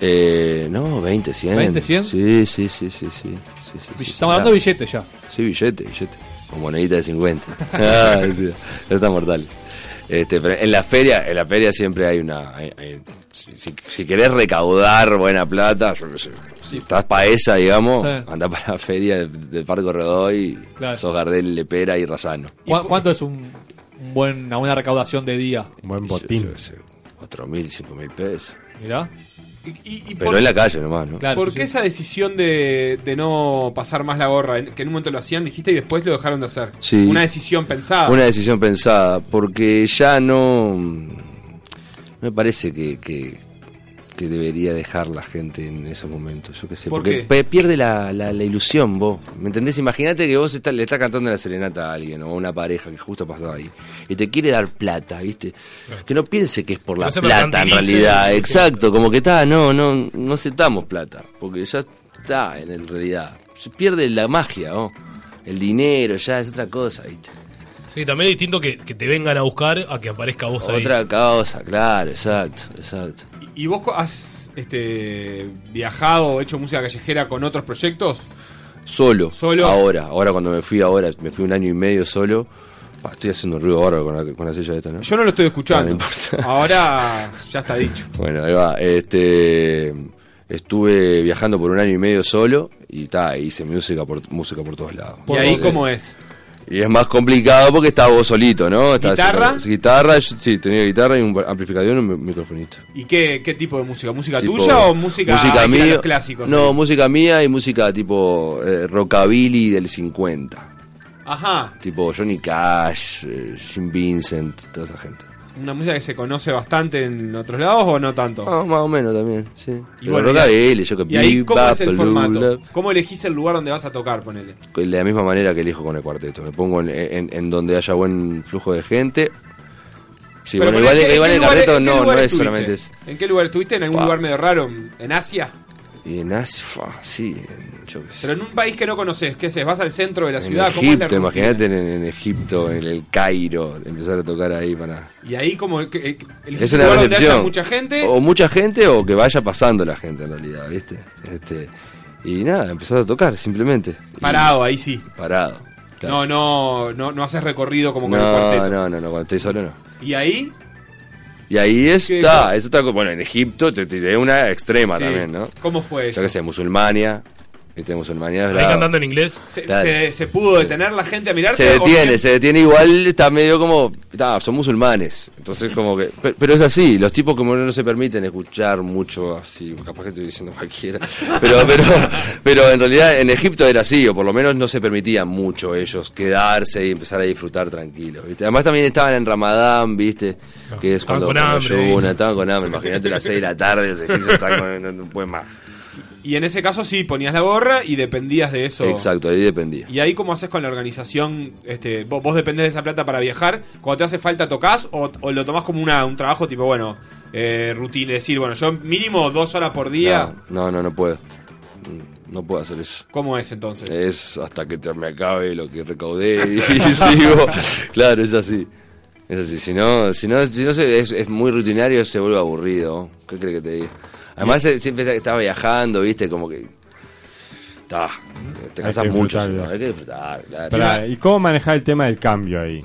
Eh, no, 20, 100. 20, 100? Sí, sí, sí, sí. sí, sí, sí, sí, sí. Estamos hablando de billetes ya. Sí, billete, billete. Con monedita de 50. ah, sí, ya está mortal. Este, pero en la feria, en la feria siempre hay una. hay- hay- si, si- si querés recaudar buena plata, yo qué sé, si estás pa' esa, digamos, Sí. andá para la feria del, del Parque Rodoy, Claro. sos Gardel, Lepera y Razano. ¿Cu- ¿Cuánto es un, un buen, una buena recaudación de día? Un buen botín. 4.000, 5.000 pesos. Mirá. Pero en la calle nomás, ¿no? ¿Por qué esa decisión de, de no pasar más la gorra? Que en un momento lo hacían, dijiste, y después lo dejaron de hacer. Sí. Una decisión pensada. Fue Una decisión pensada, porque ya no. no Me parece que, que, que debería dejar la gente en esos momentos. Yo qué sé. ¿Por porque qué? pe- pierde la, la- la ilusión vos. ¿Me entendés? Imagínate que vos está- le estás cantando la serenata a alguien o a una pareja que justo pasó ahí y te quiere dar plata, ¿viste? Que no piense que es por Que la no se plata en mercantilice. realidad. Exacto, como que está, no, no, no aceptamos plata. Porque ya está en realidad. Se pierde la magia, ¿no? El dinero ya es otra cosa, ¿viste? Sí, también es distinto que, que te vengan a buscar a que aparezca vos ahí. Otra causa, claro, exacto, exacto. ¿Y vos co- has este, viajado o hecho música callejera con otros proyectos? Solo, Solo. ahora, ahora cuando me fui, ahora me fui un año y medio solo. Pa, estoy haciendo un ruido bárbaro con la, con la silla esta, ¿no? Yo no lo estoy escuchando. No me importa. Ahora ya está dicho. Bueno, ahí va. Este, estuve viajando por un año y medio solo y ta, hice música por, música por todos lados. ¿Y ahí cómo es? Y es más complicado porque estás vos solito, ¿no? Estás- ¿Guitarra? guitarra, yo- sí, tenía guitarra y un amplificador y un microfonito. ¿Y qué, qué tipo de música? ¿Música Tipo, tuya o música, música hay que ir a mía, los clásicos? No, música mía y música tipo eh, rockabilly del 50. Ajá, Tipo Johnny Cash, eh, Jim Vincent, toda esa gente. una música que se conoce bastante en otros lados o no tanto. Ah, más o menos también, sí. Y Pero bueno, rockabilly, yo que ¿Y ahí bebop, cómo es el blues, formato? ¿Cómo elegís el lugar donde vas a tocar, ponele? De la misma manera que elijo con el cuarteto. Me pongo en, en- en donde haya buen flujo de gente. Sí, Pero bueno, ponele, igual, ¿en qué igual el lugar- cuarteto en qué no, no lugar es estuviste? solamente eso. ¿En qué lugar estuviste? ¿En algún Pa. lugar medio raro? ¿En Asia? Y en Asia, fa, sí, en- yo qué sé. Pero en un país que no conoces, ¿qué haces? ¿Vas al centro de la En ciudad? ¿Cómo es la Egipto, rutina? imagínate en, en Egipto, en el Cairo, empezar a tocar ahí para... Y ahí como que- que- elegís Es un una lugar donde haya recepción. mucha gente. O mucha gente o que vaya pasando la gente en realidad, ¿viste? Este, y nada, empezar a tocar simplemente. Y- Parado, ahí sí. Parado. No, no, no, no haces recorrido como con el No, cuarteto. no, no, no, cuando estoy solo no. Y ahí, Y ahí está, es otra cosa. Bueno, en Egipto te tiré una extrema Sí. también, ¿no? ¿cómo fue Yo eso? qué sé, musulmania. Viste, musulmania es Ahí bravo. cantando en inglés. ¿Se, Claro. se- se pudo detener la gente a mirarte? Se ¿O detiene, bien? se detiene igual, está medio como, está, son musulmanes, entonces como que, pe- pero, es así, los tipos como no se permiten escuchar mucho así, capaz que estoy diciendo cualquiera, pero, pero, pero en realidad en Egipto era así, o por lo menos no se permitían mucho ellos quedarse y empezar a disfrutar tranquilos, ¿viste? además también estaban en Ramadán, viste, que es Estaban cuando, con cuando hambre, ayunan, ¿viste? estaban con hambre, imagínate las 6 de la tarde, los egipcios están con- no, no pueden más, Y en ese caso sí, ponías la gorra y dependías de eso. exacto, ahí dependía. ¿Y ahí cómo haces con la organización? Este, vos, vos dependés de esa plata para viajar. Cuando te hace falta tocas o, o lo tomás como una, un trabajo tipo, bueno, eh, rutina, decir, bueno, yo mínimo dos horas por día. No, no, no puedo, no puedo hacer eso. ¿Cómo es entonces? Es hasta que te- me acabe lo que recaudé y, sigo. Claro, es así. Es así. Si no, si no, si no se- es, es muy rutinario, se vuelve aburrido. ¿Qué crees que te diga? Además, eh, siempre que estaba viajando, viste, como que. Está. Te que cansas mucho. disfrutar, si no, ya. Hay que disfrutar, claro. Pará, ¿Y cómo manejar el tema del cambio ahí?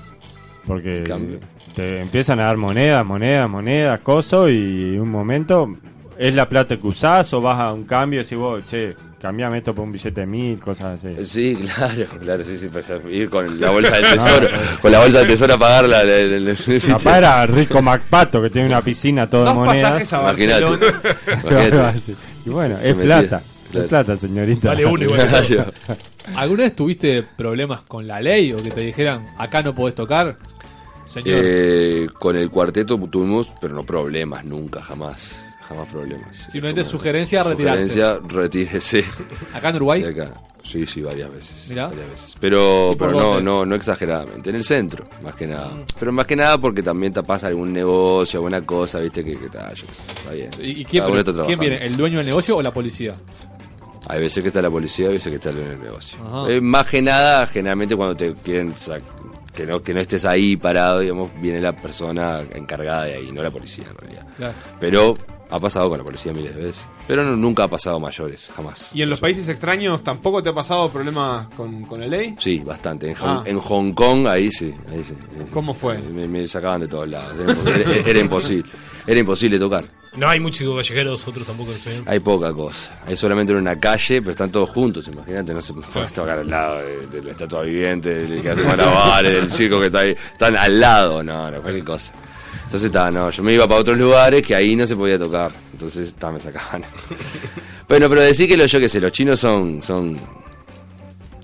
Porque Cambio. te empiezan a dar monedas, monedas, monedas, cosas y un momento es la plata que usás o vas a un cambio y decís vos, che, cambiame esto por un billete de mil, cosas así. Sí, claro, claro, sí, sí, para ir con la bolsa del tesoro, con la bolsa del tesoro a pagarla. la- la- la- Papá era rico MacPato que tiene una piscina toda de Dos monedas. pasajes a Imagínate. Barcelona. Imagínate. y bueno, Se- se es metía. plata. Claro. Es plata, señorita. Vale uno igual. Claro. ¿Alguna vez tuviste problemas con la ley o que te dijeran acá no podés tocar? Señor, Eh, con el cuarteto tuvimos, pero no problemas, nunca, jamás. Jamás problemas. Simplemente Es como- sugerencia a retirarse. Sugerencia, retírese. ¿Acá en Uruguay? De acá. Sí, sí, varias veces. Mirá. varias veces. Pero, ¿Y por pero no, dónde? Mm. no, no exageradamente. En el centro, más que nada. Pero más que nada porque también te pasa algún negocio, alguna cosa, viste, que, que está, yo qué sé, está bien. ¿y, y quién, Cada uno está pero- quién trabajando. viene? ¿El dueño del negocio o la policía? Hay veces que está la policía, hay veces que está el el negocio. Ajá. Eh, más que nada, generalmente cuando te quieren sa- que no, que no estés ahí parado, digamos, viene la persona encargada de ahí, no la policía en realidad. Claro. Pero ha pasado con la policía miles de veces. Pero no- nunca ha pasado mayores, jamás. ¿Y en los países extraños tampoco te ha pasado problemas con, con la ley? Sí, bastante. En, Hong- Ah. en Hong Kong, ahí sí. Ahí sí ahí sí. ¿Cómo fue? Me, me sacaban de todos lados. Era, impo- era- era imposible. Era imposible tocar. No hay muchos callejeros, otros tampoco que se ven. Hay poca cosa. Hay solamente en una calle, pero están todos juntos, imagínate. No se puede tocar al lado de, de la estatua viviente, del que hace malabares, del circo que está ahí. Están al lado, no, no, cualquier cosa. Entonces está, no, yo me iba para otros lugares que ahí no se podía tocar. Entonces ta, me sacaban. bueno, pero decir que lo yo que sé, los chinos son, son,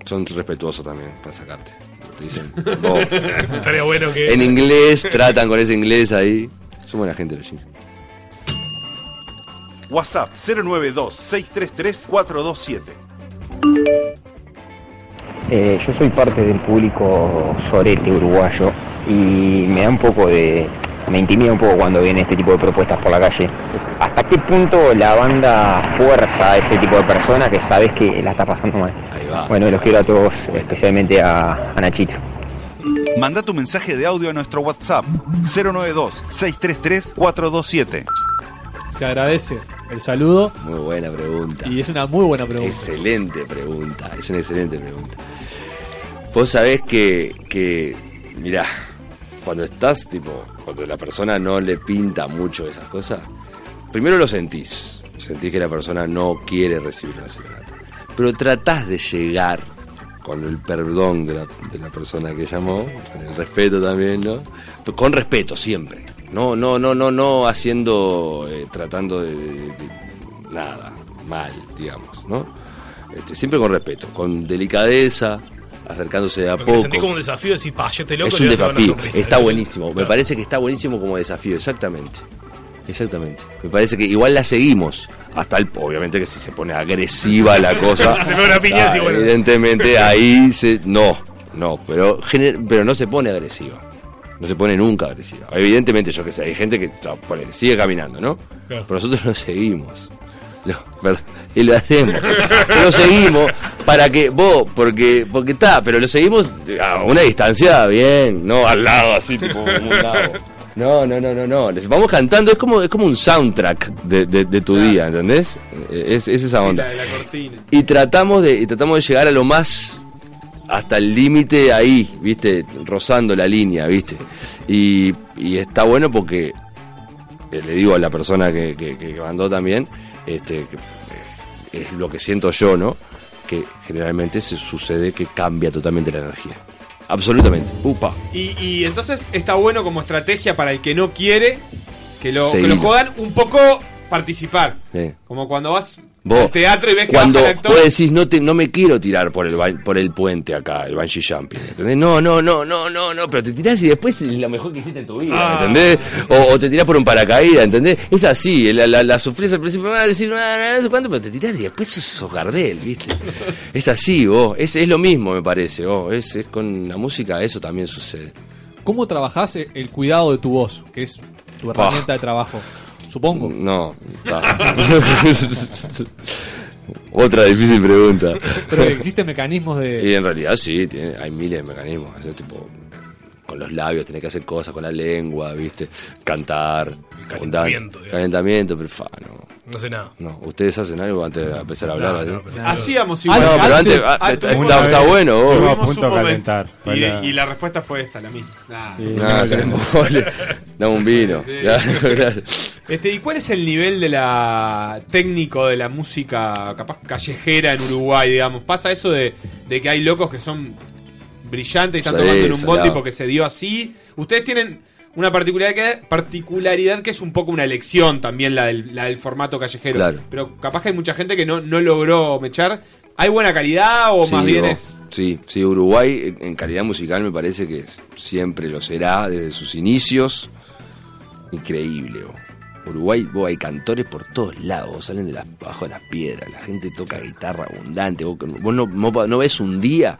son respetuosos también para sacarte. Te dicen, vos. Estaría bueno que- En inglés, tratan con ese inglés ahí. Son buena gente los chinos. WhatsApp 092-633-427. Eh, yo soy parte del público sorete uruguayo y me da un poco de. me intimida un poco cuando viene este tipo de propuestas por la calle. ¿Hasta qué punto la banda fuerza a ese tipo de personas que sabes que la está pasando mal? Bueno, los quiero a todos, especialmente a, a Nachito. Manda tu mensaje de audio a nuestro WhatsApp 092-633-427. Se agradece el saludo. Muy buena pregunta. Y es una muy buena pregunta. Excelente pregunta, es una excelente pregunta. Vos sabés que, que, mirá, cuando estás, tipo, cuando la persona no le pinta mucho esas cosas, primero lo sentís, sentís que la persona no quiere recibir una serenata, pero tratás de llegar con el perdón de la, de la persona que llamó, con el respeto también, ¿no? Pero Con respeto siempre, no, no, no, no, no haciendo, eh, tratando de- de- de nada mal, digamos, ¿no? Este, siempre con respeto, con delicadeza, acercándose de a Porque poco. sentí como un desafío decir, pa, yo te Este loco es le un voy a sacar una desafío, sonrisa. está buenísimo. Me Claro. parece que está buenísimo como desafío, exactamente. Exactamente. Me parece que igual la seguimos. Hasta el, obviamente que si se pone agresiva la cosa. Se pega una piña, claro, sí, bueno. Evidentemente ahí se. No, no, pero, gener- pero no se pone agresiva. No se pone nunca agresiva. Evidentemente, yo que sé, hay gente que chao, ponele, sigue caminando, ¿no? Claro. Pero nosotros lo seguimos. Lo- perdón, y lo hacemos. Pero lo seguimos para que vos, porque porque está, pero lo seguimos a una distancia bien, no al lado así, tipo como un lado. No, no, no, no, no. Les vamos cantando, es como, es como un soundtrack de, de- de tu día, ¿entendés? Eh, Es, es esa onda. Y tratamos de, y tratamos de llegar a lo más hasta el límite ahí, viste, rozando la línea, viste. Y, y está bueno porque eh, le digo a la persona que, que- que mandó también, este, que, eh, es lo que siento yo, ¿no? Que generalmente se sucede que cambia totalmente la energía. Absolutamente. Upa. Y, y entonces está bueno como estrategia para el que no quiere que lo, que Seguir. lo jodan un poco participar. Sí. Como cuando vas Vos, al teatro y ves que cuando baja el actor. vos decís no te no me quiero tirar por el ba- por el puente acá, el bungee jumping, ¿entendés? No, no, no, no, no, no, pero te tirás y después es lo mejor que hiciste en tu vida, Ah. ¿entendés? O, o te tirás por un paracaídas, ¿entendés? Es así, la, la, la sufrís al principio, ah, decís, ah, no, sé cuánto, pero te tirás y después sos, sos Gardel, ¿viste? Es así, vos, es, es lo mismo, me parece, vos, es, es con la música eso también sucede. ¿Cómo trabajás el cuidado de tu voz? Que es tu Pa. herramienta de trabajo. Supongo. No, ta. Otra difícil pregunta. Pero que existen mecanismos de. Y en realidad sí, tiene- hay miles de mecanismos. es tipo, con los labios tenés que hacer cosas, con la lengua, ¿viste? Cantar, Calentamiento, abundante- digamos. calentamiento, pero fa, no. No sé nada. No, ¿ustedes hacen algo antes de empezar a hablar? No, así? no, pero- Hacíamos Ah, igual. no, pero antes, ah, está, está- está bueno. vos. Tuvimos un momento. Y, y la respuesta fue esta, la misma. Nah. Nah, se le embole. Ah, Dame un vino. Sí. Claro, claro. Este, ¿Y cuál es el nivel de la técnico de la música capaz callejera en Uruguay, digamos? ¿Pasa eso de, de que hay locos que son brillantes y están Sí, tomando en un salado. bondi porque se dio así? Ustedes tienen una particularidad que, particularidad que es un poco una elección también la del, la del formato callejero. Claro. Pero capaz que hay mucha gente que no, no logró mechar. ¿Hay buena calidad o más Sí, bien vos. es...? Sí, sí, Uruguay en- en calidad musical me parece que es- siempre lo será desde sus inicios. Increíble, vos. Uruguay, vos, hay cantores por todos lados, vos, salen de las, bajo las piedras, la gente toca guitarra abundante. Vos, vos no, no- no ves un día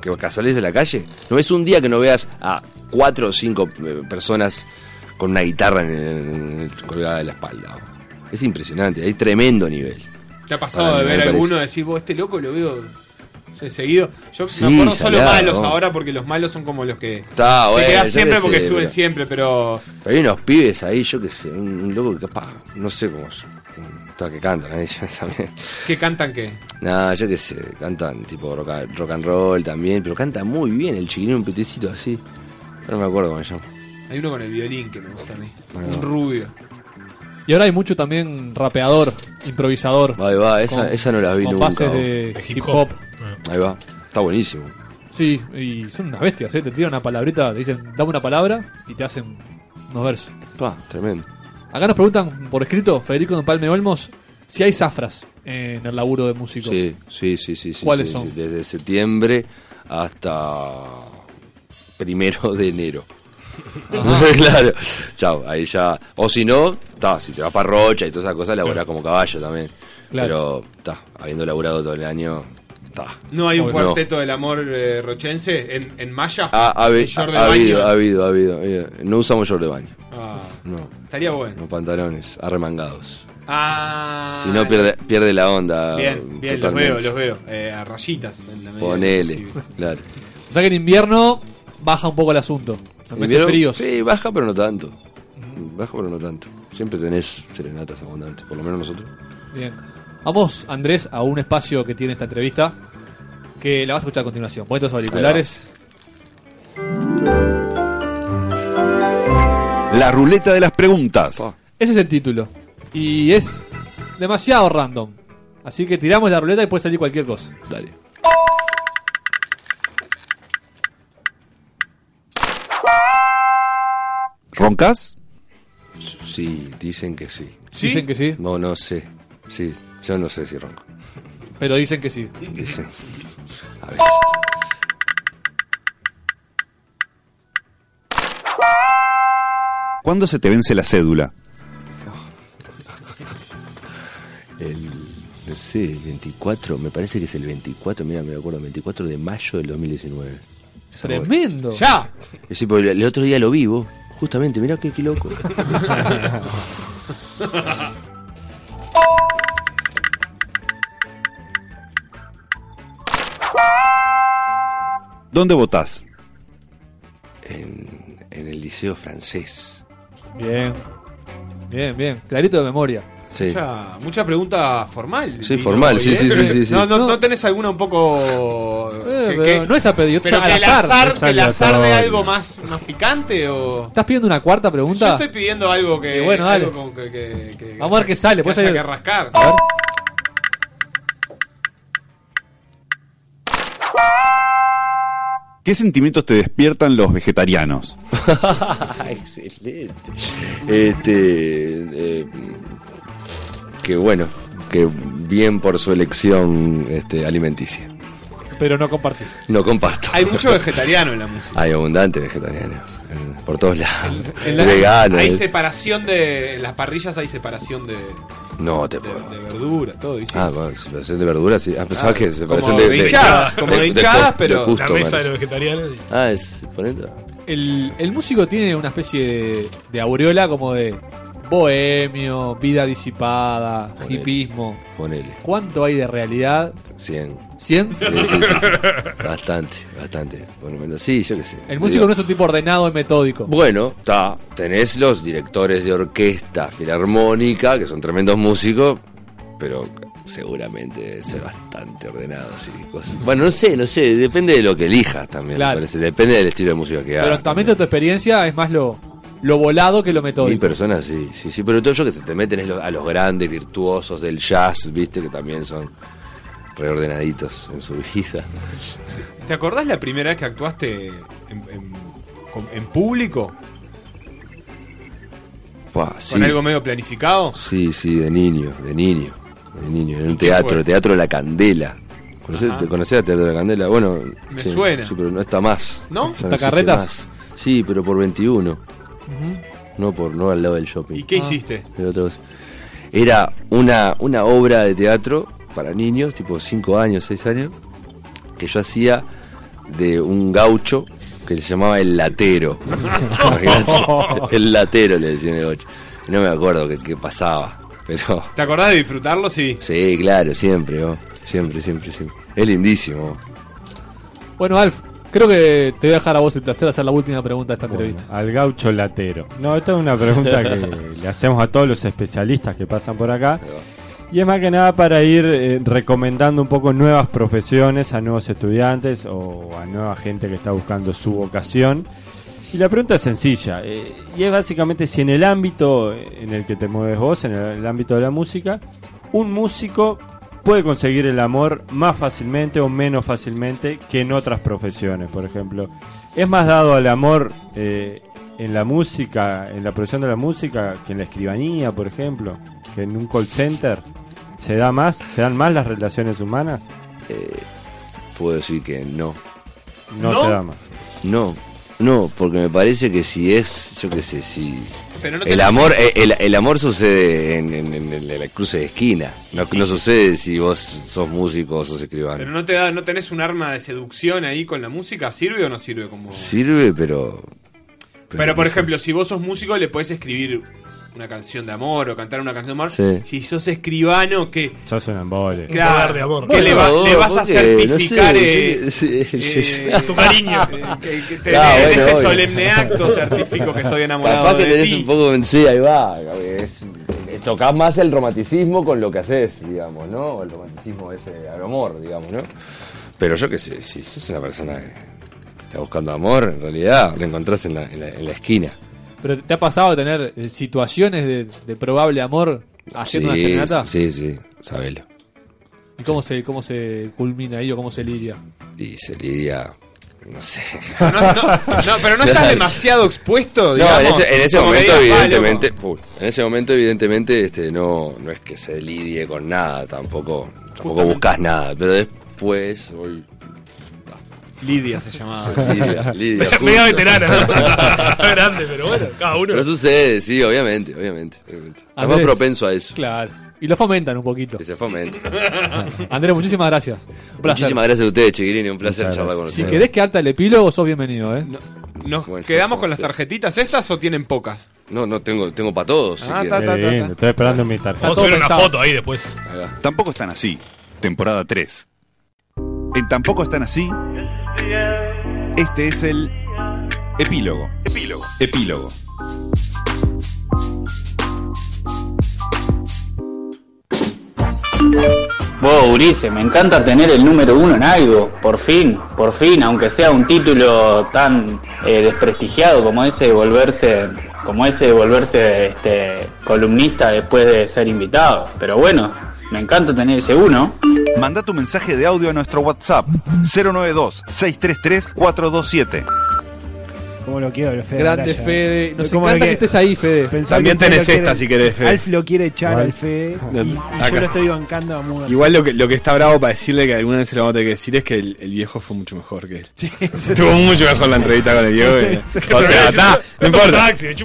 que acá sales de la calle, no ves un día que no veas a cuatro o cinco eh, personas con una guitarra en- en- en- colgada de la espalda. vos. Es impresionante, hay tremendo nivel. ¿Te ha pasado Para de mí, ver me alguno parece. este loco este loco lo veo no sé, seguido? Yo Sí, me acuerdo solo salado. malos ahora porque los malos son como los que Está, te bueno, quedas yo siempre qué porque sé, suben pero- siempre, pero Pero hay unos pibes ahí, yo que sé, un, un loco que capaz, no sé cómo es, está que cantan ahí también. ¿qué cantan qué? Nada, yo que sé, cantan tipo rock, a- rock and roll también, pero canta muy bien el chiquilín, un petecito así. Pero no me acuerdo cómo se llama. Hay uno con el violín que me gusta a mí, Ahí un va. rubio. Y ahora hay mucho también rapeador, improvisador. Ahí va, esa, Con- esa no la vi con nunca. pases vos. de De hip hop. hip Ahí va, está buenísimo. Sí, y son unas bestias, ¿eh? Te tiran una palabrita, te dicen, dame una palabra y te hacen unos versos. Pa, tremendo. Acá nos preguntan por escrito, Federico de Palme Olmos, si hay zafras en el laburo de músico. Sí, sí, sí, sí. sí, ¿Cuáles sí, son? sí, Desde septiembre hasta primero de enero. Ajá. claro, chao, ahí ya. O si no, ta, si te vas para Rocha y todas esas cosas, laburás como caballo también. Claro. Pero, ta, habiendo laburado todo el año, ta. ¿No hay un No. cuarteto del amor eh, rochense en, en Maya? Ha, Ah, ha- ¿En short de ha baño? habido, ha habido, ha habido, eh, No usamos short de baño. Ah. No. Estaría bueno. No, pantalones, arremangados. Ah, si no, pierde, pierde la onda. Bien, bien, los Ah, totalmente. veo, los veo. Eh, a rayitas en la medida. Ponele, claro. O sea que en invierno baja un poco el asunto. En meses ¿Vieron? fríos. Sí, baja, pero no tanto. Baja, pero no tanto. Siempre tenés serenatas abundantes, por lo menos nosotros. Bien. Vamos, Andrés, a un espacio que tiene esta entrevista, que la vas a escuchar a continuación. Ponete los auriculares. La ruleta de las preguntas. Ese es el título. Y es demasiado random. Así que tiramos la ruleta y puede salir cualquier cosa. Dale. ¿Roncas? Sí, dicen que sí. ¿Sí? Dicen que sí. No, no sé. Sí, yo no sé si ronco. Pero dicen que sí. Dicen. A ver. ¿Cuándo se te vence la cédula? El, no sé, el 24, me parece que es el 24, mira, me acuerdo, 24 de mayo del 2019. Esa Tremendo. joda. Ya. Sí, porque el otro día lo vivo, justamente, mirá qué, qué loco. ¿Dónde votás? en, en el liceo francés. Bien. Bien, bien. Clarito de memoria. Sí. Mucha, mucha pregunta formal. Sí, Dino, formal, hoy, sí, ¿eh? sí, sí, sí, sí. No, no, no tenés alguna un poco. Eh, pero no es a pedido, Pero es que al el azar. azar, Es que el azar de aleatorio. algo más, más picante o. ¿Estás pidiendo una cuarta Yo pregunta? estoy pidiendo algo que. Y bueno, dale. algo como que, que- que- Vamos a ver qué sale, Que puede haya salir. que rascar. A ver. ¿Qué sentimientos te despiertan los vegetarianos? Excelente. Este, eh, que bueno, que bien por su elección este, alimenticia. Pero no compartís. No comparto. Hay mucho vegetariano en la música. Hay abundante vegetariano. eh, Por todos lados. En la- Vegano. Hay eh. separación de. En las parrillas hay separación de, No te de, puedo. de verduras, todo. ¿viste? Ah, bueno, separación de verduras, sí. Ah, pensaba Claro, que separación como de, de hinchadas, como de hinchadas, pero- gusto, La mesa me de parece. los vegetarianos. Ah, es ponente. El, el músico tiene una especie de, de aureola como de bohemio, vida disipada, Ponele. hipismo. Ponele. ¿Cuánto hay de realidad? 100. ¿Cien? Sí, sí, sí, sí. Bastante, bastante. Por lo menos, sí, yo qué sé. El músico Digo, no es un tipo ordenado y metódico. Bueno, está. Tenés los directores de orquesta filarmónica, que son tremendos músicos, pero seguramente ser bastante ordenados y cosas. Bueno, no sé, no sé. Depende de lo que elijas también. me Claro. parece. Depende del estilo de música que Pero hagas. también de tu experiencia es más lo, lo volado que lo Mil metódico. personas, sí, sí, sí. Pero todo yo que se te meten es lo- a los grandes virtuosos del jazz, viste, que también son reordenaditos en su vida. ¿Te acordás la primera vez que actuaste en, en- con- en público? Pua, sí. ¿Con algo medio planificado? Sí, sí, de niño, de niño, de niño, en un qué teatro, fue? el Teatro de la Candela. ¿Conocés, Ajá. ¿Te conocés el Teatro de la Candela? Bueno, Me suena. sí, pero no está más. ¿No? Ya ¿Está existe Carretas? más. Sí, pero por 21, Ujú. no por no al lado del shopping. Ah. ¿Y qué hiciste? Era otra cosa. Era una, una obra de teatro para niños, tipo 5 años, 6 años, que yo hacía de un gaucho que se llamaba El Latero. Imagínate. el Latero le decían el gaucho. No me acuerdo qué qué pasaba, pero. ¿Te acordás de disfrutarlo? Sí. Sí, claro, siempre, vos. Siempre, siempre, siempre. Es lindísimo. vos. Bueno, Alf, creo que te voy a dejar a vos el placer de hacer la última pregunta de esta entrevista. Al gaucho latero. No, esta es una pregunta que le hacemos a todos los especialistas que pasan por acá. Y es más que nada para ir eh, recomendando un poco nuevas profesiones a nuevos estudiantes o a nueva gente que está buscando su vocación. Y la pregunta es sencilla, eh, y es básicamente si en el ámbito en el que te mueves vos, en el, el ámbito de la música, un músico puede conseguir el amor más fácilmente o menos fácilmente que en otras profesiones, por ejemplo. ¿Es más dado al amor eh, en la música, en la profesión de la música, que en la escribanía, por ejemplo, que en un call center? ¿Se da más? ¿Se dan más las relaciones humanas? Eh, Puedo decir que no. No, se da más. No, no, porque me parece que si es, yo qué sé, si. Pero no el tenés- amor eh, el, el amor sucede en, en- en- en la cruce de esquina. No, no sucede si vos sos músico o sos escribano. Pero no te da, no tenés un arma de seducción ahí con la música, ¿sirve o no sirve como? Sirve, pero. Pero por ejemplo, si vos sos músico le podés escribir una canción de amor o cantar una canción de amor. Sí. Si sos escribano, ¿qué? Sos un embole. Claro, ¿qué le, va- Bueno, le vas a porque, certificar no eh, sé, sí, sí, sí. tu cariño. que te- Ah, en bueno, este obvio. solemne acto certifico que estoy enamorado Capaz que de tenés ti. un poco en sí, ahí va. Es, eh, tocás más el romanticismo con lo que haces, digamos, ¿no? O El romanticismo ese al amor, digamos, ¿no? Pero yo qué sé, si sos una persona que está buscando amor, en realidad lo encontrás en la, en la- en la esquina. Pero ¿te ha pasado de tener eh, situaciones de, de probable amor haciendo Sí, una serenata? sí, sí, sabelo. ¿Y cómo se, cómo se culmina ahí o cómo se lidia? Y se lidia, no sé. No, no, no, pero no Ya estás sabes. demasiado expuesto, No, digamos. en ese, en ese Como que momento, digas, "Ah, loco". evidentemente, Uy, en ese momento, evidentemente, este, no, no es que se lidie con nada, tampoco, tampoco Justamente. buscas nada, pero después, hoy, Lidia se llamaba. Lidia, Lidia. Media justo. veterana, ¿no? Grande, pero bueno, cada uno. Pero sucede, sí, obviamente, obviamente. obviamente. Está más Andrés. propenso a eso. Claro. Y lo fomentan un poquito. Que se fomente. Andrés, muchísimas gracias. Un placer. Muchísimas gracias a ustedes, chiquilines. Un placer Muchas charlar gracias. con Si ustedes. querés quedarte al epílogo, sos bienvenido, ¿eh? ¿Nos quedamos con las tarjetitas estas o tienen pocas? No, no, tengo, tengo para todos. Ah, ta, ta, Eh, ta, ta. Estoy esperando mi tarjeta. Vamos a subir una foto ahí después. Tampoco están así. Temporada 3. En Tampoco están así. Este es el epílogo. Epílogo. Epílogo. Vos, Ulises, me encanta tener el número uno en algo, por fin, por fin, aunque sea un título tan eh, desprestigiado como ese de volverse, como ese de volverse este, columnista después de ser invitado. Pero bueno, me encanta tener ese uno. Manda tu mensaje de audio a nuestro WhatsApp 092 633 427. Como lo quiero, Fede. Grande Araya. Fede. Nos ¿Cómo lo encanta que quiere? estés ahí, Fede. Pensando También que tenés lo quiere- esta, si querés, Fede. Alf lo quiere echar ¿Cuál? al Fede. y- Y, yo Acá. lo estoy bancando a muerte. Igual lo que, lo que está bravo para decirle que alguna vez se lo vamos a tener que decir es que el, el viejo fue mucho mejor que él. Estuvo mucho mejor la entrevista con el viejo. que- o sea, está, no importa. Claro. Tiene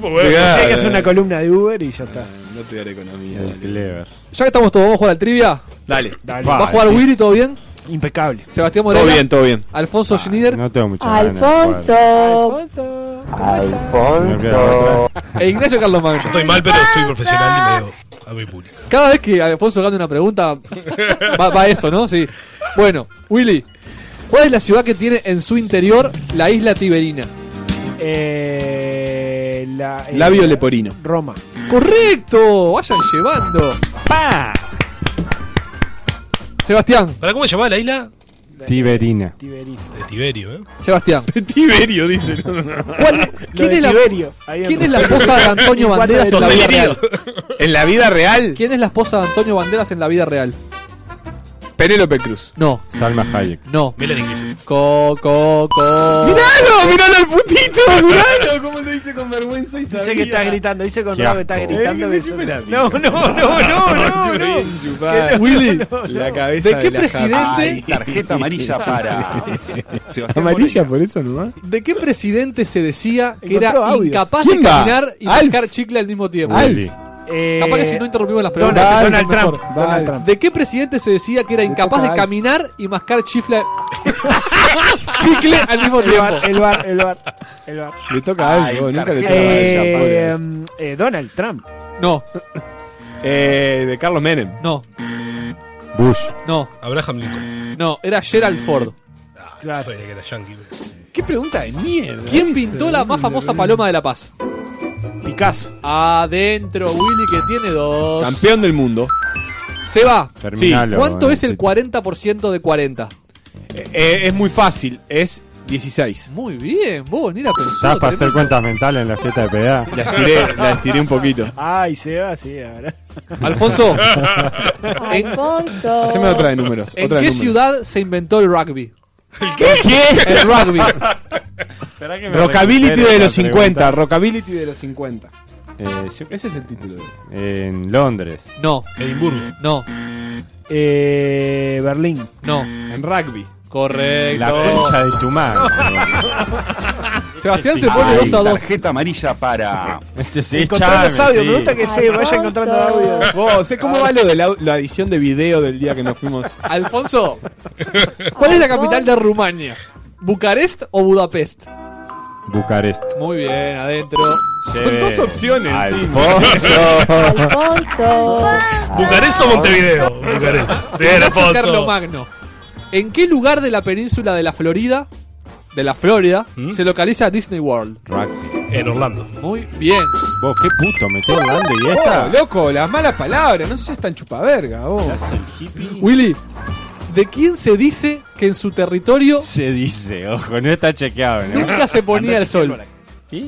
que hacer una columna de Uber y ya está. No te daré economía. Clever. Ya que estamos todos, vamos a jugar al trivia. Dale. Dale. ¿Va a jugar Willy? ¿Todo bien? Impecable. Sebastián Todo Moreno. bien, todo bien. Alfonso Schneider. Ah, No tengo mucho Alfonso. Alfonso. E Ignacio Carlos Magno. Estoy mal, pero soy profesional y me debo a mi público. Cada vez que Alfonso gana una pregunta, va, va eso, ¿no? Sí. Bueno, Willy, ¿cuál es la ciudad que tiene en su interior la isla Tiberina? Eh, la, eh, Labio leporino. Roma. ¡Correcto! ¡Vayan llevando! ¡Pa! Sebastián. ¿Para cómo se llamaba la isla? Tiberina. De Tiberio, ¿eh? Sebastián. De Tiberio, dice. ¿Cuál- ¿Quién, es la, ¿quién es la esposa de Antonio Banderas en la vida real? ¿En la vida real? ¿Quién es la esposa de Antonio Banderas en la vida real? Penélope Cruz. No. Salma Hayek. No. Co, co, co. ¡Miralo! ¡Miralo al putito! ¡Miralo! ¿Cómo lo dice con vergüenza y Dice que estás gritando, dice con Qué Rob que estás asco. gritando. Eh, que son- no, no, no, no, no, no. Chupada. Willy, la cabeza ¿de qué la presidente? jarra. Ay, tarjeta amarilla para- Amarilla por eso nomás. ¿De qué presidente se decía que Encontró era audios. incapaz de ¿Quién va? caminar y Alf. marcar chicle al mismo tiempo? Willy. Eh, Capaz que si no interrumpimos las Donald- preguntas. Donald mejor. Trump, Donald Trump. ¿De qué presidente se decía que era incapaz toca de a caminar y mascar chifla... chicle al mismo El tiempo? bar, el bar, el bar, el bar. Le toca a él, vos, nunca le toca a ella, Eh, pobre. eh, Donald Trump. No. Eh, de Carlos Menem. No. Bush. No. Abraham Lincoln. No, era Gerald Ford. Claro. Sabía que era yankee. ¿eh? Qué pregunta de mierda. ¿Quién pintó la más famosa paloma de La Paz? Picasso. Adentro, Willy, que tiene dos. Campeón del mundo. Se va. Terminalo, Sí. ¿Cuánto eh, es el 40% de 40? Eh, es muy fácil, es 16. Muy bien, vos, ni la Estás pensado. para hacer cuentas mentales en la fiesta de PDA. La estiré, la estiré un poquito. Ay, se va, sí, ahora. Alfonso. En- Alfonso. Haceme otra de números. ¿En otra de qué números. ciudad se inventó el rugby? ¿El qué? El rugby. me Rockability de los 50. Rockability de los 50. Eh, Ese es el título. En Londres. No. Edimburgo. No. Eh, Berlín. No. En rugby. Correcto. La concha de tu madre. Sebastián se pone 2 a 2. Tarjeta amarilla para. Este es Encontrar los audios, me gusta que se vaya Alfonso. encontrando audio. Vos, ¿eh, ¿cómo va lo de la, la edición de video del día que nos fuimos? Alfonso, ¿cuál es la capital de Rumania? ¿Bucarest o Budapest? Bucarest. Muy bien, adentro. Lleve dos opciones. Alfonso. Bucarest o Montevideo. Bucarest. Bien, Ignacio Carlo Alfonso. Magno. ¿En qué lugar de la península de la Florida, de la Florida, ¿Mm? se localiza Disney World? En Orlando. Muy bien. Vos, qué puto, me estoy hablando y Oh, esta. loco, las malas palabras, no seas tan chupaverga, vos. Willy, ¿de quién se dice que en su territorio Se dice, ojo, no está chequeado. ¿no? nunca se ponía el sol?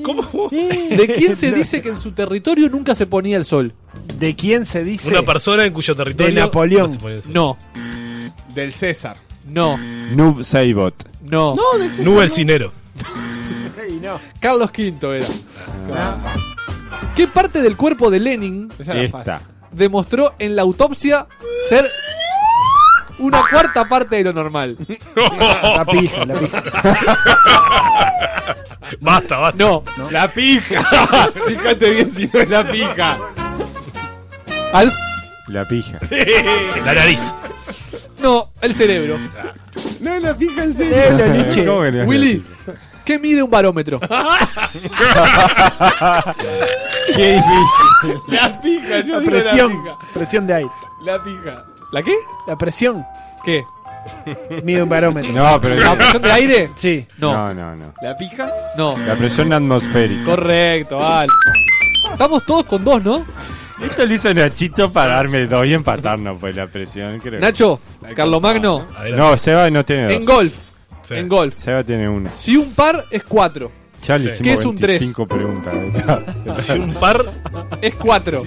¿Cómo? ¿De quién se dice que en su territorio nunca se ponía el sol? ¿De quién se dice? Una persona en cuyo territorio. De Napoleón. se pone eso. No, Del César. no, Noob Saibot. no. del César. Nube el Cinero. Carlos V era. Ah. ¿Qué parte del cuerpo de Lenin Esa era Esta. fácil. demostró en la autopsia ser una cuarta parte de lo normal? La pija, la pija. Basta, basta. No, La pija. Fíjate bien si no es la pija. Alf- La pija. La nariz. no, el cerebro. Eh, No es la pija en Cerebro, serio. Nietzsche. ¿Cómo que le- Willy, ¿qué mide un barómetro? Qué difícil. La pija, yo La digo presión. la pija. Presión de aire. La pija. ¿La qué? La presión ¿Qué? mide un barómetro. No, pero. ¿La presión de aire? Sí. No, No, no, no. La pija. no. La presión atmosférica. Correcto, Alf. Estamos todos con dos, ¿no? Esto lo hizo Nachito para darme dos y empatarnos, pues la presión, creo. Nacho, Carlomagno, No, Seba no tiene dos. en golf. Sí. En golf. Seba tiene una. Si un par es cuatro, Ya le ¿Qué hicimos es un tres? 25 preguntas. ¿eh? ¿verdad? Si un par. es cuatro.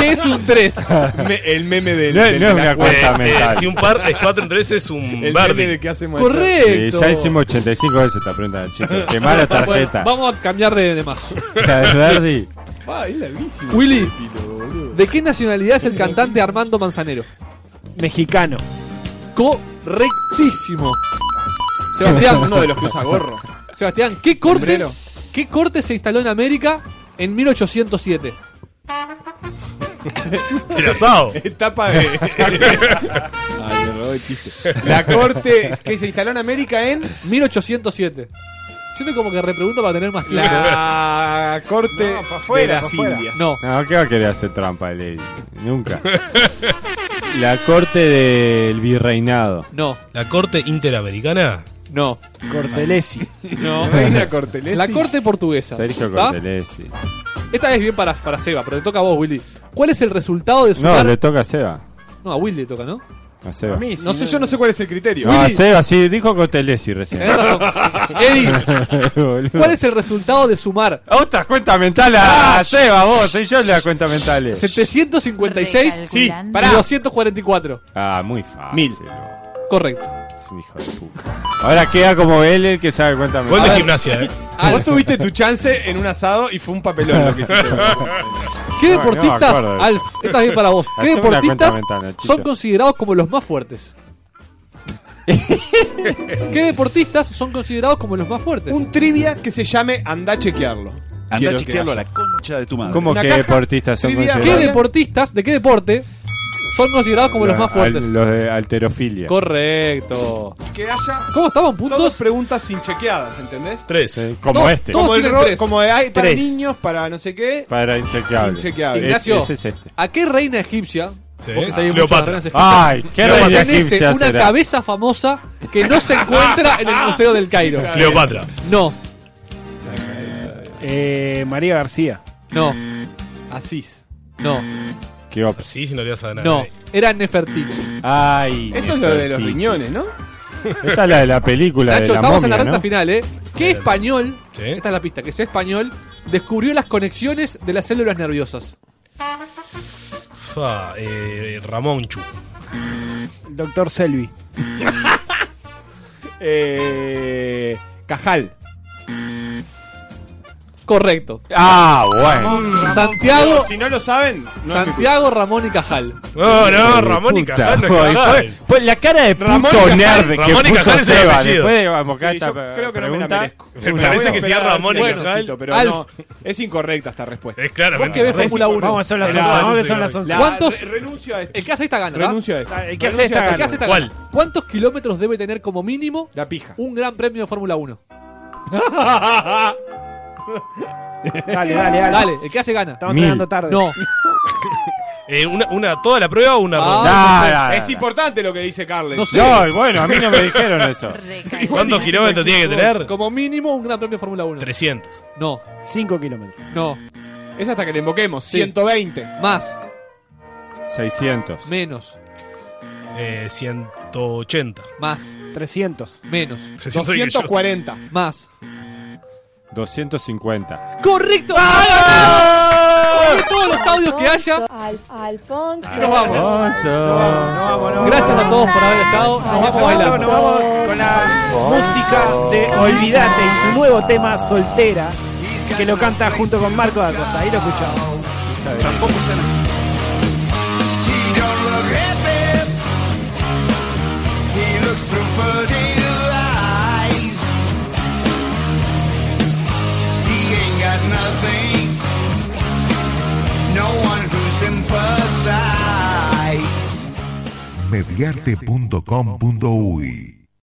¿Qué es un tres? Me- el meme del. No, del- no es de la una cueva. cuenta eh, mental. si un par es 4 en 3 es un El meme verde. de que hacemos Eh, Correcto. ya hicimos 85 veces esta pregunta, chicos. Qué mala Bueno, tarjeta. vamos a cambiar de, de más. La de Verdi. Ah, es la bici. Willy, Pilo, boludo. ¿de qué nacionalidad es el cantante Armando Manzanero? Mexicano. Correctísimo. Uno Sebastián, de los que usa gorro. Sebastián, ¿qué corte, Sombrero. ¿qué corte se instaló en América en 1807? El asado. Etapa de. Ay, me robó el chiste. La corte que se instaló en América en. 1807. Siento como que repregunto para tener más tiempo. La corte de las Indias. No, No, ¿qué va a querer hacer trampa, Lady? Nunca. La corte del virreinado. no, La corte interamericana. no, Cortelesi. no. Reina Cortelesi. La corte portuguesa. Sergio ¿tá? Cortelesi. Esta es bien para, para Seba, pero te toca a vos, Willy. ¿Cuál es el resultado de No, sumar? le toca a Seba. No, a Willy le toca, ¿no? A Seba. mí No sé, yo no sé cuál es el criterio. No, a Willy. Seba, sí, dijo Cortelesi recién. Tenés razón. Eddie, Boludo. ¿cuál es el resultado de sumar Otras cuentas mentales. Ah, Seba, vos, soy yo las cuentas mentales. 756 Sí, y pará. 244? Ah, muy fácil. Mil. Correcto. Es un hijo de puta. Ahora queda como él el que sabe cuántas Gol de mentales. gimnasia, eh. Vos Ah, Alf, tuviste tu chance en un asado y fue un papelón lo que hiciste. ¿Qué No, no me deportistas, acuerdo de eso. Alf, esta es bien para vos, qué Haceme una deportistas cuenta mental, Nachito. son considerados como los más fuertes? ¿Qué deportistas son considerados como los más fuertes? Un trivia que se llame Andá a chequearlo. Andá a Quiero que chequearlo a haya. la concha de tu madre. ¿Cómo Una que caja, deportistas son trivia, ¿Qué considerados? deportistas, de qué deporte, Son considerados como los más fuertes. Al- los de alterofilia. Correcto. Que haya. ¿Cómo estaban puntos? Dos preguntas sin chequeadas, ¿entendés? Tres. como Todos- este. Como, el ro- tres. como hay para Tres. niños, para no sé qué. Ah, Para inchequeable. Inchequeable. E- Ignacio, ese es este. ¿a qué reina egipcia? Sí. Vos que sabés Ah, mucho de las Cleopatra. reinas egipcias, Ay, ¿qué reina pertenece egipcia Una será? cabeza famosa que no se encuentra en el Museo del Cairo. Cleopatra. No. Eh, María García. No. Asís. No. Qué ops. Sí, si no le vas a ganar. No. Era Nefertiti. Ay. Eso es lo de los riñones, ¿no? Esta es la de la película Nacho, de la estamos momia, en la recta ¿no? final, ¿eh? ¿Qué español, Sí. esta es la pista, que sea español, descubrió las conexiones de las células nerviosas? Fa, eh, Ramón Chu. Doctor Selvi. Eh, Cajal. Mm. Correcto. Ah, Santiago. Si no lo saben, no es mi Santiago, Ramón y Cajal. No, no, Ramón y Puta, Cajal no es Cajal. joder. Fue- fue la cara de puto Ramón y Cajal- nerd que Ramón y puso Cajal es el Seba apellido. Ah, después de abocar Sí, esta yo creo que no me la pregunta. merezco. Me La parece voy a que esperar sea a ver Ramón si la y Cajal. necesito, pero Alf. no, es incorrecta esta respuesta. Es Vos que ves Fórmula 1. ¿Cuántos? El que hace esta gana. ¿verdad? Renuncio a esta. El que hace Renuncio esta a esta. gana. El que hace esta ¿Cuál? gana. ¿Cuántos kilómetros debe tener como mínimo la pija. un gran premio de Fórmula 1? Dale, dale, dale. Dale, el que hace gana. Estamos entrenando tarde. No. Eh, una, una, ¿Toda la prueba o una Ah, ronda? no sé. Ah, Es importante lo que dice Carles. No sé. No, bueno, a mí no me dijeron eso. ¿Cuántos kilómetros tiene que tener? Como mínimo un gran premio de Fórmula 1. 300. No. 5 kilómetros. No. Es hasta que le invoquemos. Sí. 120. Más. 600. Menos. Eh, 180. Más. 300. Menos. 240. Más. 250. ¡Correcto! ¡Ah! Oye, todos los audios que haya. Alfonso. Y nos vamos. Gracias a todos por haber estado. Nos vamos a bailar. Nos vamos con la música de Olvidate y su nuevo tema Soltera, que lo canta junto con Marco da Costa. Ahí lo escuchamos. Tampoco están así. He don't look at them. He looks through fertile eyes. He ain't got nothing. No one who sympathizes. mediarte.com.uy